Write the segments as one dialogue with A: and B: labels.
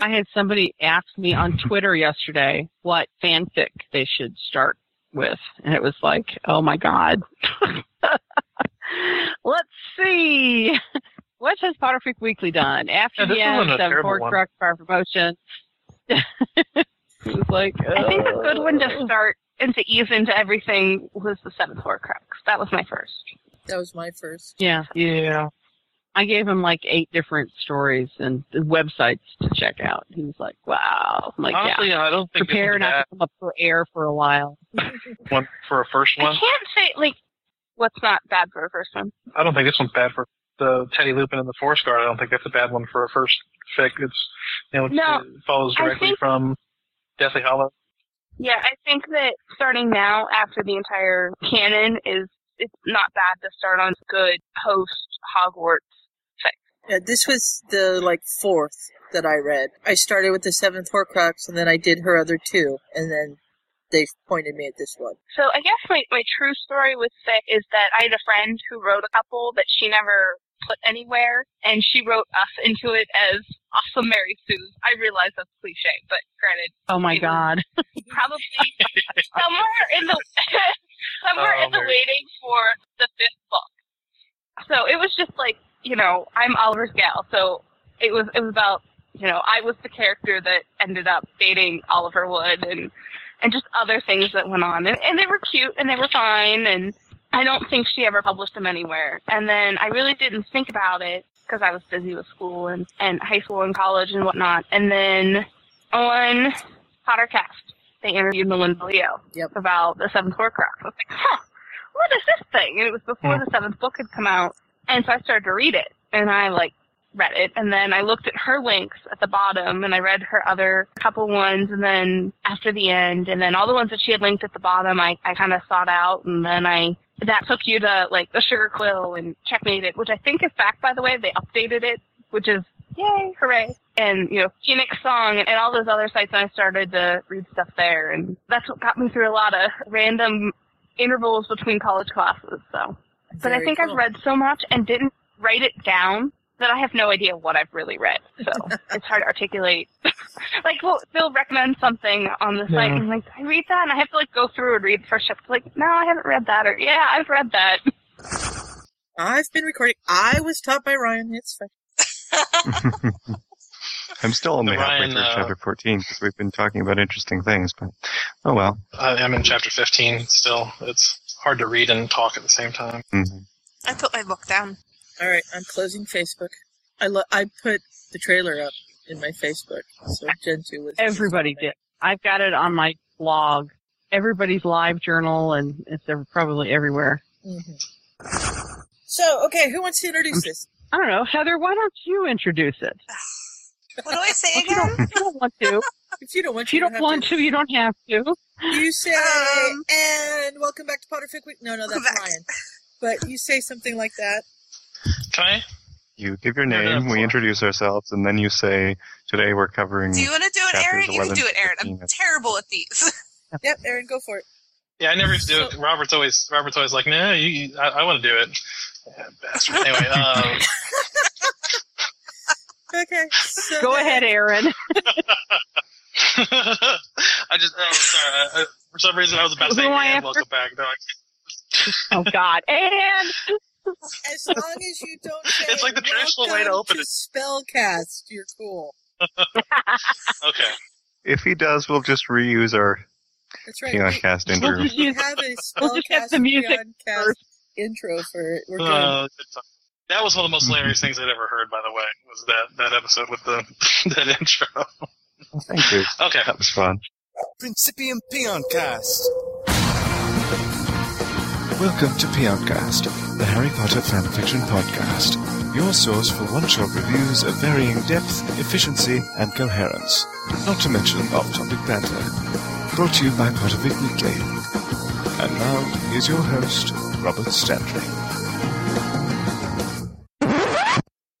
A: I had somebody ask me on Twitter yesterday what fanfic they should start with, and it was like, oh my god. Let's see. What has Potter Freak Weekly done E after
B: Yeah, this
A: the
B: isn't
A: end
B: a
A: of
B: terrible
A: Board
B: one.
A: Truck Fire Promotion? it was like
C: I think a
A: uh,
C: good one to start and to ease into everything was the seventh Horcrux. That was my first.
D: That was my first.
A: uh, Yeah,
B: Yeah.
A: I gave him like eight different stories and websites to check out. He was like, "Wow!" I'm like,
B: Honestly, I don't
A: "Yeah,
B: think
A: prepare
B: it's a
A: not
B: bad
A: to come up for air for a while."
B: one for a first
C: I
B: one.
C: can't say like what's not bad for a first one.
B: I don't think this one's bad for the Teddy Lupin and the Forest Guard. I don't think that's a bad one for a first fic. It's you know, it's-
C: No,
B: it follows
C: I
B: directly
C: think-
B: from Deathly Hollow.
C: Yeah, I think that starting now after the entire canon is it's not bad to start on good post Hogwarts.
D: Yeah, this was the like fourth that I read. I started with the seventh Horcrux, and then I did her other two, and then they pointed me at this one.
C: So I guess my, my true story with Fic is that I had a friend who wrote a couple that she never put anywhere, and she wrote us into it as Awesome Mary Sue's. I realize that's cliche, but granted,
A: Oh my
C: It was-
A: god!
C: probably somewhere in the somewhere
B: Oh,
C: in the
B: Mary.
C: waiting for the fifth book. So it was just like you know I'm Oliver's gal, so it was it was about you know I was the character that ended up dating Oliver Wood and and just other things that went on and, and they were cute and they were fine and I don't think she ever published them anywhere. And then I really didn't think about it because I was busy with school and, and high school and college and whatnot. And then on Pottercast, they interviewed Melinda Leo
D: Yep.
C: about the seventh Horcrux. I was like, huh, what is this thing? And it was before the seventh book had come out. And so I started to read it. And I, like, read it. And then I looked at her links at the bottom and I read her other couple ones and then after the end. And then all the ones that she had linked at the bottom, I, I kind of sought out. And then I that took you to like the sugar quill and checkmate it, which I think is back by the way. They updated it, which is yay, hooray. And you know, Phoenix Song and, and all those other sites and I started to read stuff there and that's what got me through a lot of random intervals between college classes, so but I
D: Very
C: think
D: cool.
C: I've read so much and didn't write it down that I have no idea what I've really read. So it's hard to articulate. like, well, they'll recommend something on the site,
B: Yeah.
C: and like, I read that, and I have to like go through and read the first chapter. Like, no, I haven't read that, or yeah, I've read that.
D: I've been recording. I was taught by Ryan. It's fine.
E: I'm still only
B: So
E: halfway
B: Ryan,
E: through
B: uh,
E: chapter 14 because we've been talking about interesting things, but oh well.
B: I, I'm in chapter 15 still. It's hard to read and talk at the same time.
E: Mhm.
F: I put my book down.
D: All right, I'm closing Facebook. I lo- I put the trailer up in my Facebook, so Gen Two was
A: Everybody did. I've got it on my blog. Everybody's live journal, and it's ev- probably everywhere.
D: Mhm. So okay, who wants to introduce this?
A: I don't know, Heather. Why don't you introduce it?
F: What do I say
A: If you don't,
F: again?
A: if you don't want to.
D: If you don't want,
A: If you don't
D: have
A: want to, you don't have to.
D: You say,
F: Um,
D: and welcome back to Potterfic Week. No, no, that's
F: Welcome back.
D: Ryan. But you say something like that.
B: Can I?
E: You give your
B: No, no,
E: name, we
B: fine.
E: introduce ourselves, and then you say, today we're covering.
F: Do you want to do it,
E: Chapters
F: Aaron? You can
E: 11,
F: do it, Aaron.
E: 15.
F: I'm terrible at these.
D: Yep, Aaron, go for it.
B: Yeah, I never used to do it. Robert's always Robert's always like, no, you, I, I want to do it. Yeah, bastard. Anyway, um,
D: Okay. So
A: Go
D: then-
A: ahead, Aaron.
B: I just oh, sorry. I, I, for some reason, I was about to
A: Who
B: say,
A: am I after?"
B: and welcome back. No, I can't.
A: Oh God, and
D: As long as you don't say
B: It's like the traditional way to open
D: "Welcome
B: it.
D: Spellcast, you're cool.
B: Okay,
E: If he does, we'll just reuse our
D: That's right. Wait,
E: Peoncast
A: We'll
E: intro.
A: just
D: we
A: use-
D: have a
A: we'll just have
D: Spellcast
A: the music
D: Beyondcast
A: first.
D: intro for it. We're good.
B: Uh, good time. that was one of the most hilarious
E: Mm-hmm.
B: things I'd ever heard. By the way, was that that episode with the that intro?
E: Well, Thank you.
B: Okay,
E: That was fun.
G: Principium Peoncast. Welcome to Peoncast, the Harry Potter fanfiction podcast. Your source for one-shot reviews of varying depth, efficiency, and coherence. Not to mention off-topic banter. Brought to you by Pottervic Weekly. And now, here's your host, Robert Stanley.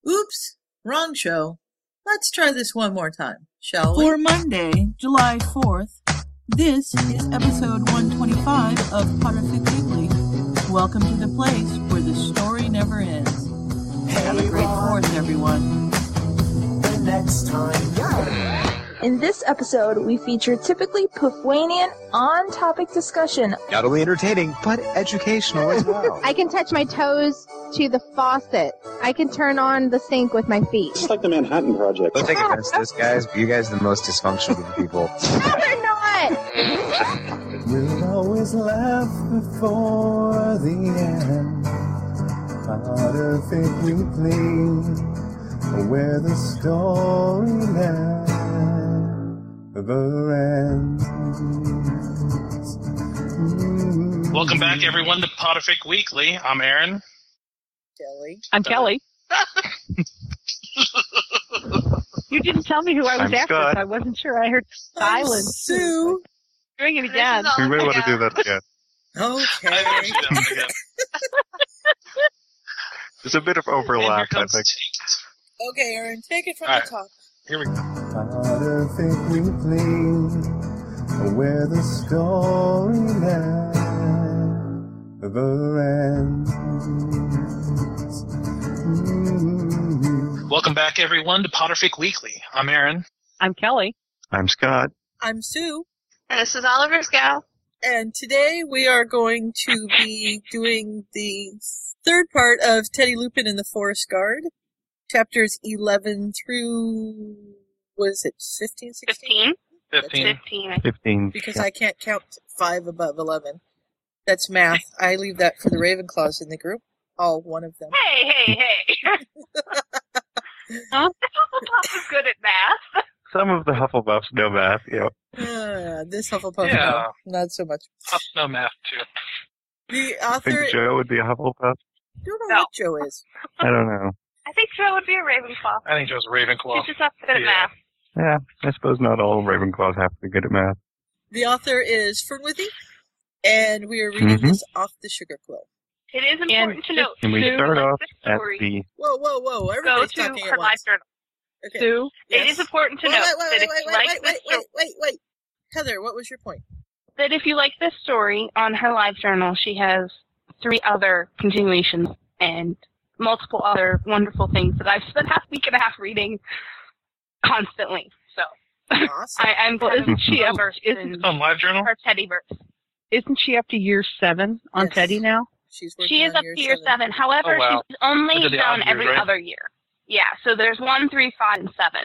D: Oops, wrong show. Let's try this one more time, shall we?
H: For Monday, July 4th, this is episode 125 of Potterfic Weekly. Welcome to the place where the story never ends. Have a great 4th, everyone.
I: the next time. Yeah. In this episode, we feature typically Pufwanian on topic discussion.
J: Not only entertaining, but educational as well.
K: I can touch my toes to the faucet. I can turn on the sink with my feet.
J: It's like the Manhattan Project.
L: Don't take offense to this, guys, but you guys are the most dysfunctional of the people.
K: No, they're not!
M: We'll always laugh before the end. Perfectly clean, where the story never ends. Mm.
B: Welcome back, everyone, to Potific Weekly. I'm Aaron.
D: Kelly.
A: I'm Kelly. you didn't tell me who I was
E: I'm
A: after,
E: Scott.
A: so I wasn't sure. I heard silence.
D: Sue.
A: Doing it again.
C: This is all-
E: We may
C: Oh,
E: want to
C: yeah.
E: do that again.
B: I think we
D: Okay.
B: should do that again.
E: There's a bit of
B: And here
E: overlap, I
B: comes
E: think.
B: Tate.
D: Okay, Aaron, take it from
B: All
D: the
B: right.
D: top.
B: Here we go.
M: Perfectly clean, where the story never ends. Mm.
B: Welcome back, everyone, to Potterfic Weekly. I'm Aaron.
A: I'm Kelly.
E: I'm Scott.
D: I'm Sue,
C: And this is Oliver's gal.
D: and today we are going to be doing the third part of Teddy Lupin and the Forest Guard, chapters 11 through, was it 15, 16?
C: 15?
B: 15.
C: 15. I
E: 15.
D: Because I can't count five above 11. That's math. I leave that for the Ravenclaws in the group, all one of them.
C: Hey, hey, hey. huh? Hufflepuff is good at math.
E: Some of the Hufflepuffs know math, yeah.
D: Ah, this Hufflepuff,
B: Yeah.
D: no, not so much.
B: Tough Oh, no math, too.
D: The
E: I think
D: author,
E: Joe would be a Hufflepuff.
D: don't know
C: No.
D: what Joe is.
E: I don't know.
C: I think Joe would be a Ravenclaw.
B: I think Joe's a Ravenclaw.
C: He's just not good at
B: yeah.
C: math.
E: Yeah, I suppose not all Ravenclaws have to be good at math.
D: The author is Fernwithy, and we are reading
E: Mhm.
D: this off the Sugar Quill.
C: It is important to
A: it's
C: note.
E: And we
A: Sue,
E: start
C: like
E: off
C: this
E: at
C: story.
E: the
D: Whoa, whoa, whoa!
C: Go
D: Everybody's
C: to
D: talking
C: her
D: at
C: live
D: once.
C: journal.
D: Okay.
A: Sue.
D: Yes.
C: It is important to
D: Wait,
C: note
D: wait,
C: that if
D: wait,
C: you
D: wait,
C: like
D: wait,
C: this
D: wait,
C: story,
D: wait, wait, wait. Heather, what was your point?
C: that if you like this story on her live journal, she has three other continuations and multiple other wonderful things that I've spent half a week and a half reading constantly. So
D: Awesome.
C: I, I'm
A: Well,
C: kind of
A: isn't she
C: well
A: up-
C: versed
A: isn't-
C: in
B: On Live Journal?
C: her Teddyverse.
A: Isn't she up to year seven on
D: Yes.
A: Teddy now?
D: She's working
C: She is
D: on
C: up to year seven. However,
B: Oh, wow.
C: she's
B: Those
C: only
B: are the odd
C: shown
B: years,
C: every
B: right?
C: other year. Yeah, so there's one, three, five, and seven.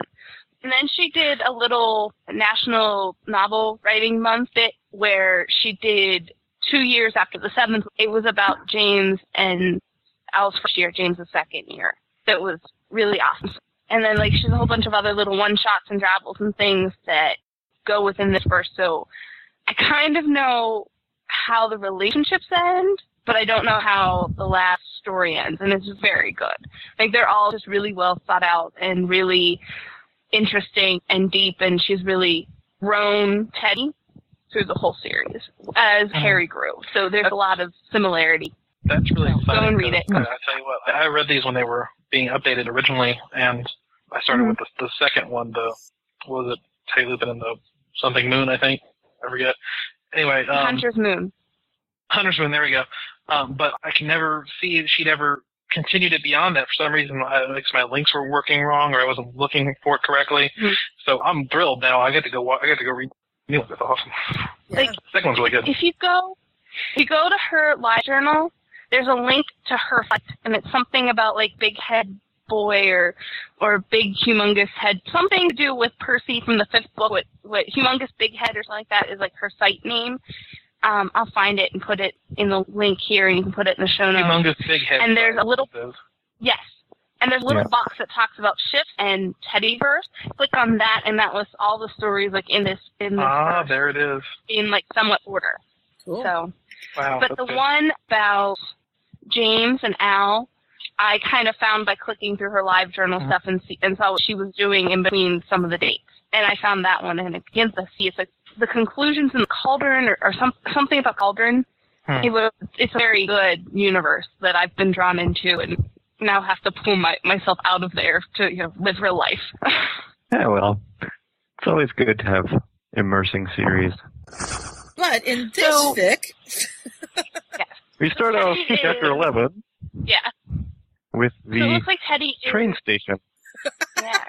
C: And then she did a little national novel writing month bit where she did two years after the seventh. It was about James and Al's first year, James' second year. That was really awesome. And then like she's a whole bunch of other little one shots and travels and things that go within this verse. So I kind of know how the relationships end, but I don't know how the last story ends, and it's very good. Like they're all just really well thought out and really interesting and deep, and she's really grown Teddy through the whole series as Harry grew. So there's a lot of similarity.
B: That's really
C: Oh, Go
B: exciting.
C: and read
B: 'cause,
C: it.
B: uh, I tell you what, I I read these when they were being updated originally, and I started
C: Mm-hmm.
B: with the, the second one, the what was it, Tay Lupin and the something Moon, I think. I forget. Anyway, um,
C: Hunter's Moon.
B: Hunter's Moon. There we go. Um, but I can never see if she'd ever continued it beyond that. For some reason, I, like my links were working wrong, or I wasn't looking for it correctly.
C: Mhm.
B: So I'm thrilled now. I get to go. wa- I get to go read. New one. That's awesome.
D: Yeah.
C: Like
B: Second one's really good.
C: If you go, if you go to her live journal, there's a link to her fight, and it's something about like big head boy or or big humongous head, something to do with Percy from the fifth book. What what humongous big head or something like that is like her site name. Um, I'll find it and put it in the link here, and you can put it in the show notes.
B: Humongous big head.
C: And there's a little-
B: Says.
C: Yes. And there's a little
E: Yeah.
C: box that talks about shifts and Teddyverse. Click on that, and that lists all the stories like in this in this
B: Ah,
C: verse,
B: there it is.
C: in like somewhat order.
D: Cool.
C: So
B: Wow.
C: but
B: that's
C: the
B: good.
C: one about James and Al, I kind of found by clicking through her live journal stuff and see, and saw what she was doing in between some of the dates. And I found that one, and it begins to see it's like the conclusions in the cauldron or, or some, something about cauldron.
B: Hmm.
C: It was it's a very good universe that I've been drawn into, and now have to pull my, myself out of there to you know live real life.
E: Yeah, well, it's always good to have immersing series.
D: But in this
C: So-
D: fic,
E: We start off chapter 11
C: yeah,
E: with
C: so it
E: the
C: looks like Teddy is
E: train station.
C: yeah.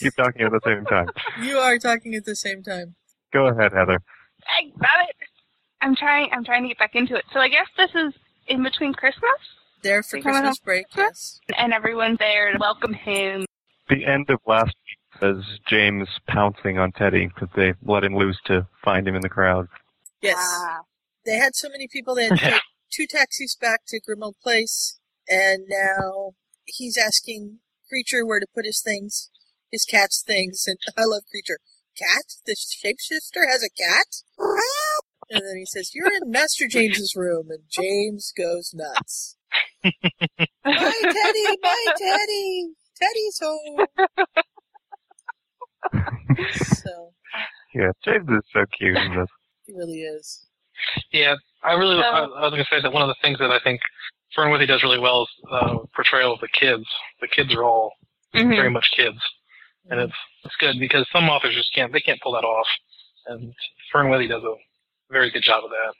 E: Keep talking at the same time.
D: You are talking at the same time.
E: Go ahead, Heather.
C: I got it. I'm trying. I'm trying to get back into it. So I guess this is in between Christmas.
D: There for Christmas break, yes.
C: And everyone's there to welcome him.
E: The end of last week was James pouncing on Teddy because they let him loose to find him in the crowd.
D: Yes. They had so many people they had to take two taxis back to Grimald Place, and now he's asking Creature where to put his things, his cat's things, and I love Creature. Cat? The shapeshifter has a cat? And then he says, You're in Master James's room, and James goes nuts. my Teddy, my Teddy! Teddy's home! so,
E: Yeah, James is so cute in this.
D: he really is.
B: Yeah, I really. I, I was going to say that one of the things that I think Fernworthy does really well is uh, portrayal of the kids. The kids are all
C: Mhm.
B: very much kids, and it's it's good because some authors just can't they can't pull that off, and Fernworthy does a very good job of that.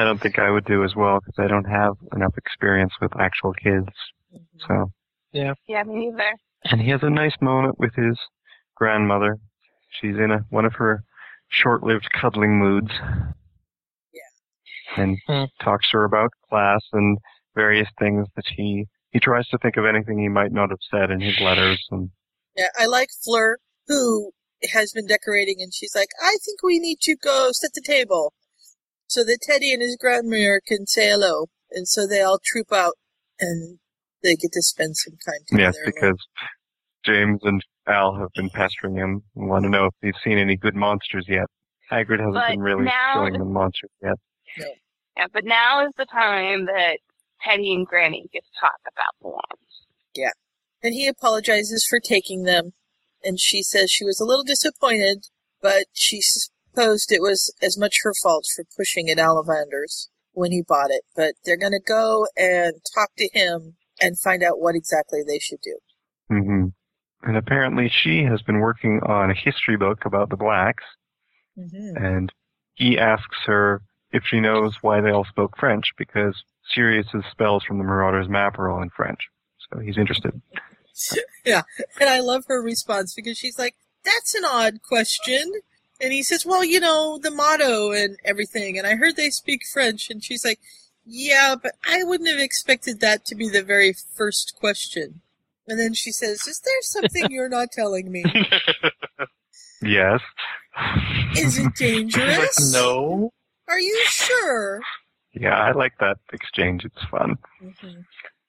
E: I don't think I would do as well because I don't have enough experience with actual kids.
D: Mm-hmm.
E: So, yeah.
C: Yeah, me neither.
E: And he has a nice moment with his grandmother. She's in a, one of her short-lived cuddling moods. Yeah. And talks to her about class and various things that he he tries to think of anything he might not have said in his letters and
D: Yeah, I like Fleur, who has been decorating, and she's like, I think we need to go set the table so that Teddy and his grandmother can say hello. And so they all troop out and they get to spend some time
E: yes,
D: together.
E: because James and Al have been pestering him and want to know if he's seen any good monsters yet. Hagrid hasn't
C: But
E: been really
C: now-
E: showing them monsters yet.
C: Yeah, but now is the time that Teddy and Granny get to talk about the wand.
D: Yeah. And he apologizes for taking them, and she says she was a little disappointed, but she supposed it was as much her fault for pushing it Ollivander's when he bought it. But they're going to go and talk to him and find out what exactly they should do.
E: hmm And apparently she has been working on a history book about the blacks,
C: Mm.
E: and he asks her if she knows why they all spoke French because Sirius's spells from the Marauder's map are all in French. So he's interested.
D: yeah, and I love her response because she's like, "That's an odd question." And he says, "Well, you know, the motto and everything." And I heard they speak French, and she's like, "Yeah, but I wouldn't have expected that to be the very first question." And then she says, "Is there something you're not telling me?
E: Yes.
D: Is it dangerous?
E: no.
D: Are you sure?"
E: Yeah, I like that exchange. It's fun.
D: Mhm.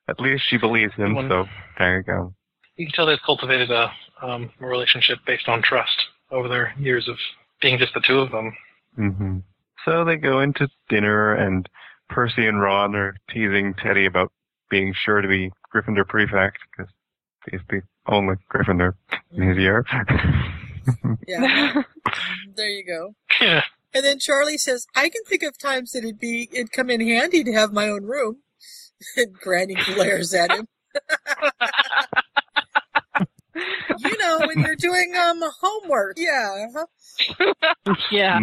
E: At least she believes him,
B: One-
E: so there you go.
B: You can tell they've cultivated a, um, a relationship based on trust over their years of being just the two of them.
E: hmm So they go into dinner, and Percy and Ron are teasing Teddy about being sure to be Gryffindor prefect because he's the only Gryffindor in his year.
D: Yeah. there you go.
B: Yeah.
D: And then Charlie says, I can think of times that it'd be it'd come in handy to have my own room. And Granny glares at him. you know, when you're doing um homework. Yeah. uh-huh.
A: yeah,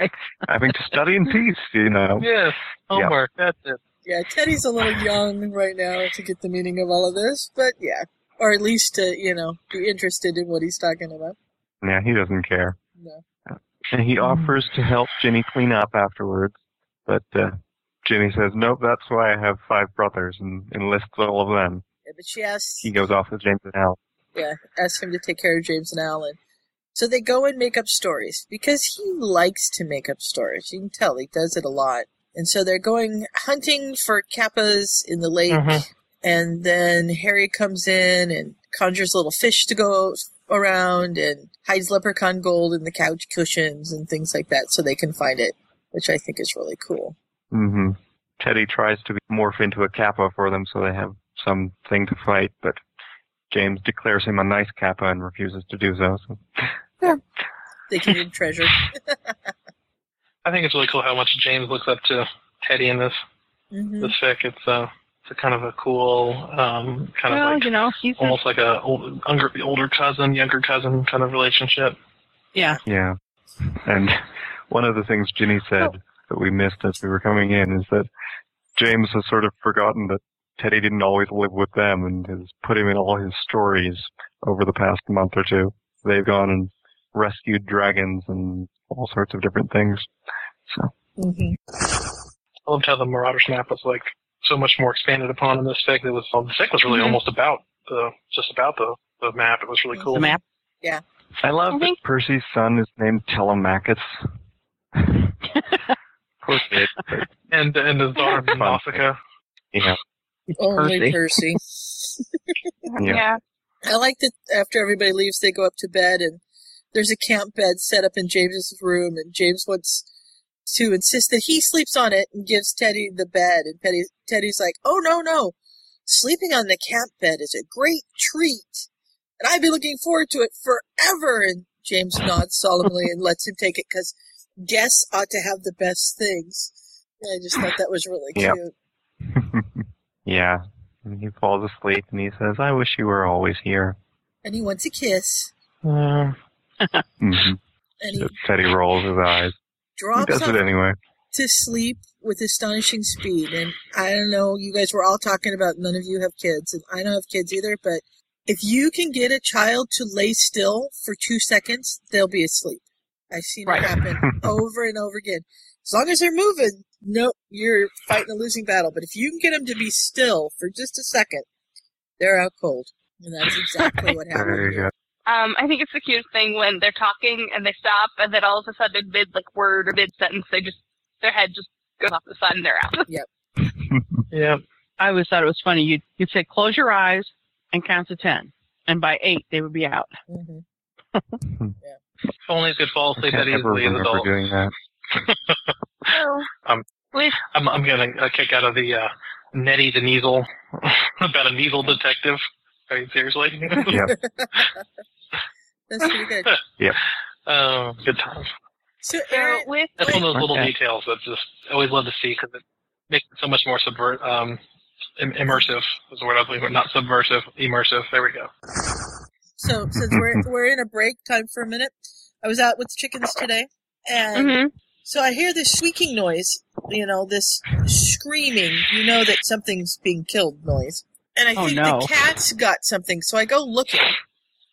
E: right. Having to study in peace, you know.
B: Yes, homework. That's it.
D: Yeah, Teddy's a little young right now to get the meaning of all of this, but yeah. Or at least to, you know, be interested in what he's talking about.
E: Yeah, he doesn't care.
D: No.
E: And he offers to help Ginny clean up afterwards, but uh, Ginny says, "Nope, that's why I have five brothers," and enlists all of them.
D: Yeah, but she asks
E: He goes off with James and Al.
D: yeah, ask him to take care of James and Alan. So they go and make up stories because he likes to make up stories. You can tell he does it a lot. And so they're going hunting for kappas in the lake,
N: Mhm.
D: and then Harry comes in and conjures little fish to go around and hides leprechaun gold in the couch cushions and things like that so they can find it, which I think is really cool.
E: hmm Teddy tries to morph into a kappa for them so they have something to fight, but James declares him a nice kappa and refuses to do so. so.
D: They can eat treasure.
B: I think it's really cool how much James looks up to Teddy in this
D: Mhm.
B: this fic. It's uh, it's a kind of a cool um, kind
A: well,
B: of like
A: you know, he's a,
B: almost like a old, younger, older cousin, younger cousin kind of relationship.
A: yeah.
E: Yeah. And one of the things Ginny
A: Oh.
E: said that we missed as we were coming in is that James has sort of forgotten that Teddy didn't always live with them and has put him in all his stories over the past month or two. They've gone and rescued dragons and all sorts of different things. So
D: Mm-hmm.
B: I loved how the Marauders map was like so much more expanded upon in this fic. That was well, the fic was really
A: Mhm.
B: almost about the just about the the map. It was really cool.
E: Mm-hmm. The map?
D: Yeah.
E: I love
A: I think-
E: that Percy's son is named Telemachus. Poor kid. but,
B: and and his daughter Nausicaa.
E: you know,
D: Only Percy.
E: Percy. Yeah.
D: I like that after everybody leaves, they go up to bed and there's a camp bed set up in James's room, and James wants to insist that he sleeps on it and gives Teddy the bed, and Teddy, Teddy's like, "Oh no, no, sleeping on the camp bed is a great treat, and I've been looking forward to it forever." And James nods solemnly and lets him take it because guests ought to have the best things. And I just thought that was really
E: Yep.
D: cute.
E: yeah. And he falls asleep and he says, I wish you were always here.
D: And he wants a kiss,
E: Uh, hmm
D: and he
E: Teddy rolls his eyes. He
D: drops
E: does
D: off
E: it anyway.
D: to sleep with astonishing speed. And I don't know, you guys were all talking about none of you have kids, and I don't have kids either, but if you can get a child to lay still for two seconds, they'll be asleep. I've seen it happen over and over again. As long as they're moving, no, you're fighting a losing battle. But if you can get them to be still for just a second, they're out cold. And that's exactly what happened.
E: There you go.
C: Um, I think it's the cutest thing when they're talking and they stop, and then all of a sudden mid like word or mid sentence, they just their head just goes off the side and they're out.
D: Yep.
B: Yeah.
A: I always thought it was funny. You'd, you'd say, close your eyes and count to 10. And by 8, they would be out.
D: Mm-hmm.
B: If only he could fall asleep
E: Can't
B: that
E: ever
B: easily as
E: remember
B: adults.
E: doing that.
D: Oh,
B: I'm, I'm I'm gonna uh, kick out of the uh, Nettie the Neasel about a Neasel detective. Are you seriously?
E: Yep.
D: That's pretty good.
E: Yep.
B: Oh, good times.
D: So,
C: Aaron, with
B: That's one of those little
E: Okay.
B: details that just I always love to see because it makes it so much more subvert, um, im- immersive. Is the word I was looking for. Not subversive, immersive. There we go.
D: So since we're we're in a break time for a minute, I was out with the chickens today, and
C: Mm-hmm.
D: so I hear this squeaking noise. You know, this screaming. You know that something's being killed noise. And I
A: Oh,
D: think
A: no.
D: the cat's got something. So I go looking.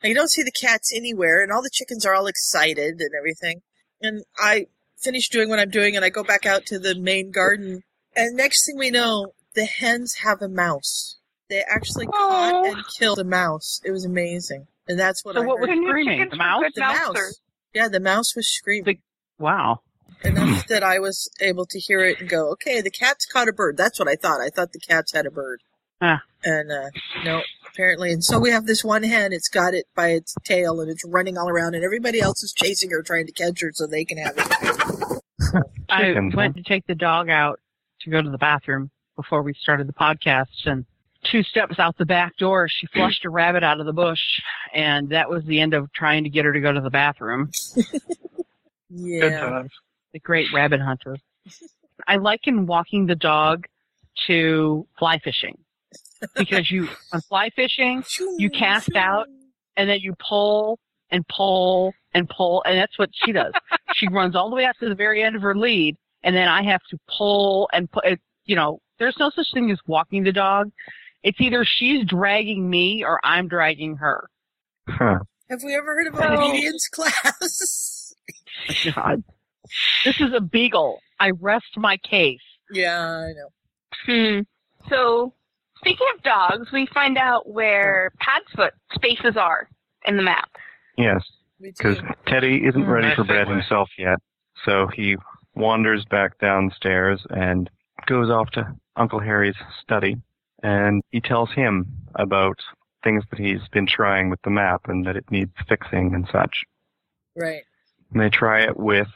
D: I don't see the cats anywhere, and all the chickens are all excited and everything. And I finish doing what I'm doing, and I go back out to the main garden. And next thing we know, the hens have a mouse. They actually caught and killed a mouse. It was amazing, and that's what.
A: Oh. So
D: I
A: what was
D: heard.
A: screaming? The mouse?
D: The mouse. Yeah, the mouse was screaming
A: Wow.
D: enough that I was able to hear it and go, "Okay, the cat's caught a bird." That's what I thought. I thought the cats had a bird,
A: Ah.
D: and uh, no, apparently. And so we have this one hen. It's got it by its tail, and it's running all around, and everybody else is chasing her, trying to catch her so they can have it.
A: I
E: Chickens, huh?
A: went to take the dog out to go to the bathroom before we started the podcast and two steps out the back door she flushed a rabbit out of the bush and that was the end of trying to get her to go to the bathroom.
B: Good
D: Yeah,
B: times.
A: The great rabbit hunter. I liken walking the dog to fly fishing. Because you on fly fishing you cast out and then you pull and pull and pull and that's what she does she runs all the way out to the very end of her lead and then i have to pull and put it, you know there's no such thing as walking the dog it's either she's dragging me or i'm dragging her
E: Huh.
D: Have we ever heard of
A: No.
D: obedience class?
A: God. this is a beagle i rest my case
D: yeah, I know.
C: Hmm. So, speaking of dogs, we find out where Padfoot spaces are in the map.
E: Yes,
D: We
E: because Teddy isn't
A: Mm.
E: ready for
B: Nice
E: bed
B: segue.
E: himself yet, so he wanders back downstairs and goes off to Uncle Harry's study, and he tells him about things that he's been trying with the map and that it needs fixing and such.
D: Right.
E: And they try it with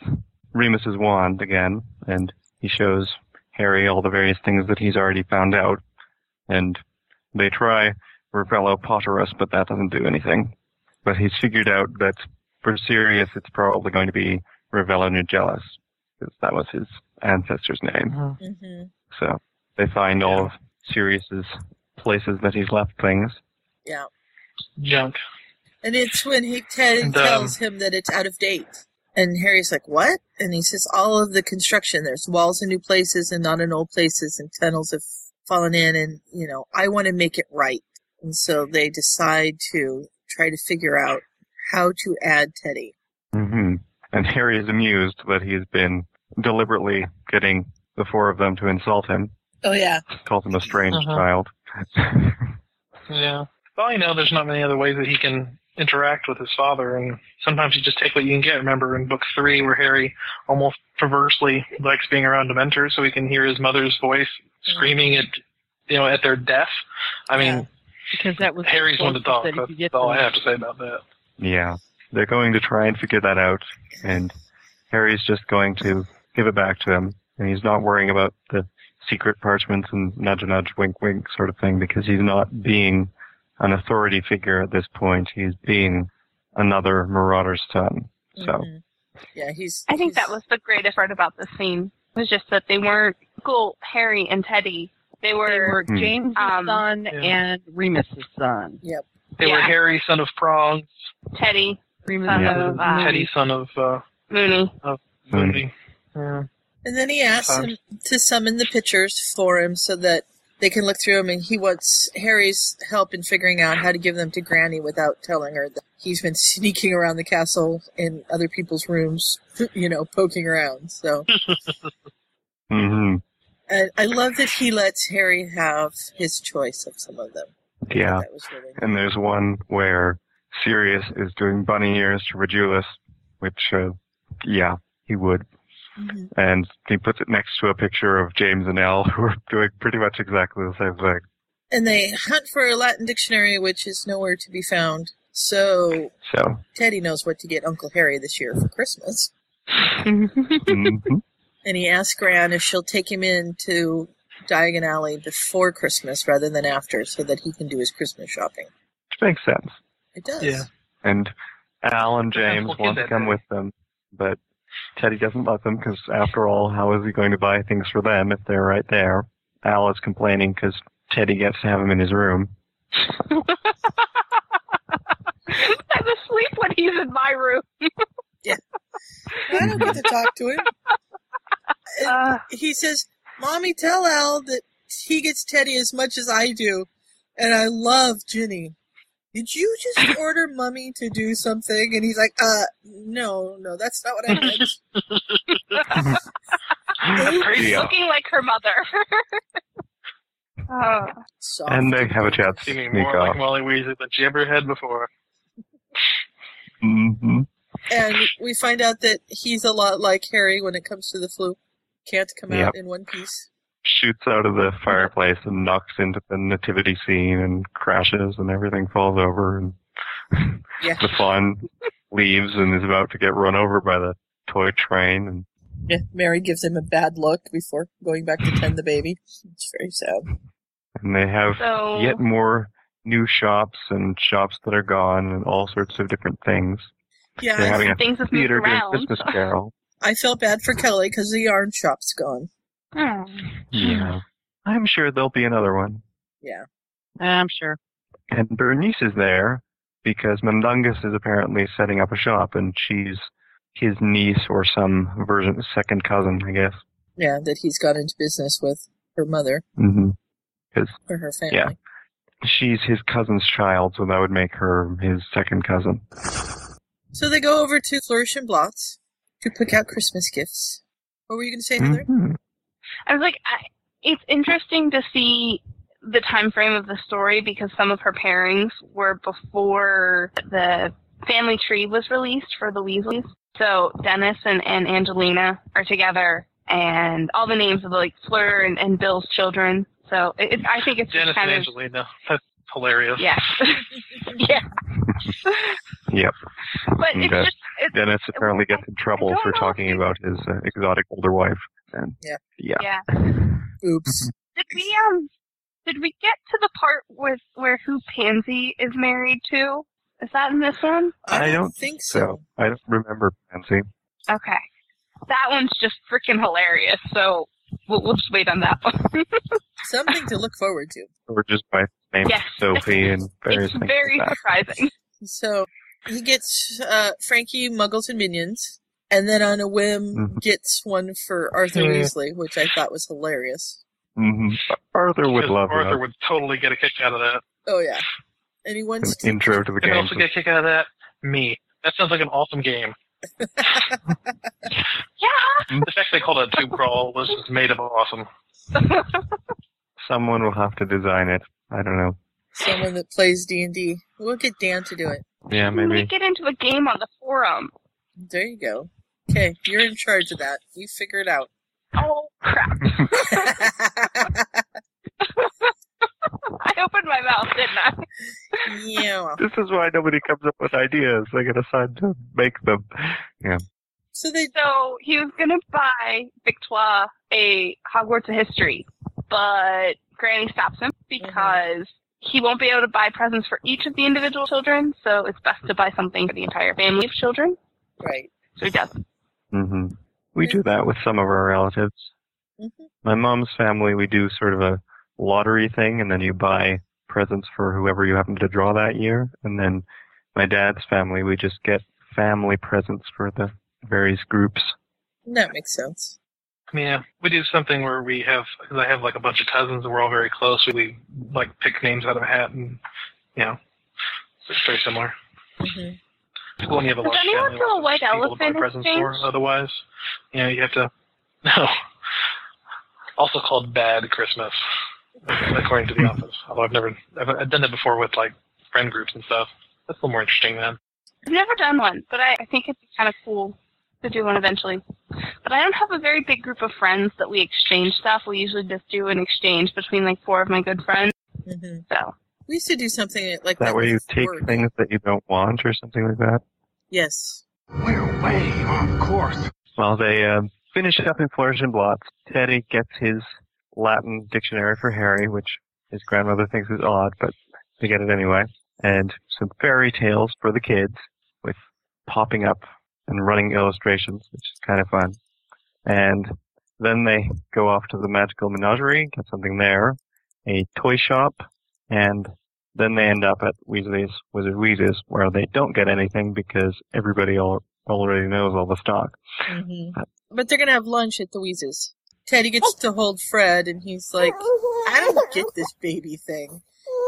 E: Remus's wand again, and he shows Harry all the various things that he's already found out. And they try Revello Potterus, but that doesn't do anything. But he's figured out that for Sirius, it's probably going to be Revello Nugellus, because that was his ancestor's name.
D: hmm
E: So they find all of Sirius's places that he's left things.
D: Yeah,
B: Junk.
D: and it's when he Ted
B: And, um,
D: tells him that it's out of date. And Harry's like, "What?" And he says, "All of the construction. There's walls in new places and not in old places, and tunnels have fallen in. And you know, I want to make it right." And so they decide to try to figure out how to add Teddy.
E: hmm And Harry is amused that he's been deliberately getting the four of them to insult him,
D: Oh yeah.
E: calls him a strange
B: Uh-huh.
E: child.
B: Yeah. Well, you know, there's not many other ways that he can interact with his father, and sometimes you just take what you can get. Remember in book three, where Harry almost perversely likes being around Dementors, so he can hear his mother's voice screaming at, you know, at their death. I mean,
A: because that was
B: Harry's one of the dogs.
A: that he could
B: That's
A: get
B: all
A: them.
B: I have to say about that.
E: Yeah. They're going to try and figure that out, and Harry's just going to give it back to him, and he's not worrying about the secret parchments and nudge nudge wink wink sort of thing because he's not being an authority figure at this point. He's being another marauder's son. So
D: Mm-hmm. Yeah, he's.
C: I think that was the greatest part about this scene was just that they weren't Uncle Harry and Teddy. They were,
E: Hmm.
A: James's son and Remus's son.
D: Yep.
B: They were
C: Yeah.
B: Harry, son of Prong,
C: Teddy,
A: Remus
B: son
C: son
B: yeah.
C: of uh,
B: Teddy, son of uh,
C: Mooney.
B: Of
E: Mooney.
B: Mooney. Yeah.
D: And then he asks him to summon the pictures for him so that they can look through them, and he wants Harry's help in figuring out how to give them to Granny without telling her that he's been sneaking around the castle in other people's rooms, you know, poking around. So
E: hmm
D: and I love that he lets Harry have his choice of some of them.
E: Yeah.
D: was really
E: And there's one where Sirius is doing bunny ears to Regulus, which, uh, yeah, he would.
D: Mhm.
E: And he puts it next to a picture of James and Elle, who are doing pretty much exactly the same thing.
D: And they hunt for a Latin dictionary, which is nowhere to be found. So
E: So,
D: Teddy knows what to get Uncle Harry this year for Christmas.
E: mhm.
D: And he asks Gran if she'll take him in to Diagon Alley before Christmas rather than after so that he can do his Christmas shopping.
E: which makes sense.
D: It does.
B: Yeah.
E: And Al and James
B: we'll get
E: want to
B: that
E: come
B: done.
E: with them, but Teddy doesn't let them because, after all, how is he going to buy things for them if they're right there? Al is complaining because Teddy gets to have him in his room.
C: I'm asleep when he's in my room.
D: I don't get to talk to him. And
C: Uh,
D: he says, Mommy, tell Al that he gets Teddy as much as I do. And I love Ginny. Did you just order Mummy to do something? And he's like, uh, no, no, that's not what I meant.
C: He's
E: Yeah.
C: looking like her mother. oh.
D: Soft.
E: And they have a chance to
B: Seeming
E: sneak
B: more
E: off.
B: like Molly Weasley than she ever had before.
E: hmm
D: and we find out that he's a lot like Harry when it comes to the flu. Can't come out
E: Yep.
D: in one piece.
E: Shoots out of the fireplace and knocks into the nativity scene and crashes and everything falls over and
D: Yeah.
E: the fawn leaves and is about to get run over by the toy train and
D: Yeah, Mary gives him a bad look before going back to tend the baby. It's very sad.
E: And they have
C: So-
E: yet more new shops and shops that are gone and all sorts of different things.
D: Yeah,
E: They're
D: I
E: having a
C: things have moved
E: theater during
C: around.
E: Christmas Carol.
D: I felt bad for Kelly because the yarn shop's gone.
C: Hmm.
E: yeah. I'm sure there'll be another one.
D: Yeah.
A: I'm sure.
E: And Bernice is there because Mundungus is apparently setting up a shop and she's his niece or some version second cousin, I guess.
D: Yeah, that he's got into business with her mother
E: Mm-hmm.
D: or her family.
E: Yeah. She's his cousin's child, so that would make her his second cousin.
D: So they go over to Flourish and Blots to pick out Christmas gifts. What were you going to say, Heather?
E: Mhm.
C: I was like, I, it's interesting to see the time frame of the story because some of her pairings were before the family tree was released for the Weasleys. So Dennis and, and Angelina are together, and all the names of like Fleur and, and Bill's children. So it, it, I think it's just
B: Dennis
C: kind
B: and
C: of
B: Angelina. That's hilarious.
C: yeah, yeah.
E: Yep.
C: But
E: And,
C: it's
E: uh,
C: just it's,
E: Dennis apparently gets in trouble for talking about his uh, exotic older wife. And
D: Yeah.
E: yeah.
C: yeah.
D: Oops.
C: Did we um did we get to the part with where who Pansy is married to? Is that in this one?
E: I don't
D: think
E: I don't remember Pansy.
C: Okay. That one's just freaking hilarious. So we'll, we'll just wait on that one.
D: Something to look forward to.
E: Or just by name
C: Yes.
E: Sophie and various
C: it's
E: things
C: very
E: like that.
C: surprising.
D: So he gets uh, Frankie, Muggles, and Minions, and then on a whim
E: Mhm.
D: gets one for Arthur
B: Yeah.
D: Weasley, which I thought was hilarious.
E: Mhm. Arthur would
B: Because
E: love
B: Arthur
E: that.
B: would totally get a kick out of that.
D: Oh yeah, Anyone?
E: An intro to the
B: Who
E: game.
B: else would get a kick out of that? Me. That sounds like an awesome game. yeah. The fact they called it a tube crawl was just made up awesome.
E: Someone will have to design it. I don't know.
D: Someone that plays D and D. We'll get Dan to do it.
E: Yeah, maybe.
C: Get into a game on the forum.
D: There you go. Okay, you're in charge of that. You figure it out.
C: Oh crap! I opened my mouth, didn't I?
D: Yeah.
E: This is why nobody comes up with ideas. They get assigned to make them. Yeah.
D: So they.
C: So he was gonna buy Victoire a Hogwarts of History, but Granny stops him because he won't be able to buy presents for each of the individual children. So it's best to buy something for the entire family of children.
D: Right.
C: So he doesn't.
E: hmm We do that with some of our relatives. My mom's family, we do sort of a lottery thing, and then you buy presents for whoever you happen to draw that year. And then my dad's family, we just get family presents for the various groups.
D: That makes sense.
B: Yeah, we do something where we have because I have like a bunch of cousins and we're all very close. We, we like pick names out of a hat and you know, it's very similar.
D: Mhm.
B: People when you have a
C: Does
B: large
C: anyone
B: family,
C: throw a white
B: people to buy
C: elephant
B: presents
C: exchange?
B: for. Otherwise, you know, you have to. No. Also called bad Christmas, according to The Office. Although I've never, I've, I've done that before with like friend groups and stuff. That's a little more interesting then.
C: I've never done one, but I, I think it'd be kind of cool to do one eventually. But I don't have a very big group of friends that we exchange stuff. We usually just do an exchange between like four of my good friends.
D: Mm-hmm.
C: So
D: we used to do something like
E: That way you take
D: work.
E: things that you don't want or something like that.
D: Yes.
M: We're way off course.
E: Well, they um, finish up in Flourish and Blots. Teddy gets his Latin dictionary for Harry, which his grandmother thinks is odd, but they get it anyway. And some fairy tales for the kids with popping up and running illustrations, which is kind of fun. And then they go off to the magical menagerie, get something there, a toy shop, and then they end up at Weasley's Wizard Weezes, where they don't get anything because everybody al- already knows all the stock.
D: hmm
E: Uh.
D: But they're gonna have lunch at the Wheezes. Teddy gets to hold Fred, and he's like, "I don't get this baby thing.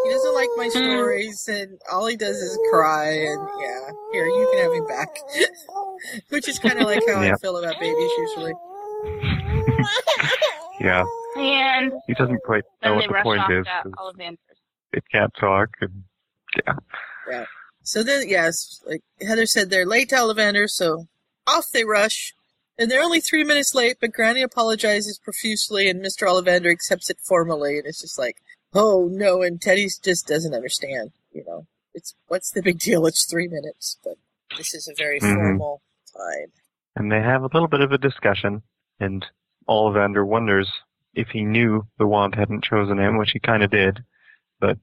D: He doesn't like my
E: Hmm.
D: stories, and all he does is cry." And yeah, here you can have him back, which is kind of like how I
E: Yeah.
D: feel about babies usually.
E: Yeah.
C: and
E: He doesn't quite know
C: then
E: what
C: they
E: the
C: rush
E: point
C: off
E: is.
C: to
E: 'cause
C: Ollivander.
E: It can't talk. And, yeah.
D: Yeah. So then, yes, like Heather said, they're late to Ollivander, so off they rush. And they're only three minutes late, but Granny apologizes profusely, and Mr. Ollivander accepts it formally, and it's just like, oh no, and Teddy just doesn't understand, you know. It's what's the big deal? It's three minutes, but this is a very
E: Mhm.
D: formal time.
E: And they have a little bit of a discussion, and Ollivander wonders if he knew the wand hadn't chosen him, which he kind of did, but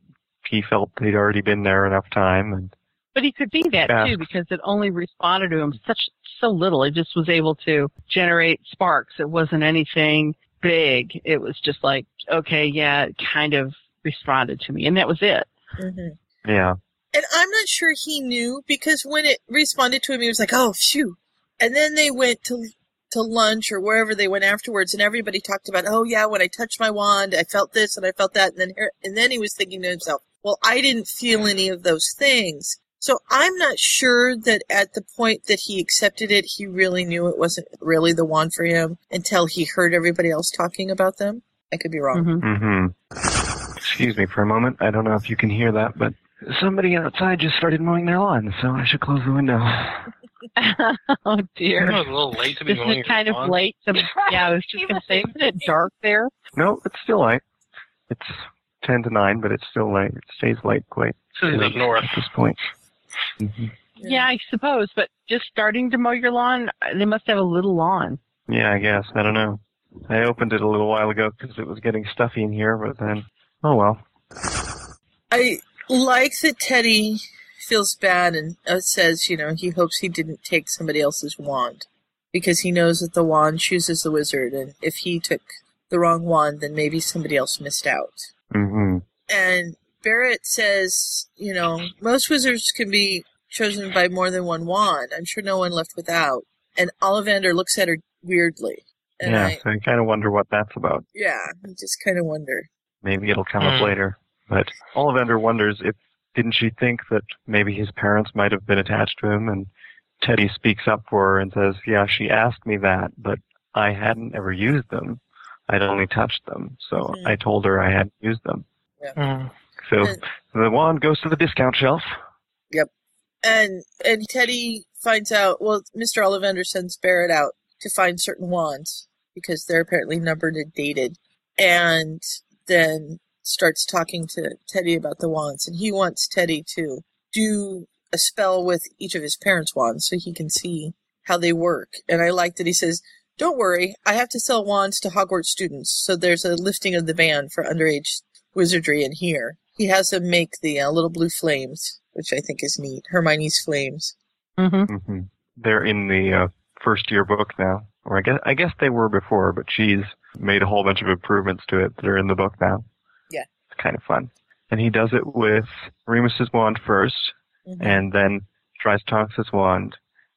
E: he felt he'd already been there enough time, and
A: But he could be that
E: Yeah.
A: too because it only responded to him such so little. It just was able to generate sparks. It wasn't anything big. It was just like, okay, yeah, it kind of responded to me, and that was it.
D: hmm
E: yeah.
D: And I'm not sure he knew because when it responded to him, he was like, "Oh, phew!" And then they went to to lunch or wherever they went afterwards, and everybody talked about, "Oh yeah, when I touched my wand, I felt this and I felt that." And then here, and then he was thinking to himself, "Well, I didn't feel any of those things." So I'm not sure that at the point that he accepted it, he really knew it wasn't really the wand for him until he heard everybody else talking about them. I could be wrong.
E: hmm Excuse me for a moment. I don't know if you can hear that, but somebody outside just started mowing their lawn, so I should close the window.
A: oh
B: I
A: dear.
B: know it's a little late to be
A: This
B: mowing
A: is
B: your
A: kind of
B: lawn.
A: late. To, yeah, I was just going to say, isn't it dark there?
E: No, it's still light. It's ten to nine, but it's still light. It stays light quite
B: This is up
E: late
B: north.
E: at this point. Mhm.
A: Yeah, I suppose. But just starting to mow your lawn, uh, they must have a little lawn.
E: Yeah, I guess. I don't know. I opened it a little while ago because it was getting stuffy in here, but then, oh well.
D: I like that Teddy feels bad and uh, says, you know, he hopes he didn't take somebody else's wand because he knows that the wand chooses the wizard, and if he took the wrong wand, then maybe somebody else missed out.
E: hmm
D: And Barrett says, you know, most wizards can be chosen by more than one wand. I'm sure no one left without. And Ollivander looks at her weirdly. And
E: yeah,
D: I,
E: so I kind of wonder what that's about.
D: yeah, I just kind of wonder.
E: Maybe it'll come
B: Hmm.
E: up later. But Ollivander wonders if didn't she think that maybe his parents might have been attached to him? And Teddy speaks up for her and says, "Yeah, she asked me that, but I hadn't ever used them. I'd only touched them, so
D: Hmm.
E: I told her I hadn't used them."
D: Yeah.
B: Mm.
E: So
D: And-
E: the wand goes to the discount shelf.
D: Yep. And and Teddy finds out. Well, Mr. Ollivander sends Barrett out to find certain wands because they're apparently numbered and dated, and then starts talking to Teddy about the wands, and he wants Teddy to do a spell with each of his parents' wands so he can see how they work. And I like that he says. Don't worry, I have to sell wands to Hogwarts students, so there's a lifting of the ban for underage wizardry in here. He has them make the uh, little blue flames, which I think is neat. Hermione's flames.
A: Mm-hmm.
E: They're in the uh, first year book now, or I guess I guess they were before, but she's made a whole bunch of improvements to it that are in the book now.
D: Yeah.
E: It's kind of fun. And he does it with Remus's wand 1st
D: Mhm.
E: and then tries Tonks's wand,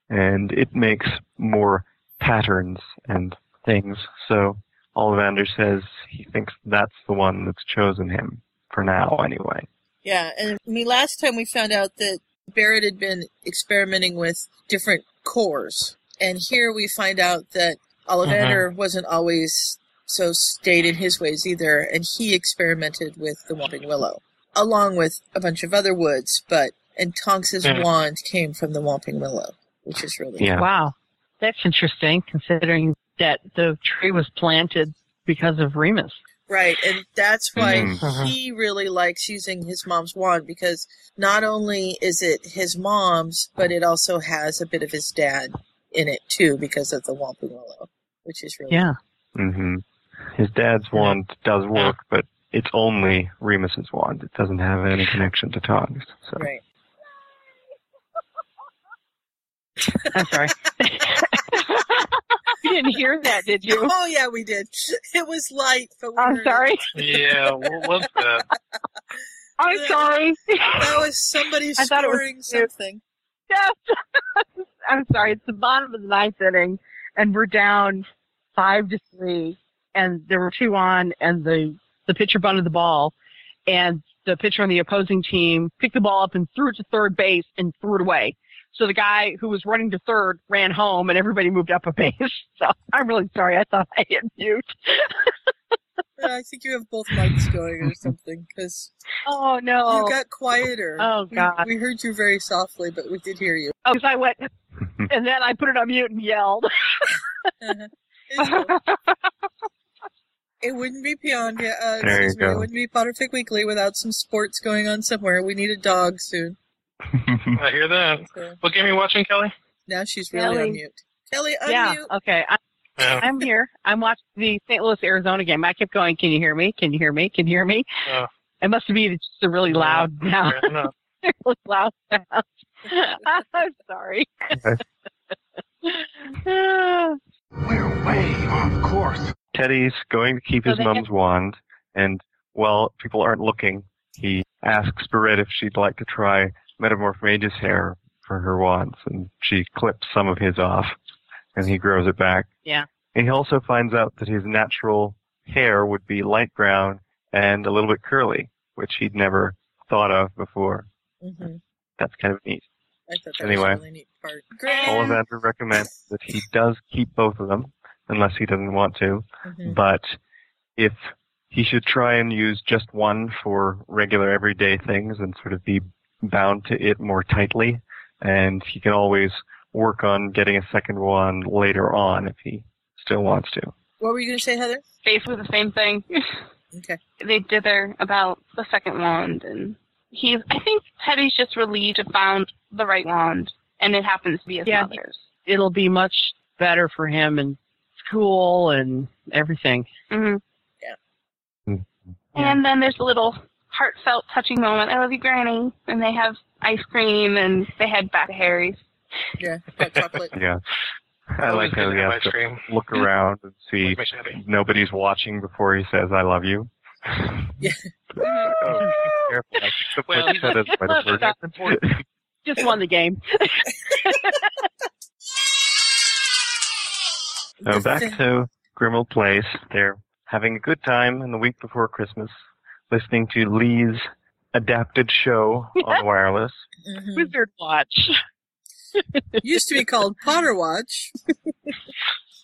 E: and it makes more patterns and things. So Ollivander says he thinks that's the one that's chosen him for now, anyway.
D: Yeah, and I mean, last time we found out that Barrett had been experimenting with different cores, and here we find out that Ollivander wasn't always so stayed in his ways either, and he experimented with the Whopping Willow, along with a bunch of other woods, but and Tonks's
A: Yeah.
D: wand came from the Whopping Willow, which is really
A: Wow. That's interesting considering that the tree was planted because of Remus.
D: Right, and that's why
A: Mhm. Uh-huh.
D: he really likes using his mom's wand because not only is it his mom's, but it also has a bit of his dad in it too because of the Wampum Willow, which is really
A: Yeah.
E: hmm His dad's wand does work, but it's only Remus's wand. It doesn't have any connection to Tongs. So
D: right.
A: I'm sorry. you didn't hear that, did you?
D: Oh yeah, we did. It was light, but we
A: I'm
D: heard it.
A: sorry.
B: Yeah, what was that?
A: I'm sorry.
D: That was somebody
A: I thought it was
D: scoring
A: you.
D: something.
A: Yes. I'm sorry. It's the bottom of the ninth inning, and we're down five to three, and there were two on, and the the pitcher bunted the ball, and the pitcher on the opposing team picked the ball up and threw it to third base and threw it away. So the guy who was running to third ran home, and everybody moved up a base. So I'm really sorry. I thought I hit mute.
D: Uh, I think you have both mics going or something because
A: Oh no!
D: you got quieter.
A: Oh,
D: We-
A: God.
D: we heard you very softly, but we did hear you.
A: Oh, 'cause I went, and then I put it on mute and yelled. Uh-huh.
D: It wouldn't be beyond. Yeah, uh,
E: There
D: excuse
E: you
D: me. It
E: go.
D: wouldn't be Potterfic Weekly without some sports going on somewhere. We need a dog soon.
B: I hear that. What game are you watching, Kelly?
D: Now she's really
A: Kelly.
D: on mute. Kelly, unmute.
A: Yeah. Uh, Okay. I,
B: Yeah.
A: I'm here. I'm watching the St. Louis Arizona game. I kept going. Can you hear me? Can you hear me? Can you hear me?
B: Oh.
A: It must be just a really loud now.
B: Fair enough.
A: really loud sound. I'm sorry. We're
M: way off course.
E: Teddy's going to keep
A: So
E: his
A: they
E: mum's wand, and while people aren't looking, he asks Barrett if she'd like to try Metamorphmage's hair for her wands, and she clips some of his off, and he grows it back.
A: Yeah.
E: And he also finds out that his natural hair would be light brown and a little bit curly, which he'd never thought of before.
D: hmm
E: That's kind of neat.
D: I thought that
E: Anyway.
D: was a really neat part.
E: Ollivander recommends that he does keep both of them, unless he doesn't want to.
D: Mhm.
E: But if he should try and use just one for regular everyday things and sort of be bound to it more tightly, and he can always work on getting a second one later on if he still wants to.
D: What were you going to say, Heather?
C: Basically the same thing.
D: Okay.
C: they dither about the second wand, and he's. I think Teddy's just relieved to found the right wand, and it happens to be his
A: Yeah, he-
C: mother's.
A: It'll be much better for him in school and everything.
C: hmm
D: Yeah.
C: Mm-hmm. And then there's a little heartfelt, touching moment. I love you, Granny. And they have ice cream, and they head back to Harry's.
D: Yeah, hot chocolate.
E: Yeah. I
B: Always
E: like how
B: good
E: he
B: to have
E: has
B: ice cream.
E: to look around and see
B: Makes me happy.
E: nobody's watching before he says, I love you. Oh, careful. I took what
B: Well,
E: you said as quite a word.
A: That's important. Just won the game.
E: So back to Grimmel Place. They're having a good time in the week before Christmas, listening to Lee's adapted show on wireless.
A: Wizard Watch.
D: Mm-hmm. Used to be called Potter Watch.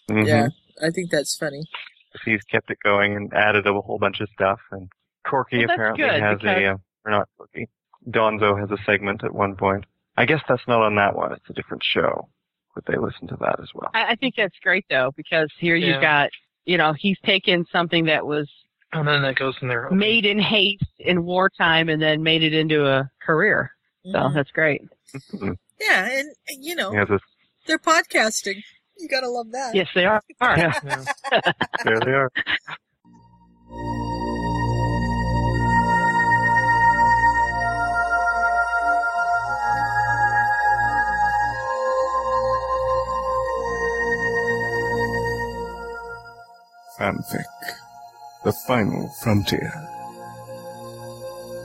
D: Yeah, I think that's funny.
E: Mm-hmm. He's kept it going and added a whole bunch of stuff. And Corky
D: Well, that's
E: apparently
D: good,
E: has
D: because-
E: a, uh, or not Corky, Donzo has a segment at one point. I guess that's not on that one. It's a different show. But they listen to that as well.
A: I, I think that's great though because here
E: Yeah.
A: you've got you know he's taken something that was
B: And then that goes in there.
A: made in haste in wartime and then made it into a career. So
D: Mhm.
A: that's great.
D: Yeah, and and, you know
E: He has this,
D: they're podcasting. You gotta love that.
A: Yes, they are. are.
E: there they are.
G: Fanfic. The Final Frontier.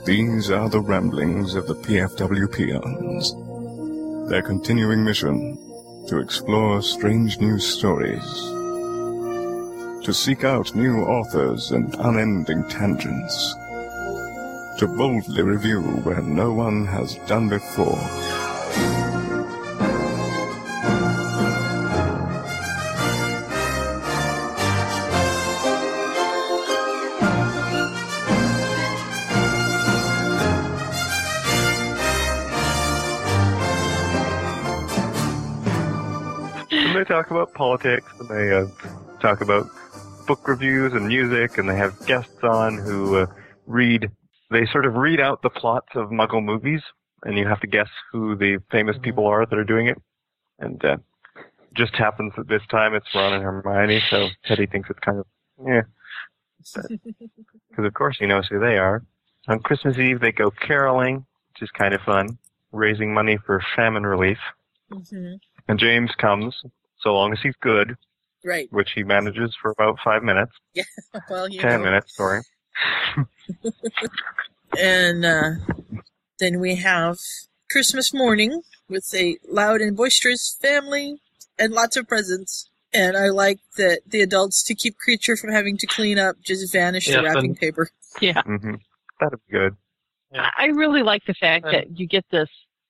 G: These are the ramblings of the PFW peons. Their continuing mission to explore strange new stories, to seek out new authors and unending tangents, to boldly review where no one has done before.
E: And they talk about politics and they uh, talk about book reviews and music and they have guests on who uh, read they sort of read out the plots of muggle movies and you have to guess who the famous people are that are doing it and uh, just happens that this time it's ron and hermione so teddy thinks it's kind of yeah because of course he knows who they are on christmas eve they go caroling which is kind of fun raising money for famine relief
D: Mhm.
E: and james comes so long as he's good
D: Right.
E: which he manages for about five minutes,
D: Yeah. Well, you
E: ten
D: know.
E: minutes, sorry.
D: And uh, then we have Christmas morning with a loud and boisterous family and lots of presents. And I like that the adults, to keep Creature from having to clean up, just vanish
E: Yes,
D: the wrapping
E: and-
D: paper.
A: Yeah.
G: Mm-hmm.
E: hmm That'd be good.
A: I I really like the fact
D: And-
A: that you get this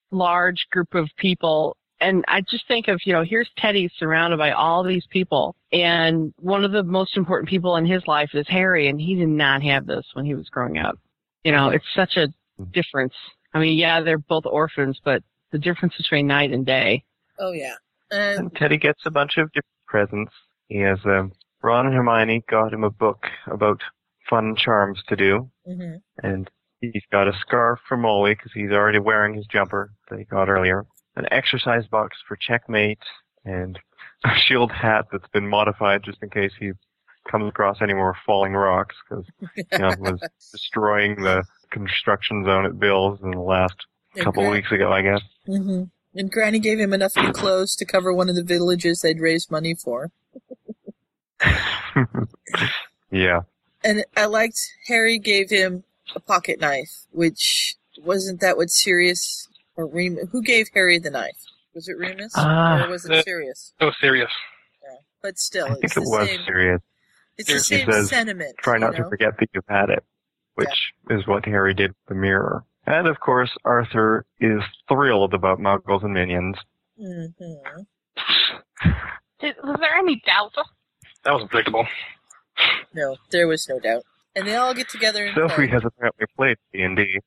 A: large group of people. And I just think of, you know, here's Teddy surrounded by all these people. And one of the most important people in his life is Harry. And he did not have this when he was growing up. You know, it's such a difference. I mean, yeah, they're both orphans, but the difference between night and day.
D: Oh, yeah. And
E: And Teddy gets a bunch of different presents. He has um, Ron and Hermione got him a book about fun charms to do,
D: Mhm.
E: and he's got a scarf for Molly because he's already wearing his jumper that he got earlier. An exercise box for checkmate, and a shield hat that's been modified just in case he comes across any more falling rocks because you know, was destroying the construction zone at Bill's in the last
D: Yeah,
E: couple
D: correct.
E: weeks ago, I guess.
D: hmm And Granny gave him enough new clothes to cover one of the villages they'd raised money for.
E: Yeah.
D: And I liked Harry gave him a pocket knife, which wasn't that what Sirius or Remus? Who gave Harry the knife? Was it Remus
B: Ah,
D: or was it
B: that-
D: Sirius?
B: So Oh, serious.
D: But still,
E: I think
D: it's
E: it
D: the
E: was
D: same.
E: serious.
D: It's the
E: He
D: same
E: says,
D: sentiment.
E: Try not
D: you know?
E: to forget that you've had it, which is what Harry did with the mirror. And of course, Arthur is thrilled about muggles and minions.
D: Mm-hmm.
C: Did, was there any doubt?
B: That was predictable.
D: No, there was no doubt. And they all get together. And play.
E: Sophie has apparently played D&D,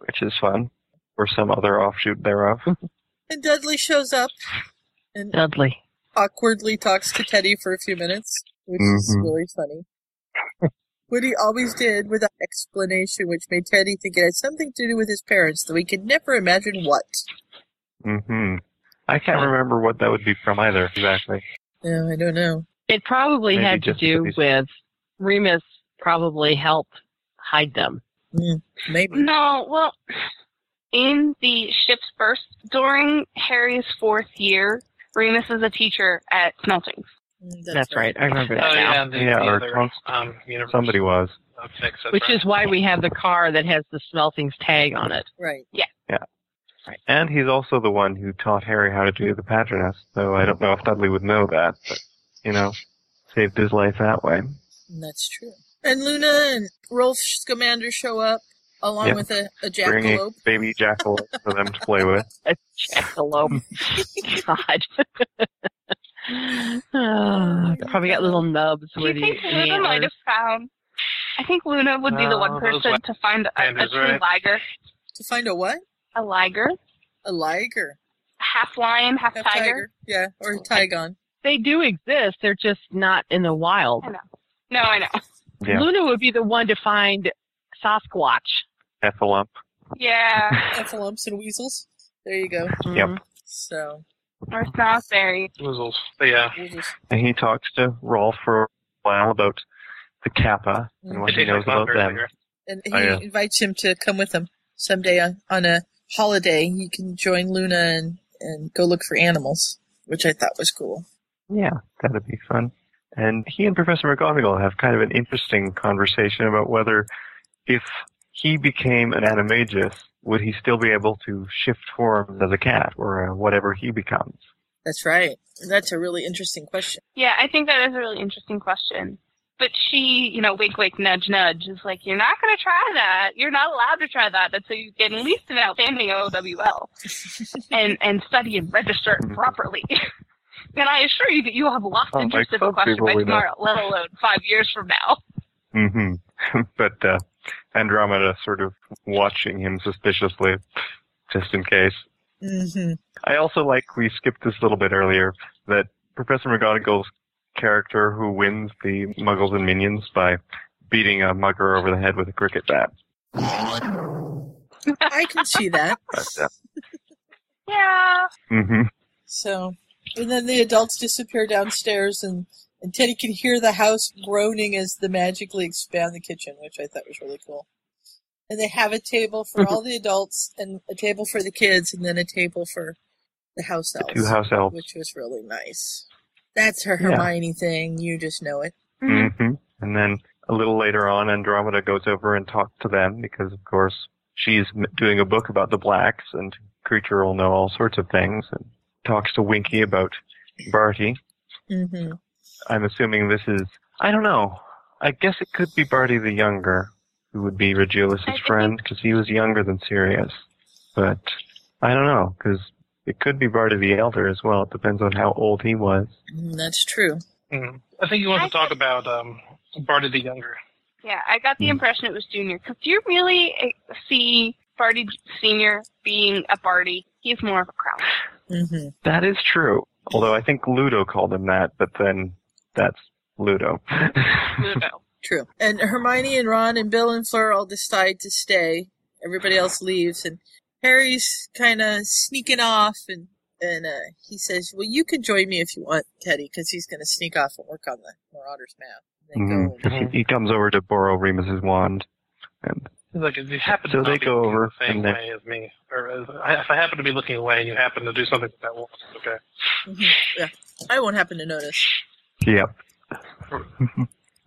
E: which is fun, or some other offshoot thereof.
D: And Dudley shows up and
A: Dudley.
D: awkwardly talks to Teddy for a few minutes, which is
E: Mhm.
D: really funny. what he always did without explanation, which made Teddy think it had something to do with his parents, though he could never imagine what.
E: hmm I can't remember what that would be from either, exactly.
D: Yeah, I don't know.
A: It probably
E: Maybe
A: had to
E: just
A: do
E: because
A: with Remus probably helped hide them. Mm,
D: maybe.
C: No, well, in the ship's first, during Harry's fourth year, Remus is a teacher at Smeltings.
D: Mm,
A: That's, right. I remember that
B: Oh,
A: now.
B: yeah, the,
E: Yeah,
B: the
E: or
B: other,
E: Const-
B: um, universe
E: Somebody was.
B: of Fix, that's
A: Which
B: right.
A: is why we have the car that has the Smeltings tag on it.
D: Right.
C: Yeah.
E: Yeah. And he's also the one who taught Harry how to do the patroness, so I don't know if Dudley would know that, but, you know, saved his life that way.
D: Mm, And that's true. And Luna and Rolf Scamander show up, along
E: Yeah.
D: with a, a
E: Bringing
D: jackalope.
E: baby jackalope for them to play with.
A: A jackalope. God. Oh, probably got little nubs
C: Do you
A: with
C: think
A: the, the
C: Luna might have
A: antlers.
C: found? I think Luna would be the
A: No,
E: Oh,
C: one
A: those
C: person
A: wet
C: to find a, a
A: pandas,
C: true
A: right?
C: liger.
D: To find a what?
C: A liger.
D: A liger.
C: Half lion, half,
D: Half
C: tiger.
D: tiger. Yeah, or a tigon.
A: They do exist. They're just not in the wild.
C: I know. No, I know.
E: Yeah.
A: Luna would be the one to find Sasquatch.
E: Ephelump.
C: Yeah.
D: Ephelumps and weasels. There you go.
A: Mm-hmm.
E: Yep.
D: So.
C: Or snozzberry.
E: Wizzles. Yeah. And he talks to Rolf for a while about the Kappa and what
D: Mhm.
E: he knows about them.
D: And he
E: Oh, yeah.
D: invites him to come with him someday on, on a holiday. You can join Luna and, and go look for animals, which I thought was cool.
E: Yeah, that'd be fun. And he and Professor McGonagall have kind of an interesting conversation about whether if he became an animagus, would he still be able to shift forms as a cat or uh, whatever he becomes?
D: That's right. That's a really interesting question.
C: Yeah, I think that is a really interesting question. But she, you know, wink, wink, nudge, nudge is like, you're not going to try that. You're not allowed to try that until you get at least an outstanding OWL and, and study and register it properly. and I assure you that you will have lost
E: Oh,
C: interest in
E: like
C: the
E: some
C: question
E: people
C: by
E: we know.
C: tomorrow, let alone five years from now.
E: hmm but uh, Andromeda sort of watching him suspiciously, just in case.
D: Mm-hmm.
E: I also like we skipped this a little bit earlier that Professor McGonagall's character who wins the Muggles and Minions by beating a mugger over the head with a cricket bat.
D: I can see that.
E: But, uh,
C: Yeah.
E: hmm
D: So, and then the adults disappear downstairs, and, and Teddy can hear the house groaning as they magically expand the kitchen, which I thought was really cool. And they have a table for
E: Mm-hmm.
D: all the adults, and a table for the kids, and then a table for the house elves.
E: two house elves.
D: Which was really nice. That's her
E: Yeah.
D: Hermione thing. You just know it.
E: hmm And then a little later on, Andromeda goes over and talks to them because, of course, she's m- doing a book about the blacks, and Creature will know all sorts of things. And talks to Winky about Barty.
D: Mm-hmm.
E: I'm assuming this is I don't know. I guess it could be Barty the Younger, who would be Regulus's friend, because he was younger than Sirius. But I don't know, because it could be Barty the Elder as well. It depends on how old he was.
D: Mm-hmm. That's true.
B: I think you want to talk about um, Barty the Younger.
C: Yeah, I got
E: Hmm.
C: the impression it was Junior. 'Cause do you really eh, see Barty Senior being a Barty? He's more of a Crouch.
D: Mm-hmm.
E: That is true. Although I think Ludo called him that, but then that's Ludo.
D: True. And Hermione and Ron and Bill and Fleur all decide to stay. Everybody else leaves, and Harry's kind of sneaking off, and and uh, he says, "Well, you can join me if you want, Teddy, because he's going to sneak off and work on the Marauders map."
E: Mhm. 'Cause he, he comes over to borrow Remus's wand. And
B: It's Like if you happen
E: so
B: to
E: they
B: not be
E: go over
B: the same
E: and then
B: way as me, or as, I- if I happen to be looking away and you happen to do something with that wall, it's okay.
D: Mhm. Yeah, I won't happen to notice.
E: Yep.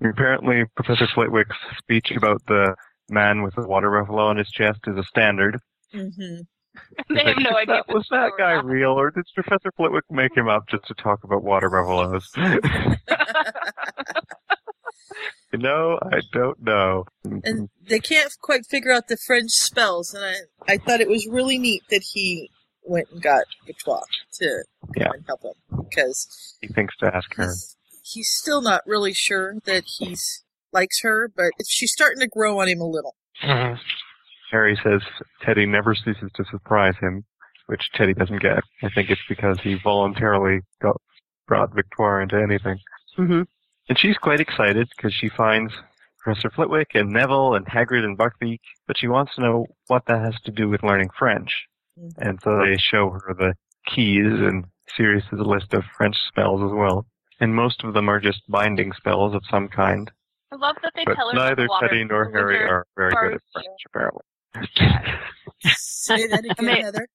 E: Apparently, Professor Flitwick's speech about the man with the water buffalo on his chest is a standard.
D: Mm-hmm.
C: They have no idea.
E: That, was that guy real, or did Professor Flitwick make him up just to talk about water buffaloes? no, I don't know.
D: and they can't quite figure out the French spells, and I I thought it was really neat that he went and got Victoire to come
E: Yeah.
D: and help him because
E: He thinks to ask her.
D: he's still not really sure that he's likes her, but she's starting to grow on him a little.
E: Harry says Teddy never ceases to surprise him, which Teddy doesn't get. I think it's because he voluntarily got, brought Victoire into anything.
A: Mm-hmm.
E: And she's quite excited because she finds Professor Flitwick and Neville and Hagrid and Buckbeak, but she wants to know what that has to do with learning French. And so they show her the keys and Sirius's list of French spells as well. And most of them are just binding spells of some kind,
C: I love that they
E: but
C: tell her that
E: neither
C: the water
E: Teddy nor
C: is
E: Harry
C: wizard.
E: are very good
C: Sorry.
E: at French, apparently.
D: Say that again,
C: they,
D: Heather.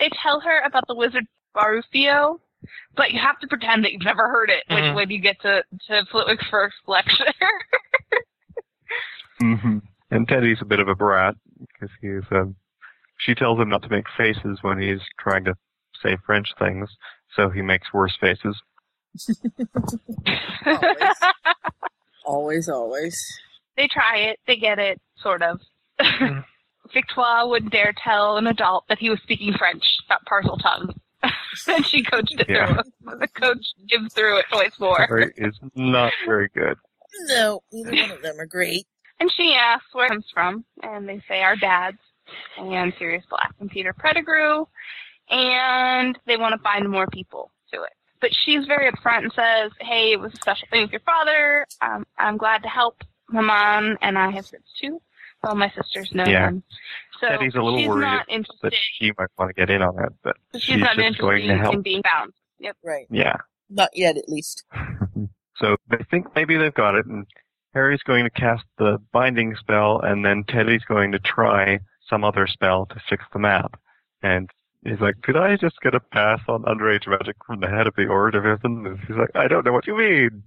C: They tell her about the wizard Barufio, but you have to pretend that you've never heard it when,
E: Mhm.
C: when you get to to Flitwick's first lecture.
E: hmm And Teddy's a bit of a brat because he's. Um, she tells him not to make faces when he's trying to say French things, so he makes worse faces.
D: Always, always.
C: they try it, they get it, sort of. Victoire would dare tell an adult that he was speaking French, not parcel tongue. and she coached it
E: Yeah.
C: through. The coach Jim through it twice more.
E: Very- is not very good.
D: No, neither one of them are great.
C: And she asks where it comes from, and they say our dads, and Sirius Black and Peter Pettigrew, and they want to find more people to it. But she's very upfront and says, "Hey, it was a special thing with your father. Um, I'm glad to help my mom, and I have kids too. Well, my sisters know
E: yeah.
C: him, so
E: Teddy's a little
C: she's
E: worried
C: not interested.
E: that she might want to get in on that, but
C: She's,
E: she's,
C: not
E: just going
C: interested
E: to
C: in
E: help.
C: being found. Yep,
D: right.
E: Yeah.
D: Not yet, at least.
E: So they think maybe they've got it, and Harry's going to cast the binding spell, and then Teddy's going to try some other spell to fix the map. And he's like, "Could I just get a pass on underage magic from the head of the Order?" And he's like, "I don't know what you mean."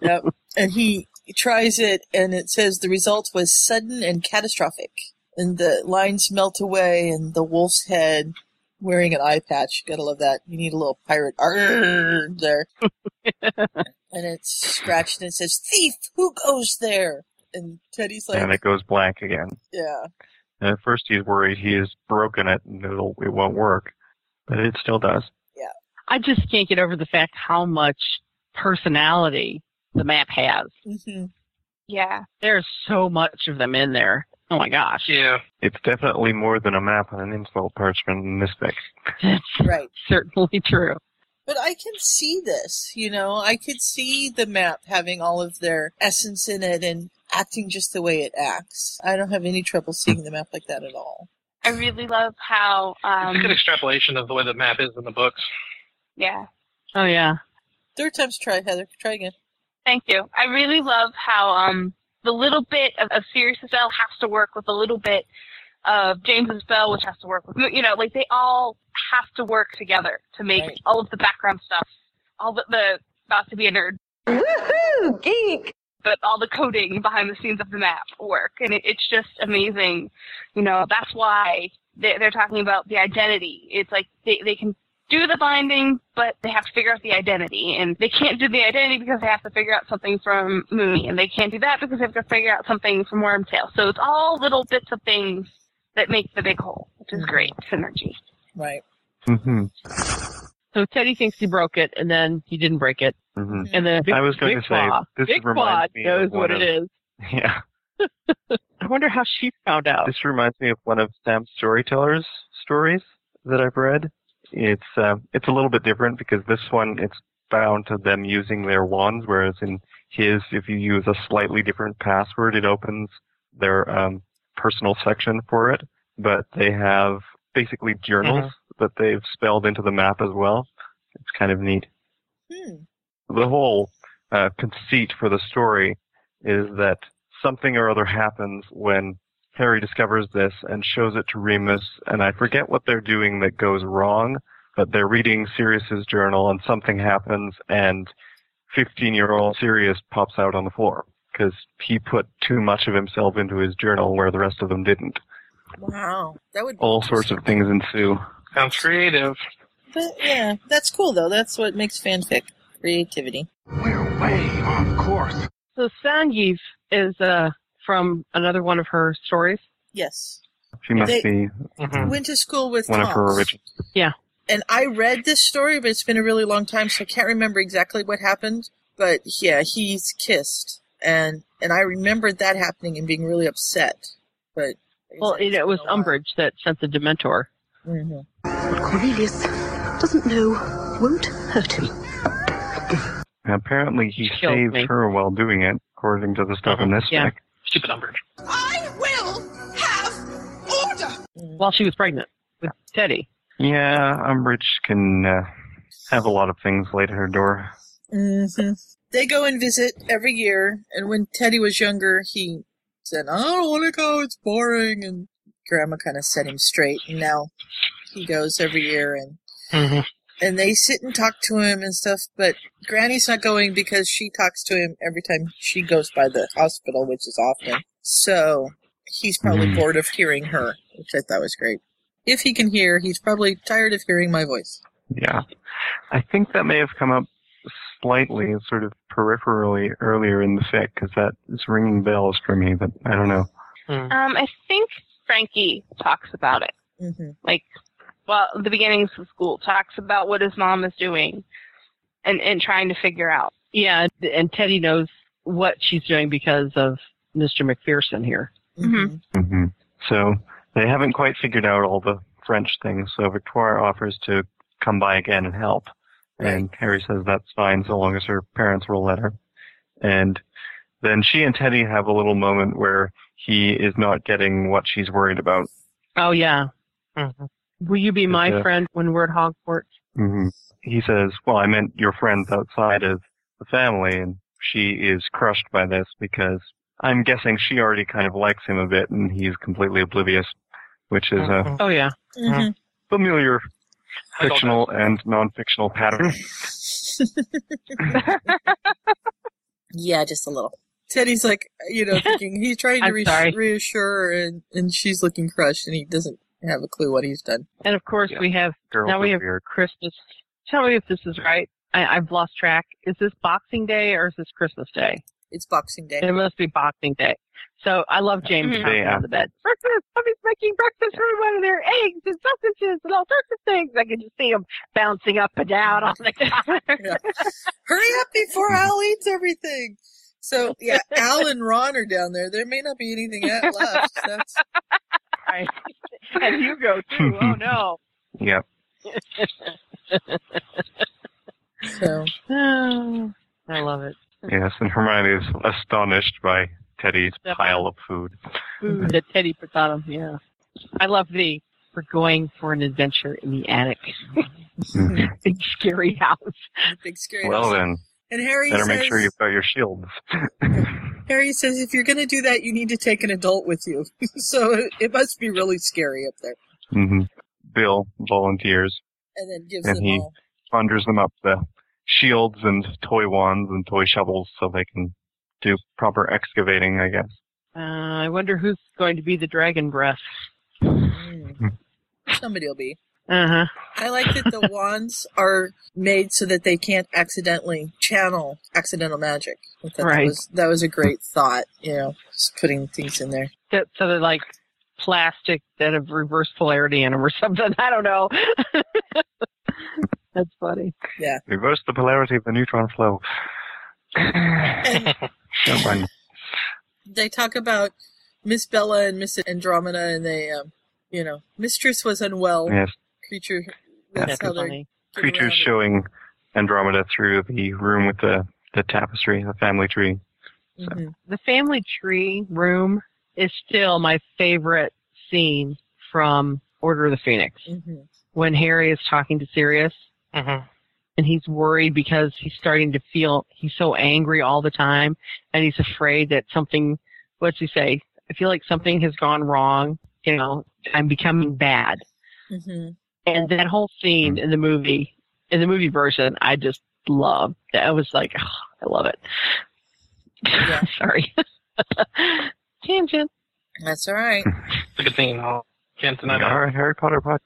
D: Yep. and he tries it, and it says the result was sudden and catastrophic. And the lines melt away, and the wolf's head wearing an eye patch. Gotta love that. You need a little pirate "Arr" there. and it's scratched, and it says, Thief, who goes there? And Teddy's like,
E: and it goes blank again.
D: Yeah.
E: And at first he's worried he has broken it and it'll it won't work, but it still does.
A: I just can't get over the fact how much personality the map has.
D: Mm-hmm.
C: Yeah.
A: There's so much of them in there. Oh my gosh.
B: Yeah.
E: It's definitely more than a map on an insult parchment in this thing.
D: Right.
A: Certainly true.
D: But I can see this, you know, I could see the map having all of their essence in it and acting just the way it acts. I don't have any trouble seeing the map like that at all.
C: I really love how.
B: It's a good
C: Um,
B: extrapolation of the way the map is in the books.
C: yeah.
A: Oh yeah.
D: Third time's try, Heather. Try again.
C: Thank you. I really love how um the little bit of, of Sirius's bell has to work with a little bit of James's bell, which has to work with you know, like they all have to work together to make
D: Right.
C: all of the background stuff, all the, the about to be a nerd. Woohoo, geek! But all the coding behind the scenes of the map work, and it, it's just amazing. You know, that's why they, they're talking about the identity. It's like they they can do the binding, but they have to figure out the identity. And they can't do the identity because they have to figure out something from Mooney. And they can't do that because they have to figure out something from Wormtail. So it's all little bits of things that make the big whole, which is great synergy.
D: Right.
E: Mm-hmm.
A: So Teddy thinks he broke it, and then he didn't break it.
E: Mm-hmm.
A: And then
E: I was going
A: Big
E: to say
A: Claw,
E: this
A: Big
E: reminds
A: Claw
E: me
A: knows
E: of one
A: what it
E: of-
A: is.
E: Yeah,
A: I wonder how she found out.
E: this reminds me of one of Sam's storytellers stories that I've read. It's uh, it's a little bit different because this one it's bound to them using their wands, whereas in his, if you use a slightly different password, it opens their um, personal section for it. But they have basically journals that they've spelled into the map as well. It's kind of neat.
D: Hmm.
E: the whole uh, conceit for the story is that something or other happens when Harry discovers this and shows it to Remus, and I forget what they're doing that goes wrong, but they're reading Sirius's journal, and something happens, and 15-year-old Sirius pops out on the floor because he put too much of himself into his journal where the rest of them didn't.
D: Wow. That would
E: All sorts of things ensue.
B: Sounds creative.
D: But yeah, that's cool though. That's what makes fanfic creativity.
M: We're way off course.
A: So Sangeev is uh, from another one of her stories.
D: Yes.
E: She must
D: They-
E: be
D: Hmm. Went to school with
E: one of her
D: Tonks.
E: original.
A: Yeah.
D: And I read this story, but it's been a really long time, so I can't remember exactly what happened. But yeah, he's kissed, and and I remembered that happening and being really upset. But
A: Well, it, it was
E: uh,
A: Umbridge that sent the Dementor.
D: Mm-hmm.
N: Cornelius doesn't know won't hurt him.
E: And apparently he
A: killed
E: saved
A: me.
E: her while doing it, according to the stuff in this
A: Yeah.
E: spec.
B: Stupid Umbridge.
N: I will have order.
A: While she was pregnant with Teddy.
E: Yeah, Umbridge can uh, have a lot of things laid at her door.
D: hmm They go and visit every year, and when Teddy was younger, he said, "I don't want to go; it's boring." And Grandma kind of set him straight, and now he goes every year, and
B: Mm-hmm.
D: and they sit and talk to him and stuff. But Granny's not going because she talks to him every time she goes by the hospital, which is often. So he's probably
E: Mhm.
D: bored of hearing her, which I thought was great. If he can hear, he's probably tired of hearing my voice.
E: Yeah. I think that may have come up slightly, sort of peripherally earlier in the fic, because that is ringing bells for me, but I don't know.
C: Um, I think Frankie talks about it.
D: Mm-hmm,
C: Like, well, the beginnings of school talks about what his mom is doing, and and trying to figure out.
A: Yeah, and Teddy knows what she's doing because of Mr. McPherson here.
C: Mm-hmm.
E: hmm So they haven't quite figured out all the French things, so Victoire offers to come by again and help. And Harry says that's fine so long as her parents will let her. And then she and Teddy have a little moment where he is not getting what she's worried about.
A: Oh yeah. Will you be my
E: Yeah.
A: friend when we're at Hogwarts?
E: hmm He says, Well, I meant your friends outside of the family, and she is crushed by this because I'm guessing she already kind of likes him a bit, and he's completely oblivious, which is a
A: Oh yeah.
D: mm-hmm,
E: familiar fictional and non fictional pattern.
D: Yeah, just a little. Teddy's like, you know, thinking he's trying to
A: I'm
D: re-
A: sorry.
D: reassure her, and, and she's looking crushed, and he doesn't have a clue what he's done.
A: And of course, we have
D: Girls
A: now we
D: are
A: have Christmas. Tell me if this is right. I, I've lost track. Is this Boxing Day or is this Christmas Day?
D: It's Boxing Day.
A: It must be Boxing Day. So I love James
D: Mhm.
A: jumping
D: Day
A: out of the bed. Breakfast! Somebody's making breakfast for everyone, and there are eggs and sausages and all sorts of things. I can just see him bouncing up and down on the counter.
D: Hurry up before Al eats everything. So yeah, Al and Ron are down there. There may not be anything left. That's
A: right. And Hugo too. Oh no.
E: yep.
D: So.
A: I love it.
E: Yes, and Hermione is astonished by Teddy's pile of food.
A: Food that Teddy puts on him. Yeah. I love the we're going for an adventure in the attic. Big scary house.
D: Big scary
E: Mm. Well then,
D: And Harry
E: better make
D: says-
E: sure you've got your shields.
D: Harry says if you're going to do that, you need to take an adult with you. so it, it must be really scary up there.
E: hmm Bill volunteers,
D: And then gives
E: and
D: them
E: he
D: all.
E: conjures them up the shields and toy wands and toy shovels so they can do proper excavating, I guess.
A: Uh, I wonder who's going to be the dragon breath.
D: "Mm, Somebody will be.
A: Uh huh.
D: I like that the wands are made so that they can't accidentally channel accidental magic. I thought That
A: Right.
D: was, that was a great thought, you know, just putting things in there.
A: So, so they're like plastic that have reverse polarity in them or something. I don't know. That's funny.
D: Yeah.
E: Reverse the polarity of the neutron flow. Don't mind.
D: They talk about Miss Bella and Miss Andromeda, and they, um, you know, Mistress was unwell.
E: Yes.
D: Creature.
E: Yes.
D: That's how they're giving
E: Creatures
D: around-
E: showing Andromeda through the room with the, the tapestry, the family tree.
D: Mm-hmm,
A: The family tree room is still my favorite scene from Order of the Phoenix
D: mm-hmm,
A: when Harry is talking to Sirius. And he's worried because he's starting to feel he's so angry all the time, and he's afraid that something. What's he say? I feel like something has gone wrong. You know, I'm becoming bad.
D: Mhm.
A: And that whole scene in the movie, in the movie version, I just love. I was like, "Ah, I love it. Sorry. Tangent.
D: That's all right.
B: It's a good thing. I can't deny
E: All right, Harry Potter pod.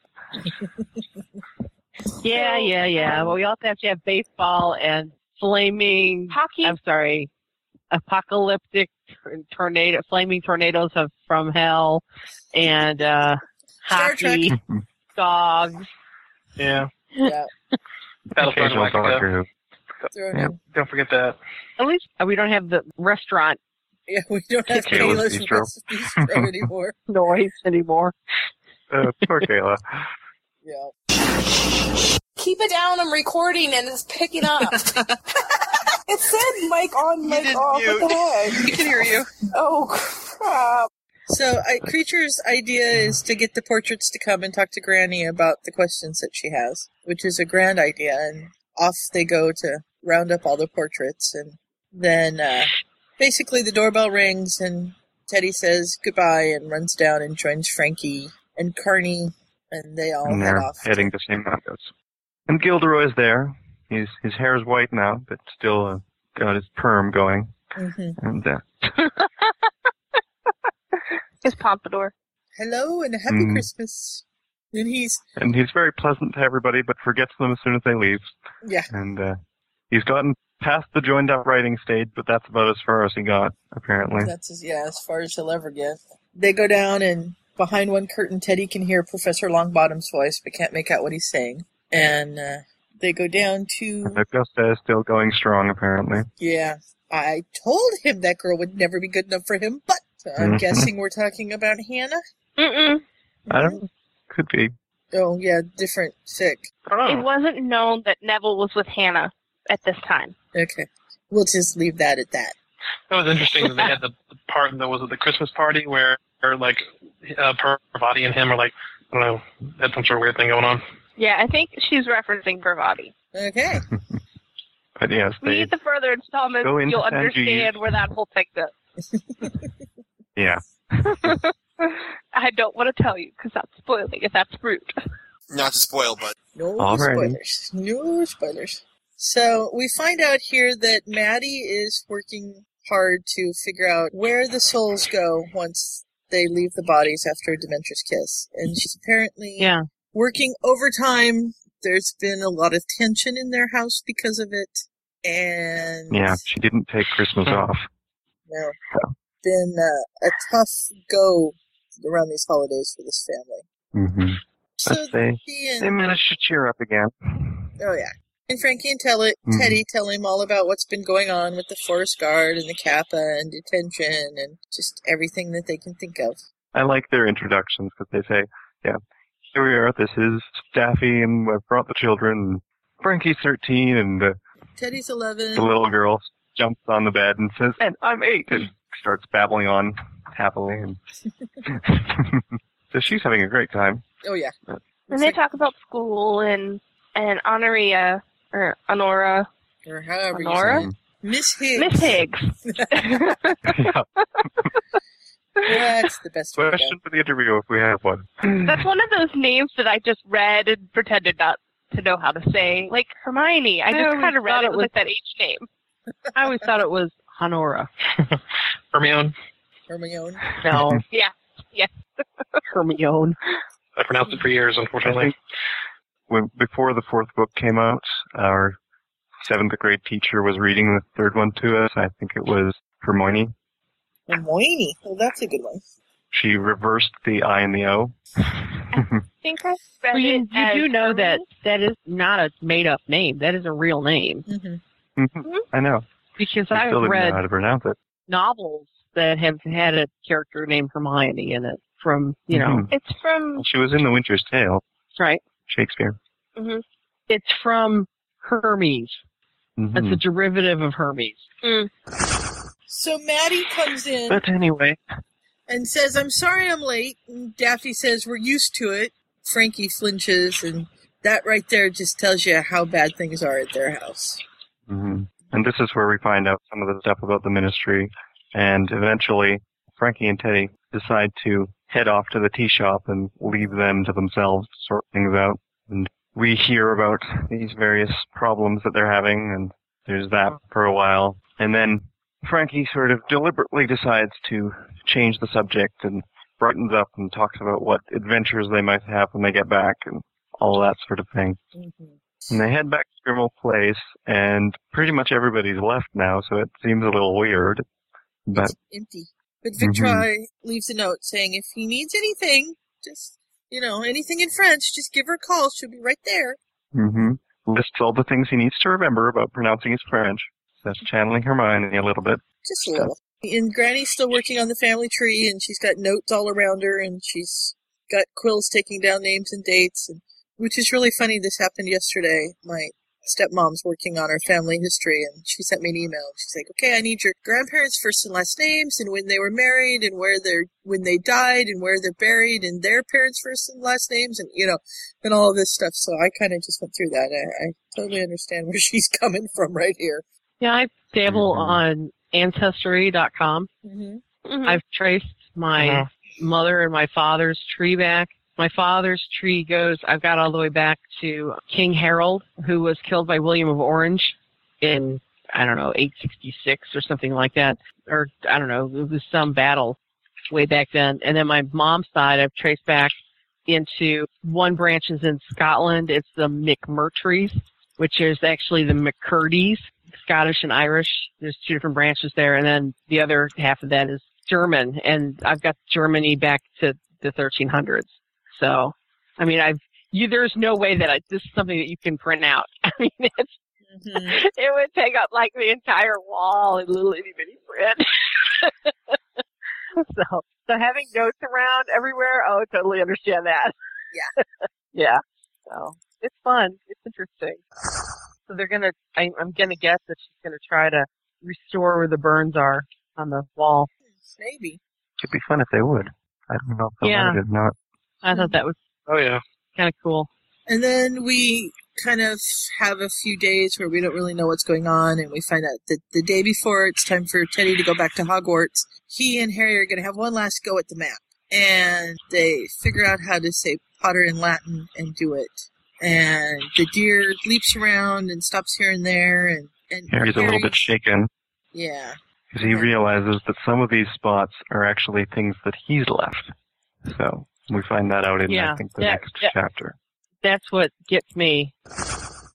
A: Yeah, yeah, yeah. Well, we also have to have baseball and flaming hockey. I'm sorry, apocalyptic tornado, flaming tornadoes of, from hell, and uh,
D: Star Trek.
A: hockey, dogs.
B: Yeah.
D: Yeah.
B: Battlestar
E: Occasional Doctor
B: Galactica.
E: Who. Yep.
B: Don't forget that.
A: At least uh, we don't have the restaurant.
D: Yeah, we don't
E: have Kayla's Kayla's Bistro. Bistro
D: anymore.
A: Noise anymore.
E: Uh, poor Kayla.
O: Keep it down. I'm recording and it's picking up. it said mic on, mic off. What the heck?
D: We can hear you.
O: Oh, crap.
D: So, I, Creature's idea is to get the portraits to come and talk to Granny about the questions that she has, which is a grand idea. And off they go to round up all the portraits. And then uh, basically the doorbell rings, and Teddy says goodbye and runs down and joins Frankie and Carney, and they all
E: and
D: head
E: they're
D: off.
E: heading to St. Marcos. And Gilderoy's there. His his hair is white now, but still uh, got his perm going.
D: Mhm.
E: And uh,
C: His pompadour.
D: Hello and happy
E: Mm.
D: Christmas. And he's
E: and he's very pleasant to everybody, but forgets them as soon as they leave.
D: yeah.
E: And uh, He's gotten past the joined up writing stage, but that's about as far as he got, apparently.
D: That's as, yeah, as far as he'll ever get. They go down, and behind one curtain, Teddy can hear Professor Longbottom's voice, but can't make out what he's saying. And uh, they go down to
E: Augusta is still going strong, apparently.
D: yeah. I told him that girl would never be good enough for him, but I'm
E: Mhm.
D: guessing we're talking about Hannah. Mm-mm.
E: I don't. Could be.
D: Oh yeah, different sick.
C: It wasn't known that Neville was with Hannah at this time.
D: Okay. We'll just leave that at that.
B: That was interesting that they had the the part that was at the Christmas party where, where like, uh, Parvati and him are like, I don't know, had some sort of weird thing going on.
C: Yeah, I think she's referencing Bravati.
D: Okay.
E: But yes, they.
C: Read the further installments,
E: Go into
C: you'll
E: Sanjeev.
C: understand where that whole thing goes.
E: Yeah.
C: I don't want to tell you because that's spoiling if that's rude.
P: Not to spoil, but
D: No
E: Alrighty.
D: spoilers. No spoilers. So we find out here that Maddie is working hard to figure out where the souls go once they leave the bodies after a Dementor's kiss, and she's apparently
A: Yeah.
D: working overtime. There's been a lot of tension in their house because of it, and
E: Yeah, she didn't take Christmas off.
D: no, been uh, a tough go around these holidays for this family.
E: Mm-hmm.
D: So
E: but they,
D: the-
E: they managed to cheer up again.
D: Oh yeah. And Frankie and tell it,
E: Mhm.
D: Teddy tell him all about what's been going on with the Forest Guard and the Kappa and detention and just everything that they can think of.
E: I like their introductions because they say, yeah, here we are, this is Staffy, and I've brought the children. Frankie's 13, and uh,
D: Teddy's eleven.
E: the little girl jumps on the bed and says, and I'm eight, and starts babbling on happily. And so she's having a great time.
D: Oh yeah.
E: uh,
C: And they talk about school and and honoria or honora.
D: Or however
C: Honora?
E: Um,
D: you say it. Miss Higgs.
C: Miss Higgs.
D: That's the best way to go.
E: Question for the interview if we have one.
C: That's one of those names that I just read and pretended not to know how to say. Like Hermione. I
A: I
C: just
A: always
C: kind of read
A: thought
C: it,
A: it
C: was
A: was-
C: like that H name.
A: I always thought it was Honora.
B: Hermione.
D: Hermione.
A: No.
C: Yeah. Yeah.
A: Hermione.
B: I pronounced it for years,
E: I
B: unfortunately.
E: think when before the fourth book came out, our seventh grade teacher was reading the third one to us. I think it was Hermione.
D: Hermione. Well, that's a good one.
E: She reversed the I and the O.
C: think I read
A: you,
C: it
A: you
C: as
A: do know that that is not a made up name. That is a real name.
E: I know.
A: Because
E: I
A: I've
E: still didn't
A: read
E: know how to pronounce it.
A: novels that have had a character named Hermione in it from, you know,
E: Mhm.
C: It's from
E: She was in The Winter's Tale,
A: right.
E: Shakespeare.
C: hmm
A: It's from Hermes. That's
E: Mhm.
A: a derivative of Hermes.
D: So Maddie comes in
E: But anyway,
D: and says, I'm sorry I'm late. And Daphne says, We're used to it. Frankie flinches, and that right there just tells you how bad things are at their house.
E: hmm and this is where we find out some of the stuff about the ministry, and eventually Frankie and Teddy decide to head off to the tea shop and leave them to themselves to sort things out. And we hear about these various problems that they're having, and there's that for a while, and then Frankie sort of deliberately decides to change the subject and brightens up and talks about what adventures they might have when they get back and all that sort of thing. And they head back to Grimmel Place, and pretty much everybody's left now, so it seems a little weird. But
D: empty. But Victroy leaves a note saying if he needs anything, just you know, anything in French, just give her a call. She'll be right there.
E: hmm lists all the things he needs to remember about pronouncing his French. So That's channeling Hermione a little bit.
D: Just a little. And Granny's still working on the family tree, and she's got notes all around her, and she's got quills taking down names and dates, and which is really funny. This happened yesterday. My stepmom's working on her family history, and she sent me an email. She's like, "Okay, I need your grandparents' first and last names, and when they were married, and where they're when they died, and where they're buried, and their parents' first and last names, and you know, and all of this stuff." So I kind of just went through that. I, I totally understand where she's coming from right here.
A: Yeah, I dabble on Ancestry.com.
D: Mm-hmm.
A: I've traced my
D: Uh-huh.
A: mother and my father's tree back. My father's tree goes, I've got all the way back to King Harold, who was killed by William of Orange in, I don't know, 866 or something like that. Or, I don't know, it was some battle way back then. And then my mom's side, I've traced back into one branch is in Scotland. It's the McMurtries. which is actually the McCurdy's, Scottish and Irish. There's two different branches there, and then the other half of that is German, and I've got Germany back to the 1300s. So, I mean, I've you, there's no way that I, this is something that you can print out. I mean, it's, Mm-hmm. it would take up like the entire wall in little itty bitty print. so, so having notes around everywhere, oh, I totally understand that.
D: Yeah.
A: yeah. So it's fun. It's interesting. So they're gonna. I, I'm gonna guess that she's gonna try to restore where the burns are on the wall.
D: Maybe.
E: It'd be fun if they would. I don't know if they
A: Yeah.
E: would or not.
A: I thought that was.
E: Oh yeah.
A: Kind of cool.
D: And then we kind of have a few days where we don't really know what's going on, and we find out that the day before it's time for Teddy to go back to Hogwarts, he and Harry are going to have one last go at the map. And they figure out how to say Potter in Latin and do it. And the deer leaps around and stops here and there, and, and
E: Harry's a little bit shaken
D: yeah.
E: because he realizes that some of these spots are actually things that he's left. So we find that out in
A: Yeah,
E: I think the
A: yeah,
E: next
A: yeah.
E: chapter.
A: That's what gets me.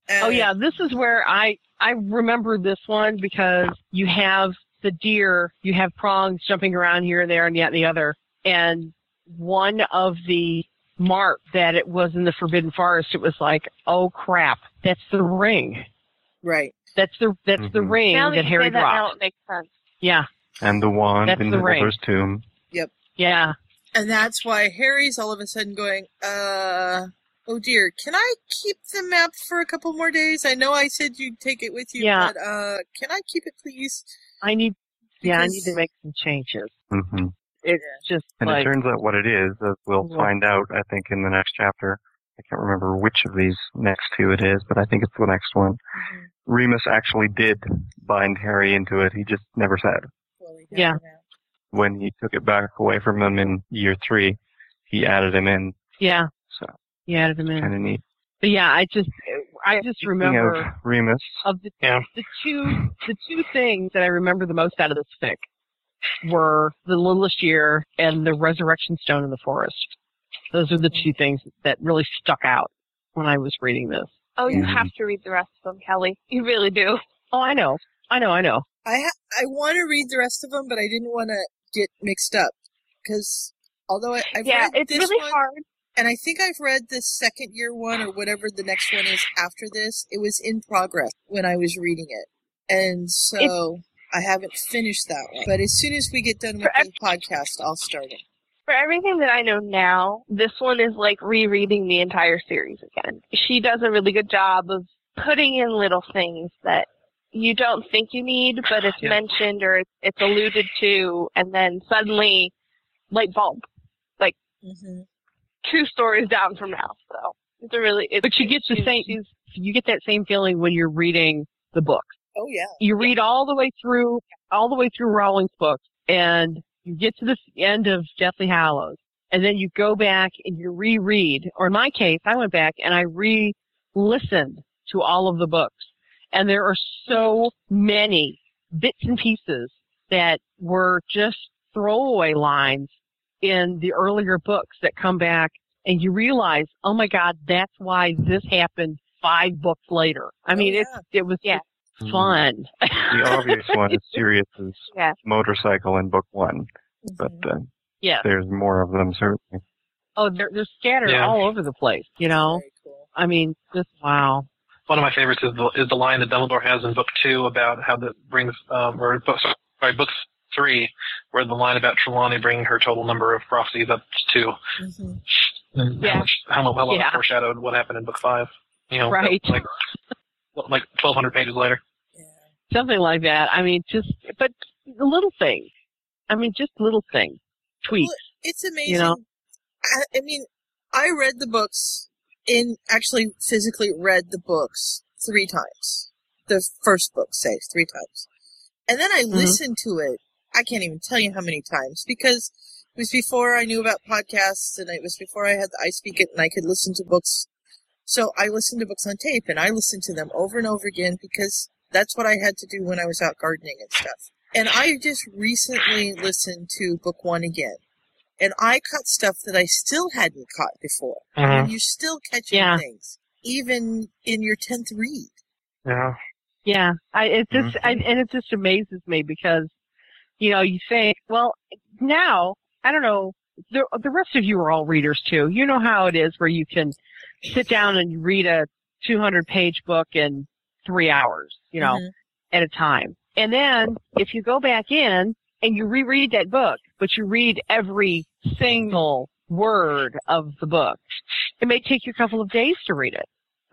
A: Oh yeah, this is where I I remember this one because you have the deer, you have prongs jumping around here and there and yet the other, and one of the mark that it was in the Forbidden Forest, it was like, oh crap, that's the ring.
D: Right.
A: That's the that's the ring
C: now
A: that
C: you
A: Harry
C: say that, now
A: dropped.
C: it makes sense.
A: Yeah,
E: And the wand
A: That's
E: in
A: the ring.
E: Hitler's tomb.
D: Yep.
A: Yeah.
D: And that's why Harry's all of a sudden going, uh, oh dear, can I keep the map for a couple more days? I know I said you'd take it with you,
A: Yeah.
D: but, uh, can I keep it please?
A: I need yeah, I
D: Because-
A: need to make some changes.
E: hmm
A: It's just
E: And
A: like
E: it turns out what it is, as we'll
A: Yeah.
E: find out, I think, in the next chapter. I can't remember which of these next two it is, but I think it's the next one.
A: Mm-hmm.
E: Remus actually did bind Harry into it. He just never said.
A: yeah.
E: When he took it back away from him in year three, he added him in.
A: Yeah.
E: So
A: you added them in.
E: kind of neat.
A: But yeah, I just I just
E: Speaking
A: remember
E: of Remus,
A: of the,
E: Yeah.
A: the two the two things that I remember the most out of this fic were the littlest year and the resurrection stone in the forest. Those are the two things that really stuck out when I was reading this.
C: Oh, you
D: Mm-hmm.
C: have to read the rest of them, Kelly. You really do.
A: Oh, I know. I know. I know.
D: I ha- I want to read the rest of them, but I didn't want to get mixed up because although I, I've
C: Yeah,
D: read
C: it's
D: this
C: really
D: one,
C: hard.
D: and I think I've read the second year one or whatever the next one is after this. It was in progress when I was reading it, and so I haven't finished that one. But as soon as we get done with the podcast, I'll start it.
C: For everything that I know now, this one is like rereading the entire series again. She does a really good job of putting in little things that you don't think you need, but it's
N: Yeah.
C: mentioned or it's, it's alluded to, and then suddenly, light bulb. Like,
D: Mm-hmm.
C: two stories down from now. So, it's a really. It's,
A: But you get the
C: she's-
A: same
C: she's-
A: you get that same feeling when you're reading the book.
D: Oh yeah.
A: You read all the way through all the way through Rowling's book, and you get to the end of Deathly Hallows, and then you go back and you reread. Or in my case, I went back and I re-listened to all of the books, and there are so many bits and pieces that were just throwaway lines in the earlier books that come back and you realize, oh my God, that's why this happened five books later. I mean,
D: Oh,
A: it's, it was Oh, yeah. fun.
E: the obvious one is Sirius's
A: Yeah.
E: motorcycle in book one,
A: Mm-hmm.
E: but uh,
A: Yes.
E: there's more of them certainly.
A: Oh, they're, they're scattered
E: Yeah.
A: all over the place, you know? I mean, just wow.
B: One of my favorites is the, is the line that Dumbledore has in book two about how that brings, um, or book, sorry, book three, where the line about Trelawney bringing her total number of prophecies up to 2
D: Mm-hmm.
B: And
A: Yeah.
B: how much, how, mu- how much
A: Yeah.
B: foreshadowed what happened in book five. You know,
A: Right.
B: like, like 1,200 pages later.
A: Something like that. I mean, just, but the little things. I mean, just little things. Tweaks.
D: Well, it's amazing.
A: You know?
D: I, I mean, I read the books in actually physically read the books three times. The first book, say three times, and then I
A: Mm-hmm.
D: listened to it. I can't even tell you how many times because it was before I knew about podcasts, and it was before I had the I Speak It, and I could listen to books. So I listened to books on tape, and I listened to them over and over again because that's what I had to do when I was out gardening and stuff. And I just recently listened to book one again and I caught stuff that I still hadn't caught before.
N: Mhm.
D: Mm-hmm. And you're still catching
N: Yeah.
D: things. even in your tenth read.
B: Yeah.
A: Yeah, I it just I, and it just amazes me because you know you think well now I don't know the the rest of you are all readers too. You know how it is where you can sit down and read a 200 page book in three hours, you know,
P: Mhm.
A: at a time. And then if you go back in and you reread that book, but you read every single word of the book, it may take you a couple of days to read it,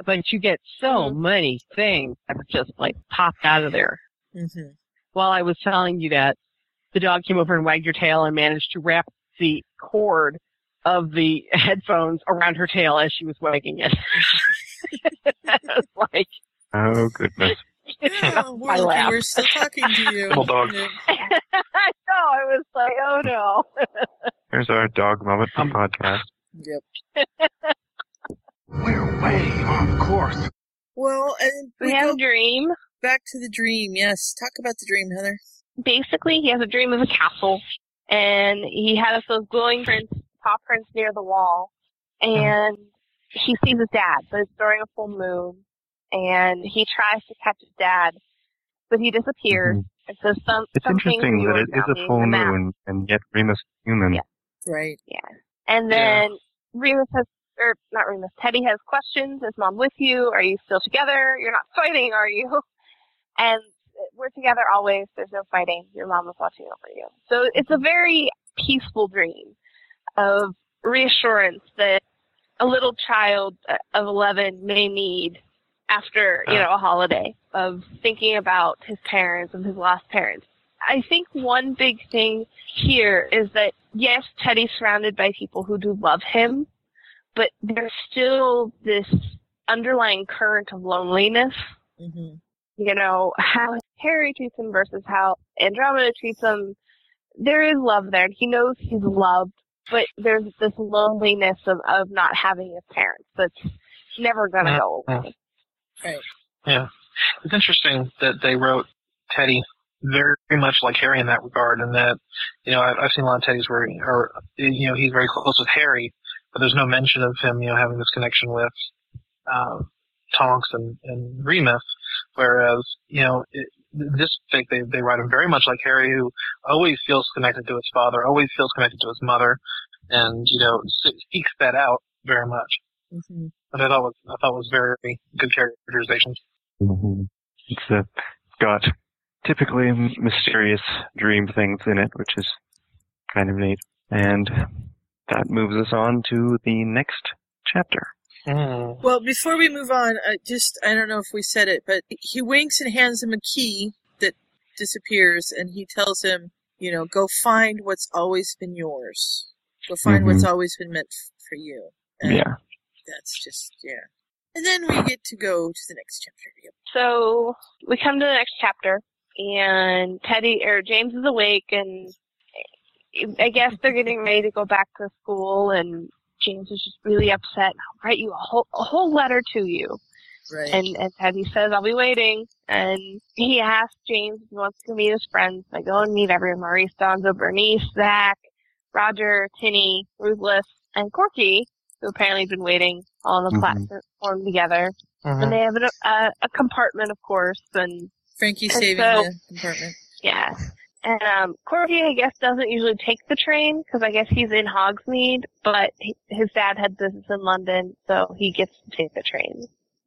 A: but you get so many things that are just like popped out of there.
D: Mm-hmm.
A: While I was telling you that, the dog came over and wagged her tail and managed to wrap the cord of the headphones around her tail as she was wagging it. I was like,
E: Oh goodness.
A: Oh,
D: we're lucky we're still talking to you.
E: Little dog.
A: I know. I was like, oh no.
E: There's our dog moment for podcast.
D: Yep.
M: We're way off course.
D: Well, and
C: We
D: we
C: have
D: go
C: a dream.
D: back to the dream. Yes, talk about the dream, Heather.
C: Basically, he has a dream of a castle, and he has those glowing prints, paw prints near the wall, and he sees his dad, but it's during a full moon, and he tries to catch his dad, but he disappears. And so some
E: Mm-hmm. It's
C: something
E: interesting that
C: weird
E: it is
C: about
E: a
C: the
E: full
C: map.
E: moon and yet Remus human.
D: Right.
C: Yeah. And then Remus has, or not Remus, Teddy has questions. Is mom with you? Are you still together? You're not fighting, are you? And we're together always. There's no fighting. Your mom is watching over you. So it's a very peaceful dream of reassurance that a little child uh, of 11 may need after, you know, a holiday of thinking about his parents and his lost parents. I think one big thing here is that yes, Teddy's surrounded by people who do love him, but there's still this underlying current of loneliness.
D: Mm-hmm.
C: You know, how Harry treats him versus how Andromeda treats him. There is love there, and he knows he's loved, but there's this loneliness of, of not having his parents that's never going to go away.
D: Right.
B: Yeah. It's interesting that they wrote Teddy very much like Harry in that regard, and that, you know, I've, I've seen a lot of Teddy's where, or, you know, he's very close with Harry, but there's no mention of him, you know, having this connection with, uh, Tonks and, and Remus, whereas, you know, it, this fic, they, they write him very much like Harry, who always feels connected to his father, always feels connected to his mother, and, you know, se- seeks that out very much.
D: Mm-hmm.
B: Which I thought was, I thought was very good characterization.
E: It's uh, got typically mysterious dream things in it, which is kind of neat. And that moves us on to the next chapter.
D: Well, before we move on, I just I don't know if we said it, but he winks and hands him a key that disappears, and he tells him, you know, go find what's always been yours. Go find what's
N: Mhm.
D: always been meant f- for you.
E: Yeah.
D: That's just yeah. And then we get to go to the next chapter. Yep.
C: So we come to the next chapter, and Teddy or James is awake, and I guess they're getting ready to go back to school, and James is just really upset. I'll write you a whole a whole letter to you,
D: Right.
C: and and Teddy says I'll be waiting, and he asks James if he wants to meet his friends. They go and meet everyone: Maurice, Donzo, Bernice, Zach, Roger, Tinny, Ruthless, and Corky, who apparently have been waiting on the
N: Mhm.
C: platform together.
N: Mhm.
C: And they have a, a, a compartment, of course, and
D: Frankie's
C: and
D: saving
C: so-
D: the compartment.
C: yeah. And um, Corky, I guess, doesn't usually take the train because I guess he's in Hogsmeade, but he, his dad had business in London, so he gets to take the train.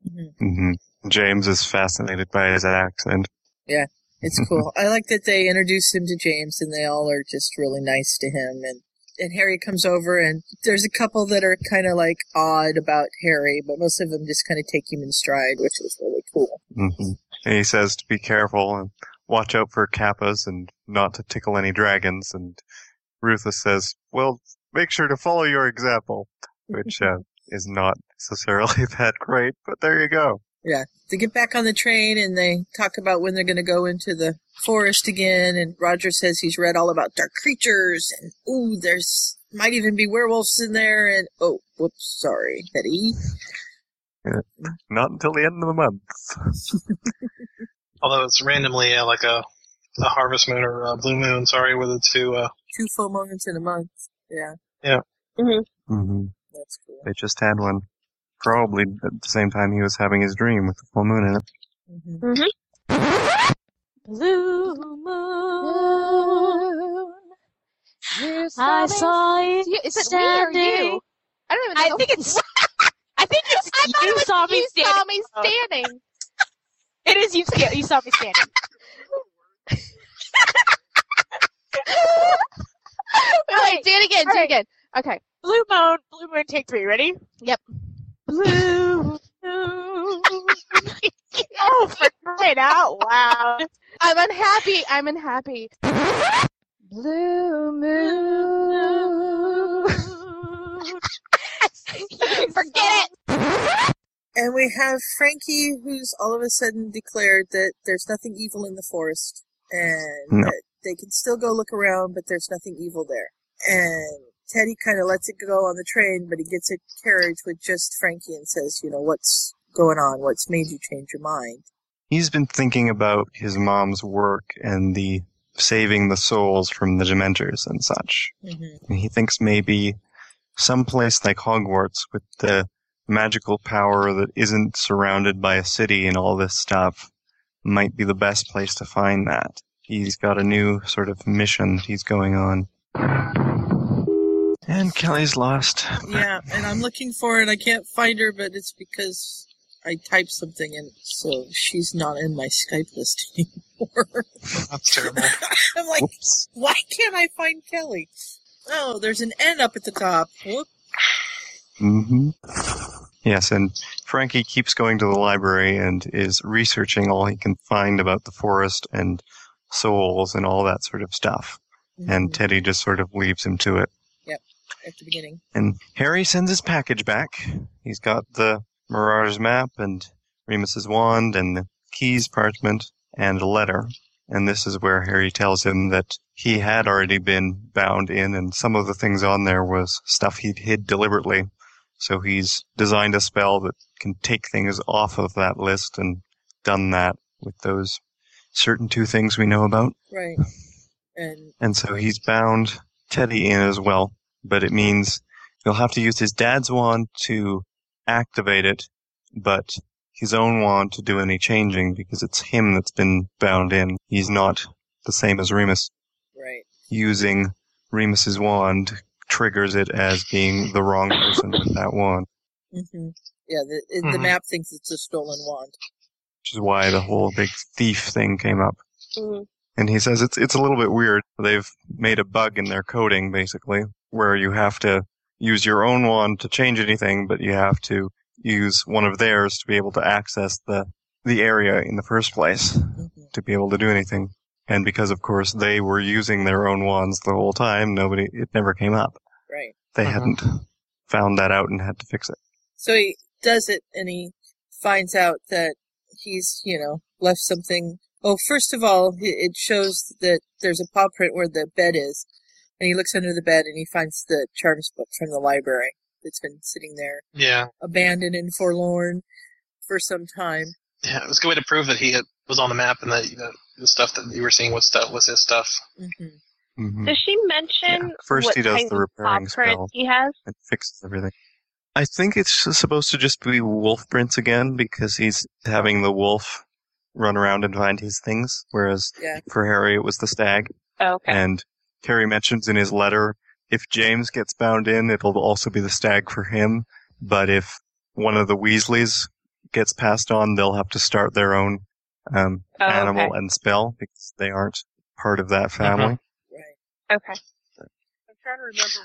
D: Mm-hmm.
E: hmm
G: James is fascinated by his accent.
D: Yeah, it's cool. I like that they introduce him to James, and they all are just really nice to him. And and Harry comes over, and there's a couple that are kind of like odd about Harry, but most of them just kind of take him in stride, which is really cool.
G: Mm-hmm. And he says to be careful and watch out for kappas and not to tickle any dragons. And Ruthless says, well, make sure to follow your example, which uh, is not necessarily that great, but there you go.
D: Yeah, they get back on the train, and they talk about when they're going to go into the forest again. And Roger says he's read all about dark creatures, and ooh, there's might even be werewolves in there. And oh, whoops, sorry, Teddy.
G: Yeah. Not until the end of the month.
B: Although it's randomly uh, like a, a harvest moon or a blue moon, sorry, with the two. Uh,
D: Two full moments in a month. Yeah,
B: yeah.
C: Mm-hmm.
G: Mm-hmm.
D: that's cool.
G: They just had one.
E: Probably at the same time he was having his dream with the full moon in it.
D: Mm-hmm.
P: Blue moon. I saw it.
Q: You- is it we or
P: standing.
Q: you? I don't even know. I think it's. I think it's
P: you saw me
Q: you saw
P: standing.
Q: me standing.
P: It is you. sta- You saw me standing.
Q: Wait, do it again. Do it again. Okay.
P: Blue moon. Blue moon. Take three. Ready?
Q: Yep.
P: Blue moon. oh, for crying out loud!
Q: I'm unhappy. I'm unhappy. Blue moon.
P: Forget
Q: it.
D: And we have Frankie, who's all of a sudden declared that there's nothing evil in the forest, and
E: No.
D: that they can still go look around, but there's nothing evil there. And Teddy kind of lets it go on the train, but he gets a carriage with just Frankie and says, "You know what's going on? What's made you change your mind?"
E: He's been thinking about his mom's work and the saving the souls from the Dementors and such.
D: Mm-hmm.
E: And he thinks maybe someplace like Hogwarts with the magical power that isn't surrounded by a city and all this stuff might be the best place to find that. He's got a new sort of mission that he's going on. And Kelly's lost.
D: Yeah, and I'm looking for her, and I can't find her, but it's because I typed something, and so she's not in my Skype list anymore.
B: That's terrible.
D: I'm like, why can't I find Kelly? Oh, there's an N up at the top. Whoop.
E: hmm Yes, and Frankie keeps going to the library and is researching all he can find about the forest and souls and all that sort of stuff.
D: Mm-hmm.
E: And Teddy just sort of leaves him to it.
D: Yep, Mm-hmm. at the beginning.
E: And Harry sends his package back. He's got the Mirage's map and Remus's wand and the keys parchment and a letter. And this is where Harry tells him that he had already been bound in and some of the things on there was stuff he'd hid deliberately. So he's designed a spell that can take things off of that list and done that with those certain two things we know about.
D: Right. And
E: And so he's bound Teddy in as well, but it means he'll have to use his dad's wand to activate it, but his own wand to do any changing because it's him that's been bound in. He's not the same as Remus.
D: Right.
E: Using Remus's wand triggers it as being the wrong person with that wand,
D: hmm Yeah, the, it- the
E: Mhm.
D: map thinks it's a stolen wand.
E: which is why the whole big thief thing came up.
C: Mm.
E: And he says it's it's a little bit weird. They've made a bug in their coding basically where you have to use your own wand to change anything, but you have to use one of theirs to be able to access the the area in the first place
D: Mm-hmm.
E: to be able to do anything. And because of course they were using their own wands the whole time, nobody it never came up.
D: Right.
E: They
C: Uh-huh.
E: hadn't found that out and had to fix it.
D: So he does it, and he finds out that he's, you know, left something. Oh, first of all, he- it shows that there's a paw print where the bed is, and he looks under the bed and he finds the charms book from the library that's been sitting there,
B: Yeah.
D: abandoned and forlorn, for some time.
B: Yeah, it was a good way to prove that he had, was on the map and that that the stuff that you were seeing was stuff was his stuff.
D: Mm-hmm.
C: Does she mention
E: Mm-hmm. Hmm. First
C: what
E: he does
C: kind
E: the
C: of
E: repairing
C: paw print
E: spell.
C: he has?
E: It fixes everything. I think it's s- supposed to just be wolf prints again because he's having the wolf run around and find his things, whereas
D: Yeah.
E: for Harry it was the stag.
C: Okay.
E: And Harry mentions in his letter if James gets bound in, it'll also be the stag for him, but if one of the Weasleys gets passed on, they'll have to start their own um,
C: Oh, okay. Uh-huh.
E: animal and spell because they aren't part of that family.
C: Okay.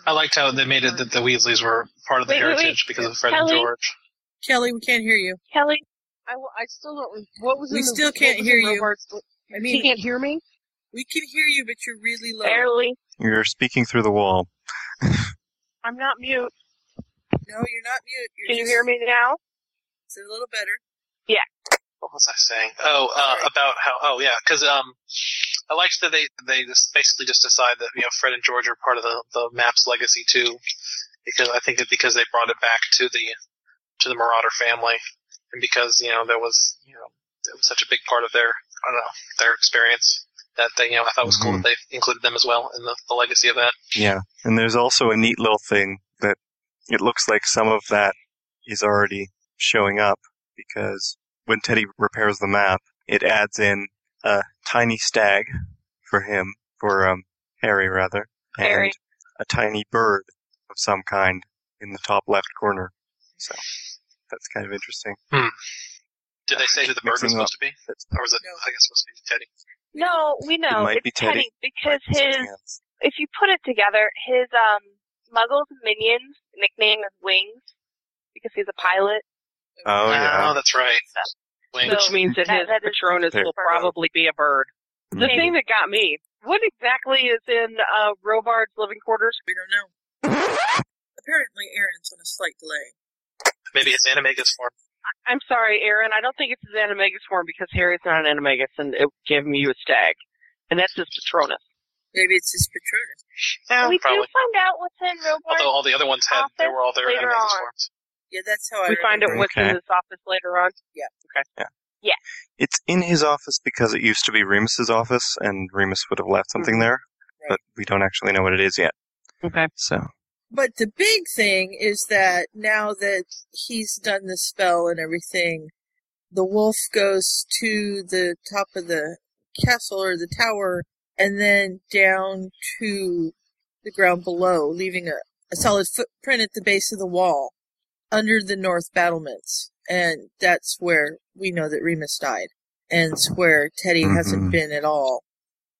B: I liked how they made it that the Weasleys were part of the
C: Wait, wait, wait.
B: heritage because of Fred
D: Kelly?
B: and George.
D: Kelly, we can't hear you.
C: Kelly,
R: I, w- I still don't. What was
D: We
R: in the-
D: still
R: what
D: can't
R: was
D: hear
R: in
D: you.
R: Robart's-
D: I mean,
R: he can't hear me.
D: We can hear you, but you're really low.
C: Barely.
E: You're speaking through the wall.
C: I'm not mute.
D: No, you're not mute.
C: Can you hear me now?
D: It's a little better.
C: Yeah.
B: What was I saying? Oh, uh, about how? Oh, yeah, because um, I liked that they they just basically just decide that you know Fred and George are part of the the map's legacy too, because I think that because they brought it back to the to the Marauder family, and because you know there was you know it was such a big part of their I don't know their experience that they you know I thought it was cool
E: Mhm.
B: that they included them as well in the, the legacy of that.
E: Yeah, and there's also a neat little thing that it looks like some of that is already showing up because when Teddy repairs the map, it adds in a tiny stag for him, for um, Harry rather,
S: Harry.
E: and a tiny bird of some kind in the top left corner. So that's kind of interesting.
B: Did they say who the bird was
E: Mixing
B: supposed to be? Or was it, I guess, supposed to be Teddy?
C: No, we know
E: might
C: it's
E: be
C: Teddy,
E: Teddy.
C: because his if you put it together, his um Muggles minions nickname is Wings because he's a pilot.
E: Oh yeah,
B: Oh, that's right. Wings.
A: Which means that his Patronus
E: There.
A: will probably be a bird. The
E: Maybe.
A: thing that got me, what exactly is in uh, Robard's living quarters?
D: We don't know. Apparently, Aaron's on a slight delay.
B: Maybe his animagus form.
A: I'm sorry, Aaron. I don't think it's his animagus form because Harry's not an animagus, and it gave me you a stag, and that's his Patronus.
D: Maybe it's his Patronus.
B: Yeah,
C: we
B: probably.
C: do find out what's in Robart's
B: Although all the other ones had, they were all their
C: later
B: animagus
C: on.
B: forms.
D: Yeah, that's how I.
A: We find out what's
E: Okay.
A: in his office later on.
D: Yeah.
A: Okay.
E: Yeah.
C: Yeah.
E: it's in his office because it used to be Remus's office, and Remus would have left something there, but we don't actually know what it is yet.
A: Okay.
E: So
D: But the big thing is that now that he's done the spell and everything, the wolf goes to the top of the castle or the tower and then down to the ground below, leaving a, a solid footprint at the base of the wall under the north battlements. And that's where we know that Remus died. And it's where Teddy hasn't
T: Mhm.
D: been at all.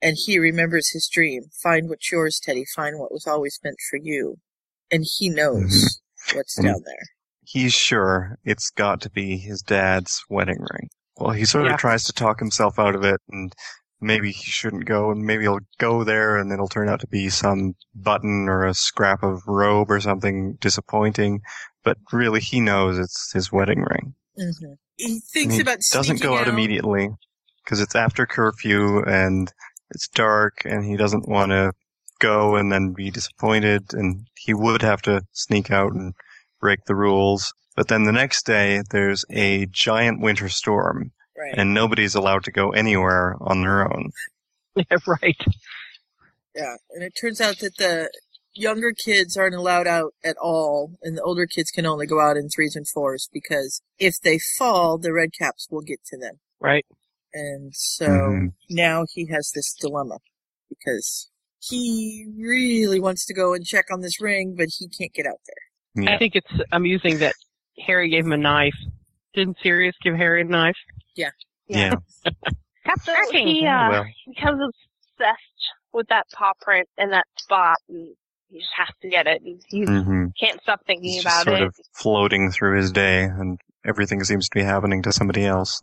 D: And he remembers his dream. Find what's yours, Teddy. Find what was always meant for you. And he knows what's
E: Mm-hmm. And-
D: down there.
E: he's sure it's got to be his dad's wedding ring. Well, he sort
D: Yeah.
E: of tries to talk himself out of it, and maybe he shouldn't go, and maybe he'll go there, and it'll turn out to be some button or a scrap of robe or something disappointing. But really, he knows it's his wedding ring.
D: Mm-hmm. He
E: And
D: thinks
E: he
D: about
E: doesn't go out, immediately because it's after curfew and it's dark, and he doesn't want to go and then be disappointed, and he would have to sneak out and break the rules. But then the next day, there's a giant winter storm,
D: Right.
E: and nobody's allowed to go anywhere on their own.
A: Yeah, right.
D: Yeah, and it turns out that the younger kids aren't allowed out at all, and the older kids can only go out in threes and fours because if they fall, the red caps will get to them.
A: Right.
D: And so
E: Mm-hmm.
T: Mhm.
D: now he has this dilemma because he really wants to go and check on this ring, but he can't get out there.
A: I think it's amusing that Harry gave him a knife. Didn't Sirius give Harry a knife?
D: Yeah.
E: Yeah.
C: So he uh,
A: Well.
C: becomes obsessed with that paw print and that spot, and he just has to get it. And he
E: Mhm.
C: can't stop thinking
E: He's just
C: about
E: sort
C: it.
E: of floating through his day, and everything seems to be happening to somebody else.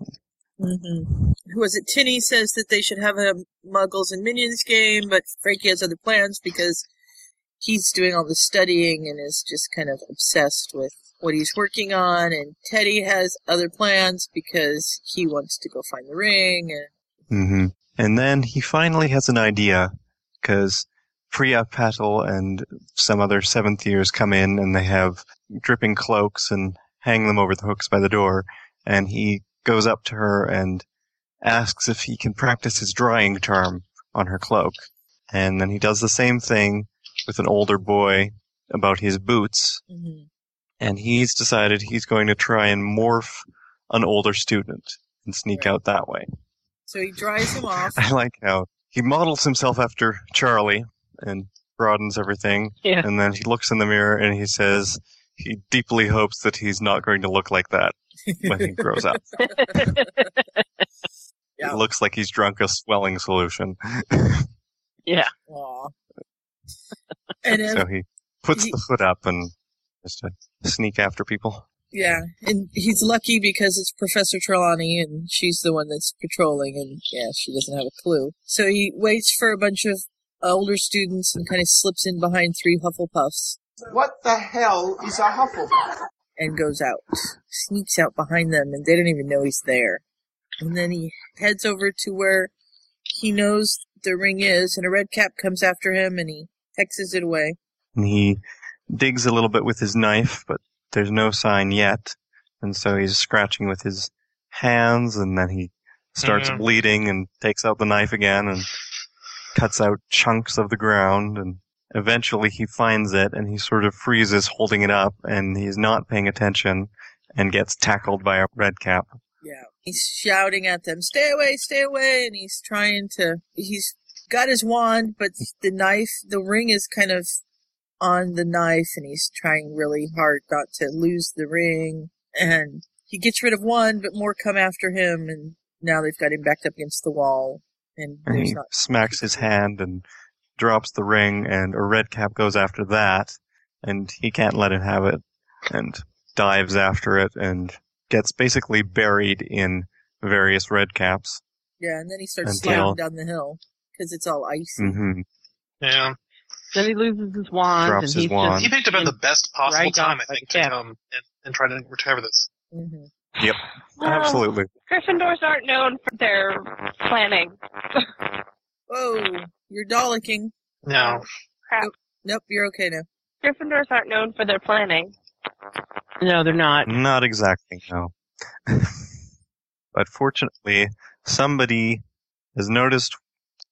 D: Mm-hmm. Who was it? Tinny says that they should have a Muggles and Minions game, but Frankie has other plans because he's doing all the studying and is just kind of obsessed with what he's working on. And Teddy has other plans because he wants to go find the ring. And
E: hmm And then he finally has an idea because Priya Patel and some other seventh years come in and they have dripping cloaks and hang them over the hooks by the door. And he goes up to her and asks if he can practice his drying charm on her cloak. And then he does the same thing with an older boy about his boots. And he's decided he's going to try and morph an older student and sneak out that way.
D: so he dries him off.
E: I like how he models himself after Charlie and broadens everything.
A: Yeah.
E: And then he looks in the mirror and he says he deeply hopes that he's not going to look like that when he grows up.
D: Yeah.
E: It looks like he's drunk a swelling solution.
A: Yeah.
D: Aw. and
E: so he puts the foot up and just to sneak after people.
D: Yeah, and he's lucky because it's Professor Trelawney, and she's the one that's patrolling, and yeah, she doesn't have a clue. So he waits for a bunch of uh, older students and kind of slips in behind three Hufflepuffs
T: What the hell is a Hufflepuff?
D: and goes out, sneaks out behind them, and they don't even know he's there. And then he heads over to where he knows the ring is, and a red cap comes after him, and he hexes it away.
E: And he digs a little bit with his knife, but there's no sign yet. And so he's scratching with his hands, and then he starts
B: Mhm.
E: bleeding and takes out the knife again and cuts out chunks of the ground. And Eventually, he finds it and he sort of freezes holding it up and he's not paying attention and gets tackled by a red cap.
D: Yeah. He's shouting at them, stay away, stay away. And he's trying to, he's got his wand, but the knife, the ring is kind of on the knife and he's trying really hard not to lose the ring. And he gets rid of one, but more come after him. And now they've got him backed up against the wall. And
E: And
D: there's
E: he
D: not,
E: smacks his hand and drops the ring, and a red cap goes after that, and he can't let him have it, and dives after it, and gets basically buried in various red caps.
D: yeah. And Mm. then he starts sliding
E: Until-
D: down the hill because it's all icy.
E: hmm
B: Yeah.
A: Then he loses his wand.
E: Drops
A: and
E: his
A: he's
E: wand.
A: Just,
B: He picked up at the best possible
A: Right
B: time,
A: off
B: I
A: like
B: think, to come and, and try to recover this.
D: Mm-hmm.
E: Yep, absolutely.
C: Gryffindors aren't known for their planning.
D: Whoa, you're Dalleking. Oh.
B: No.
D: Nope, nope, you're okay now.
C: Gryffindors aren't known for their planning.
A: No, they're not.
E: Not exactly, no. but fortunately, somebody has noticed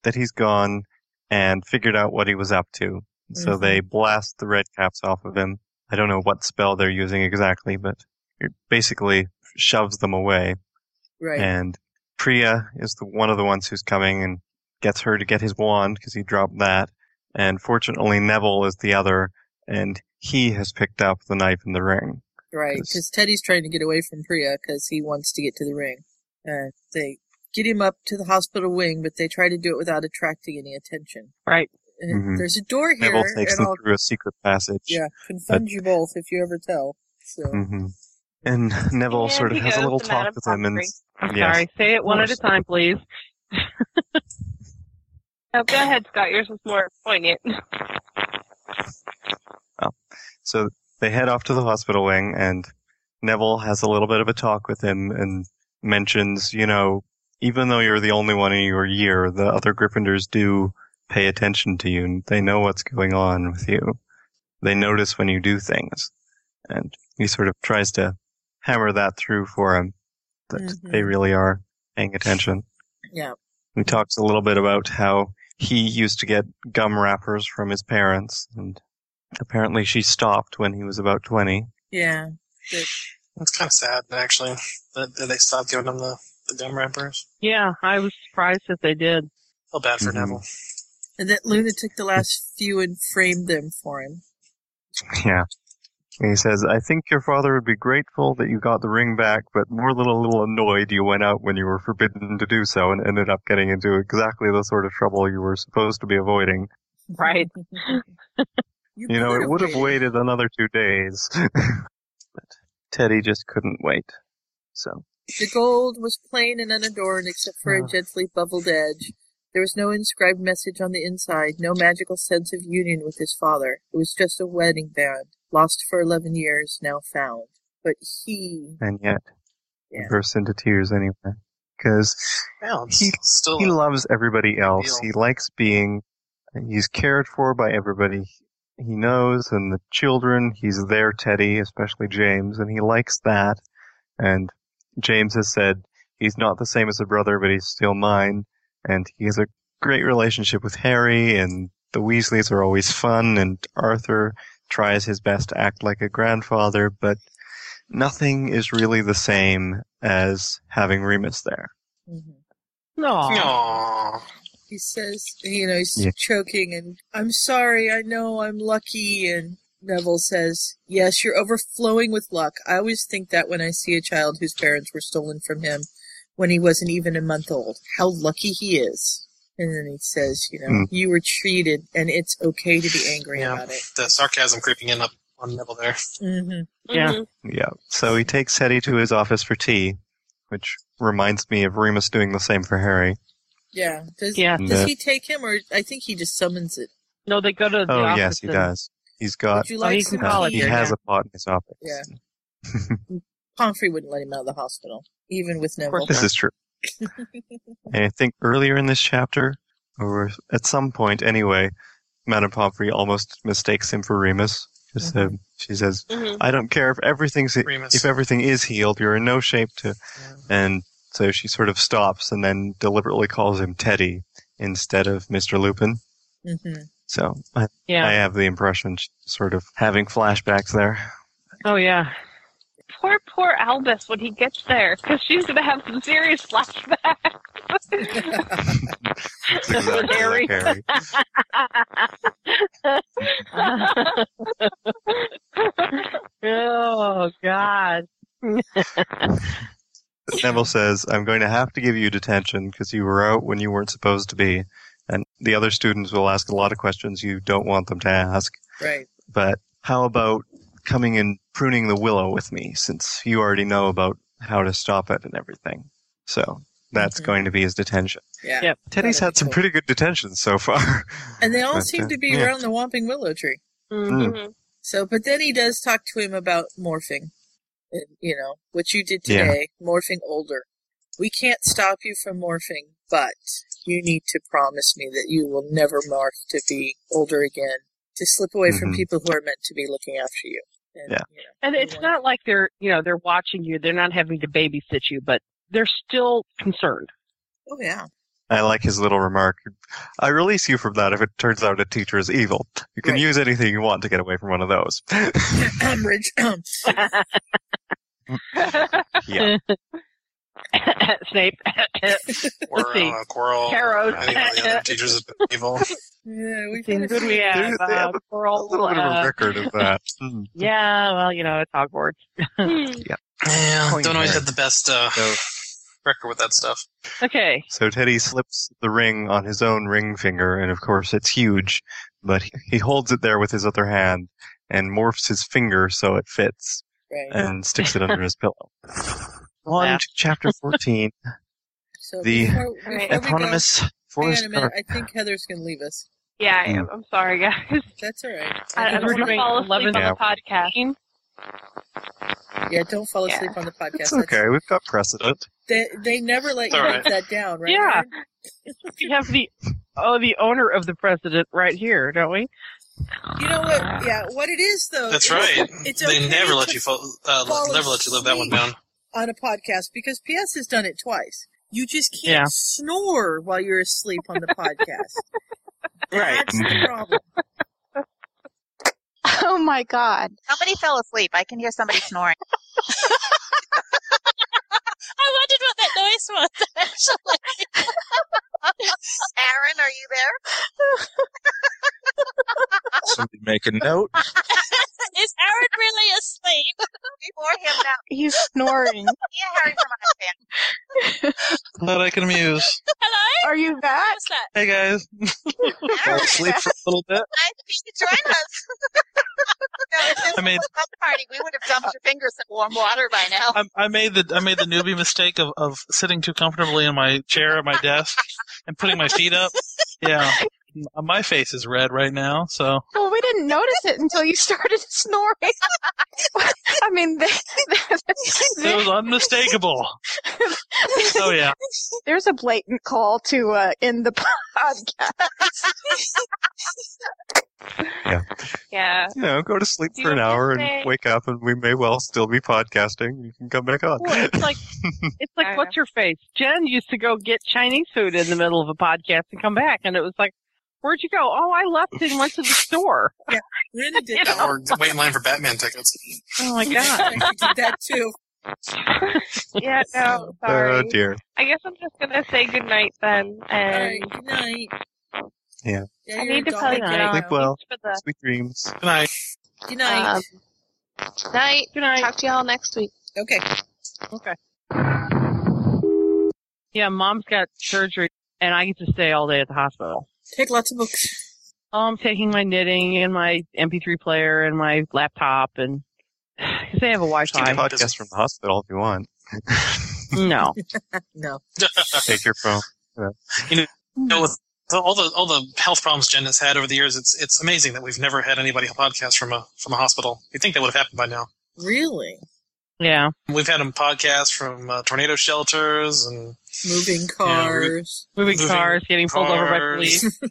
E: that he's gone and figured out what he was up to. So
D: Mhm.
E: they blast the red caps off of him. I don't know what spell they're using exactly, but it basically shoves them away.
D: Right.
E: And Priya is the one of the ones who's coming and gets her to get his wand because he dropped that. And fortunately, Neville is the other, and he has picked up the knife and the ring.
D: Right, because Teddy's trying to get away from Priya because he wants to get to the ring. Uh, they get him up to the hospital wing, but they try to do it without attracting any attention.
A: Right.
D: Uh,
E: Mhm.
D: There's a door here,
E: Neville takes
D: and
E: them
D: I'll
E: through a secret passage.
D: yeah confund you both if you ever tell. So
E: hmm And Neville
D: And
E: sort of
D: he
E: has a
D: goes
E: little
D: to
E: talk
D: Madame
E: with him, and
A: I'm
E: yes.
A: sorry. Say it one at a time, please.
C: Oh, go ahead, Scott. Yours was more poignant.
E: So they head off to the hospital wing, and Neville has a little bit of a talk with him and mentions, you know, even though you're the only one in your year, the other Gryffindors do pay attention to you, and they know what's going on with you. They notice when you do things. And he sort of tries to hammer that through for him that
D: Mhm.
E: they really are paying attention.
D: yeah,
E: He talks a little bit about how he used to get gum wrappers from his parents, and apparently she stopped when he was about 20.
D: yeah.
B: That's kind of sad, actually, that, that they stopped giving them the, the gum wrappers.
A: Yeah, I was surprised that they did.
B: Feel bad
E: Mm-hmm.
B: for Neville.
D: And that Luna took the last few and framed them for him.
E: Yeah. And he says, I think your father would be grateful that you got the ring back, but more than a little annoyed you went out when you were forbidden to do so and ended up getting into exactly the sort of trouble you were supposed to be avoiding.
A: Right.
E: You, know, it would have waited another two days. but Teddy just couldn't wait. So,
D: The gold was plain and unadorned except for a gently beveled edge. There was no inscribed message on the inside, no magical sense of union with his father. It was just a wedding band, lost for eleven years, now found. But he,
E: and yet, he
D: Yeah.
E: bursts into tears anyway. Because
B: Well,
E: he,
B: still
E: he
B: a
E: loves everybody else.
B: deal.
E: He likes being, he's cared for by everybody he knows and the children. He's their Teddy, especially James, and he likes that. And James has said, he's not the same as a brother, but he's still mine. And he has a great relationship with Harry, and the Weasleys are always fun, and Arthur tries his best to act like a grandfather, but nothing is really the same as having Remus there.
D: Mm-hmm.
A: No.
B: No.
D: he says, you know, he's
E: Yeah.
D: choking and, I'm sorry, I know I'm lucky. And Neville says, Yes, you're overflowing with luck. I always think that when I see a child whose parents were stolen from him when he wasn't even a month old, how lucky he is. And then he says, You know,
E: Hmm.
B: Mm.
D: you were treated and it's okay to be angry
B: Yeah,
D: about it.
B: the sarcasm creeping in up on Neville there.
D: Mm-hmm.
E: Yeah. So he takes Hetty to his office for tea, which reminds me of Remus doing the same for Harry.
D: Yeah. Does,
E: Yeah.
D: does he take him or I think he just summons it?
A: No, they go to the
E: oh
A: office
E: yes, he
A: and-
E: does. He's got.
D: Would you like Oh, he some can call it
E: Uh, he
D: tea?
E: has
D: yeah.
E: a pot in his office.
D: Yeah. Pomfrey wouldn't let him out of the hospital, even with Neville.
E: This is true. And I think earlier in this chapter, or at some point anyway, Madame Pomfrey almost mistakes him for Remus. Just, uh,
A: Mm-hmm.
E: she says,
B: Mhm.
E: "I don't care if everything's
B: Remus.
E: if everything is healed. You're in no shape to." And so she sort of stops and then deliberately calls him Teddy instead of Mister Lupin.
D: Mm-hmm.
E: So I,
A: Yeah.
E: I have the impression she's sort of having flashbacks there.
A: Oh yeah.
C: Poor, poor Albus when he gets there, because she's going to have some serious flashbacks.
E: That's exactly like
C: Harry.
E: Harry.
A: oh God.
E: Neville says, I'm going to have to give you detention because you were out when you weren't supposed to be. And the other students will ask a lot of questions you don't want them to ask.
D: Right.
E: But how about coming and pruning the willow with me since you already know about how to stop it and everything? So that's going to be his detention.
D: Yeah.
E: Teddy's had some pretty good detentions so far.
D: And they all
E: But,
D: seem
E: uh,
D: to be
E: yeah.
D: around the Whomping Willow tree.
E: Mm.
D: So, but then he does talk to him about morphing. And, you know, what you did
E: Yeah.
D: today, morphing older. We can't stop you from morphing, but you need to promise me that you will never morph to be older again, to slip away from
A: Mhm.
D: people who are meant to be looking after you. And,
E: Mm-hmm. Yeah.
A: And it's not like they're you know they're watching you. They're not having to babysit you, but they're still concerned.
D: Oh yeah.
E: I like his little remark. I release you from that if it turns out a teacher is evil. You can use anything you want to get away from one of those.
D: Ambridge.
E: Yeah.
A: Snape. Let's see.
B: Quirrell.
E: Oh,
A: Carrows.
B: Any of the other teachers have been evil.
D: Yeah, we
A: Seems good we
B: They-
A: have.
B: they
A: uh,
B: have a-
A: Quirrell, uh,
E: that. Mm.
A: Yeah, well, you know, it's Hogwarts.
E: yeah.
B: Yeah,
E: Coin
B: don't always
E: hair.
B: have the best uh, record with that stuff.
A: Okay.
E: So Teddy slips the ring on his own ring finger, and of course it's huge, but he- he holds it there with his other hand and morphs his finger so it fits
D: Right.
E: and sticks it under his pillow. On
D: Yeah.
E: to chapter 14.
D: So
E: The
D: before, before we go-
E: eponymous
D: Hang
E: forest
D: on a minute.
E: guard.
D: I think Heather's going to leave us.
C: yeah, I
E: Mm.
C: am. I'm sorry, guys.
D: That's all right.
C: I, I don't want to fall asleep on
E: Yeah.
C: the podcast.
D: Yeah, don't fall asleep on the podcast.
E: It's
D: That's-
E: okay. We've got precedent.
D: They, they never let you
E: All
D: write
E: right.
D: that down, right?
A: Yeah.
D: Aaron?
A: We have the oh the owner of the president right here, don't we?
D: You know what? Yeah, what it is though.
B: That's
D: is
B: right.
D: Oh, It's okay
B: They never let
D: to
B: you fall, uh,
D: fall
B: never let you live that one
D: asleep
B: down.
D: on a podcast because PS has done it twice. You just can't
B: Yeah.
D: snore while you're asleep on the podcast.
A: Right.
D: That's the problem.
Q: Oh my god. Somebody fell asleep. I can hear somebody snoring.
P: I wondered what that noise was, actually.
Q: Aaron, are you there?
G: Somebody make a note.
P: Is Aaron really asleep?
Q: Before him now.
G: He's snoring.
Q: Yeah, Harry from Ivan.
B: That I can amuse.
Q: Hello? Are you back? What's that?
B: Hey guys.
G: Fall asleep for a little bit.
Q: Nice of you to join us. no, if this
B: I mean-
Q: was a club party, we would have dumped your fingers in warm water by now.
B: I, I made the I made the newbie mistake of, of sitting too comfortably in my chair at my desk and putting my feet up. Yeah, my face is red right now. So
P: Well, we didn't notice it until you started snoring. I mean, they,
B: it was unmistakable. Oh yeah,
P: There's a blatant call to uh, end the podcast.
E: Yeah.
C: Yeah.
E: You know, go to sleep
C: Do
E: for an
C: you have to
E: hour
C: say-
E: and wake up, and we may well still be podcasting. You can come back on. Oh,
A: Well, it's like it's like what's your face? Jen used to go get Chinese food in the middle of a podcast and come back, and it was like, where'd you go? Oh, I left and went to the store.
D: Yeah, Rena did
A: that.
B: or wait in line for Batman tickets.
A: Oh my god.
D: I did that too.
C: Yeah, no, sorry.
E: oh dear.
C: I guess I'm just gonna say goodnight then, and
D: Good night.
E: Yeah.
D: Yeah,
C: I
D: you're
C: need to
D: a
C: probably
D: dog.
C: get on.
E: Sleep well.
C: Thanks for the- um,
E: Sweet dreams.
B: Good night.
D: Good
C: uh,
D: night.
U: Night. Good night. Talk to y'all next week.
D: Okay.
A: Okay. Yeah, mom's got surgery, and I get to stay all day at the hospital. Oh,
D: Take lots of books.
A: I'm taking my knitting and my MP3 player and my laptop, and because they have a
E: You
A: Wi-Fi.
E: can podcast from the hospital if you want.
A: No.
D: no.
E: Take your phone. you know.
B: You know, with the, all the all the health problems Jen has had over the years, it's it's amazing that we've never had anybody podcast from a from a hospital. You'd think that would have happened by now.
D: Really?
A: Yeah.
B: We've had them podcast from uh, tornado shelters and
D: Moving
B: cars.
A: moving,
B: Moving
A: cars, getting pulled over by
B: cars.
A: police.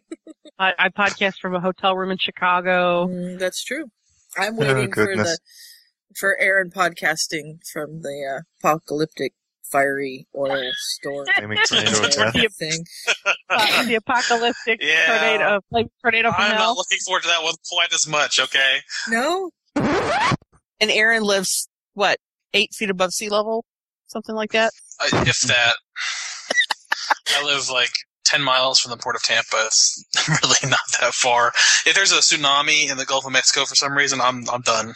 A: I, I podcast from a hotel room in Chicago.
D: Mm, that's true. I'm
A: Oh,
D: waiting for
A: goodness.
D: the for Aaron podcasting from the uh, apocalyptic fiery oil storm.
E: Flaming tornado of death.
D: thing.
A: Uh, the apocalyptic
B: Yeah.
A: tornado, like tornado from
B: I'm not
A: hell.
B: looking forward to that one quite as much. Okay.
D: No.
A: And Aaron lives what eight feet above sea level, something like that.
B: Uh, if that. I live like 10 miles from the port of Tampa. It's really not that far. If there's a tsunami in the Gulf of Mexico for some reason, I'm I'm done.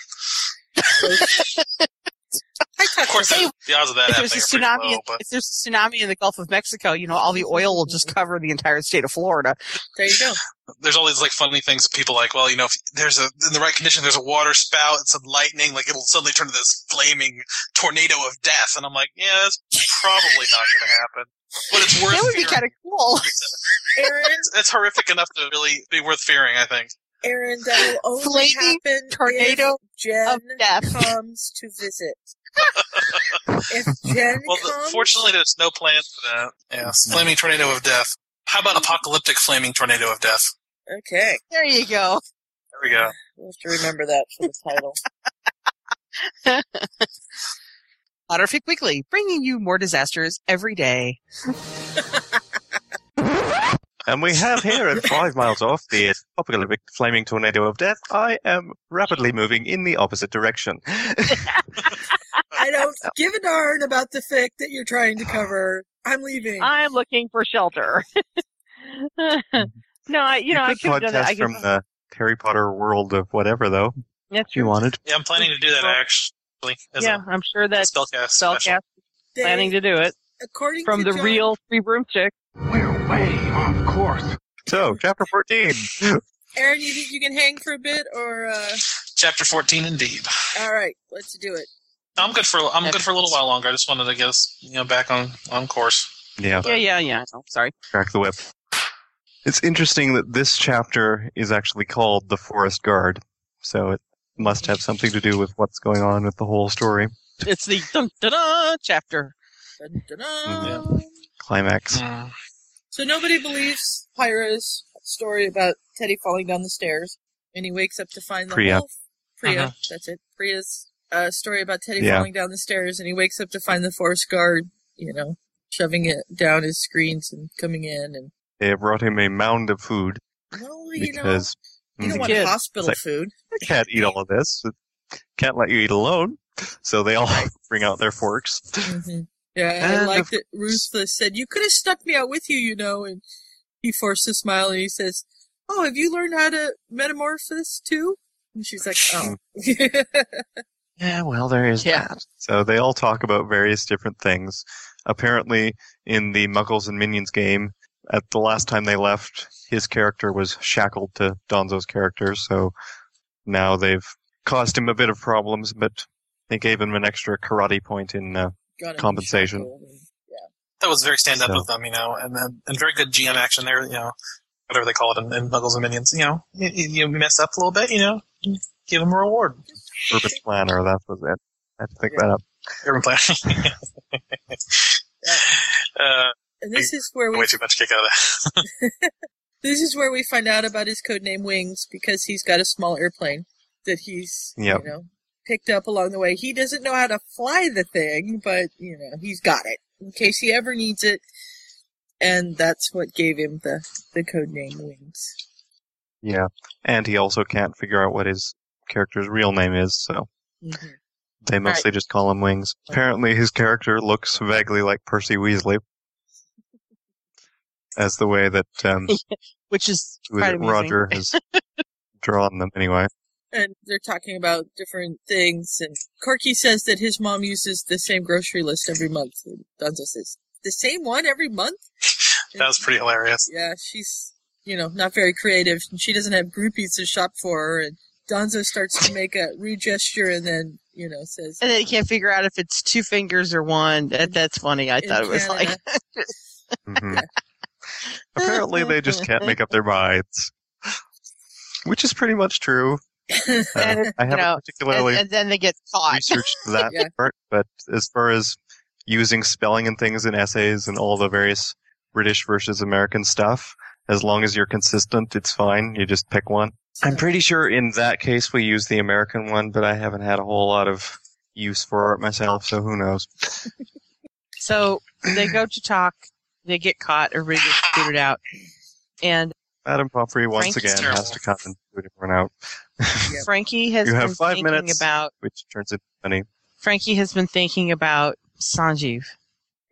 A: Of
B: course, The odds of that
A: if
B: happening
A: there's a
B: are pretty
A: tsunami,
B: low,
A: in, if there's a tsunami in the Gulf of Mexico, you know all the oil will
B: Mm-hmm.
A: just cover the entire state of Florida.
D: There you go.
B: there's all these like funny things that people like. Well, you know, if there's a in the right condition, there's a water spout and some lightning, like it'll suddenly turn to this flaming tornado of death. And I'm like, yeah, that's probably not going to happen. But it's worth.
A: That would be
B: fearing.
A: kind of cool.
B: It's, it's horrific enough to really be worth fearing. I think.
D: Aaron, that will only
A: Flaming
D: happen
A: tornado
D: if Jen comes to visit. if Jen
B: Well, the,
D: comes,
B: fortunately, there's no plans for that. Yes, flaming tornado of death. How about apocalyptic flaming tornado of death?
D: okay.
A: There you go.
B: There we go.
D: We'll have to remember that for the title.
A: Honorific Weekly, bringing you more disasters every day.
E: And we have here at five miles off the apocalyptic flaming tornado of death. I am rapidly moving in the opposite direction.
D: I don't give a darn about the fic that you're trying to cover. I'm leaving.
A: I'm looking for shelter.
V: no, I, you know, I
E: Good
V: could have done
E: podcast
V: that. I
E: from
V: could-
E: the Harry Potter world of whatever, though.
V: That's
E: if you wanted.
B: Yeah, I'm planning to do that actually. As
V: yeah,
B: a
V: i I'm sure that
B: spellcast,
V: spellcast
D: They-
V: planning to do it
D: According
V: from
D: to
V: the
D: John,
V: real three broom chick.
G: We're way off course.
E: So, chapter 14.
D: Aaron, you think you can hang for a bit, or uh,
B: chapter 14, indeed.
D: all right, let's do it.
B: I'm good for I'm good for a little while longer. I just wanted to get us you know back on on course.
E: Yeah.
A: Yeah, yeah, yeah. Oh, sorry.
E: Crack the whip. It's interesting that this chapter is actually called The Forest Guard, so it must have something to do with what's going on with the whole story.
A: It's the dun, dun, dun chapter.
E: Climax.
V: Mm.
D: So nobody believes Pyra's story about Teddy falling down the stairs, and he wakes up to find the
E: Priya.
D: whole Priya.
E: Uh-huh.
D: That's it. Priya's uh, story about Teddy
E: Yeah.
D: falling down the stairs, and he wakes up to find the forest guard, you know, shoving it down his screens and coming in, and
E: They have brought him a mound of food
D: well, you know,
E: because
D: you don't
E: Mhm.
D: want hospital
E: It's like,
D: food.
E: I can't eat all of this. Can't let you eat alone. So they all bring out their forks.
D: hmm Yeah, I
E: And
D: like
E: of
D: that Ruthless said, You could have stuck me out with you, you know. And he forced a smile and he says, Oh, have you learned how to metamorphosis too? And she's like, Oh.
E: Hmm. Yeah, well, there is that. So they all talk about various different things. Apparently, in the Muggles and Minions game, at the last time they left, his character was shackled to Donzo's character, so now they've caused him a bit of problems, but they gave him an extra karate point in uh,
D: Got him
E: compensation.
B: That was very stand up
E: So-
B: with them, you know, and then and very good GM action there, you know, whatever they call it in, in Muggles and Minions. You know, you, you mess up a little bit, you know, give them a reward.
E: Urban Planner, that was it. I had to think that up.
B: Urban Planner. uh,
D: and this is where we
B: way too much kick out of that.
D: this is where we find out about his codename Wings because he's got a small airplane that he's
E: Yep.
D: you know picked up along the way. He doesn't know how to fly the thing, but you know he's got it in case he ever needs it, and that's what gave him the the codename Wings.
E: Yeah. And he also can't figure out what his character's real name is, so.
B: Mm-hmm.
E: They mostly just call him Wings. Apparently, his character looks vaguely like Percy Weasley, as the way that um,
A: Which is
E: who is
A: quite
E: it?
A: amazing.
E: Roger has drawn them. Anyway,
D: And they're talking about different things, and Corky says that his mom uses the same grocery list every month. And Donzo says the same one every month.
B: That was pretty hilarious.
D: Yeah, she's you know not very creative, and she doesn't have groupies to shop for her. And Donzo starts to make a rude gesture, and then you know says,
A: And then you can't figure out if it's two fingers or one. That, that's funny. I
D: In
A: thought it was like
D: Canada.
E: Mhm. apparently they just can't make up their minds, which is pretty much true. Uh,
A: And,
E: I
A: you
E: haven't
A: know,
E: particularly
A: and, and then they get caught.
E: researched that
A: Yeah.
E: part, but as far as using spelling and things in essays and all the various British versus American stuff, as long as you're consistent, it's fine. You just pick one. I'm pretty sure in that case we use the American one, but I haven't had a whole lot of use for it myself, so who knows.
A: So they go to talk. They get caught. Everybody gets booted out. And
E: Madame Pomfrey once
A: Frank is
E: again
A: terrible.
E: has to come and boot everyone out.
A: Frankie has
E: you
A: been
E: have five
A: thinking
E: minutes,
A: about
E: which turns into money.
A: Frankie has been thinking about Sanjeev.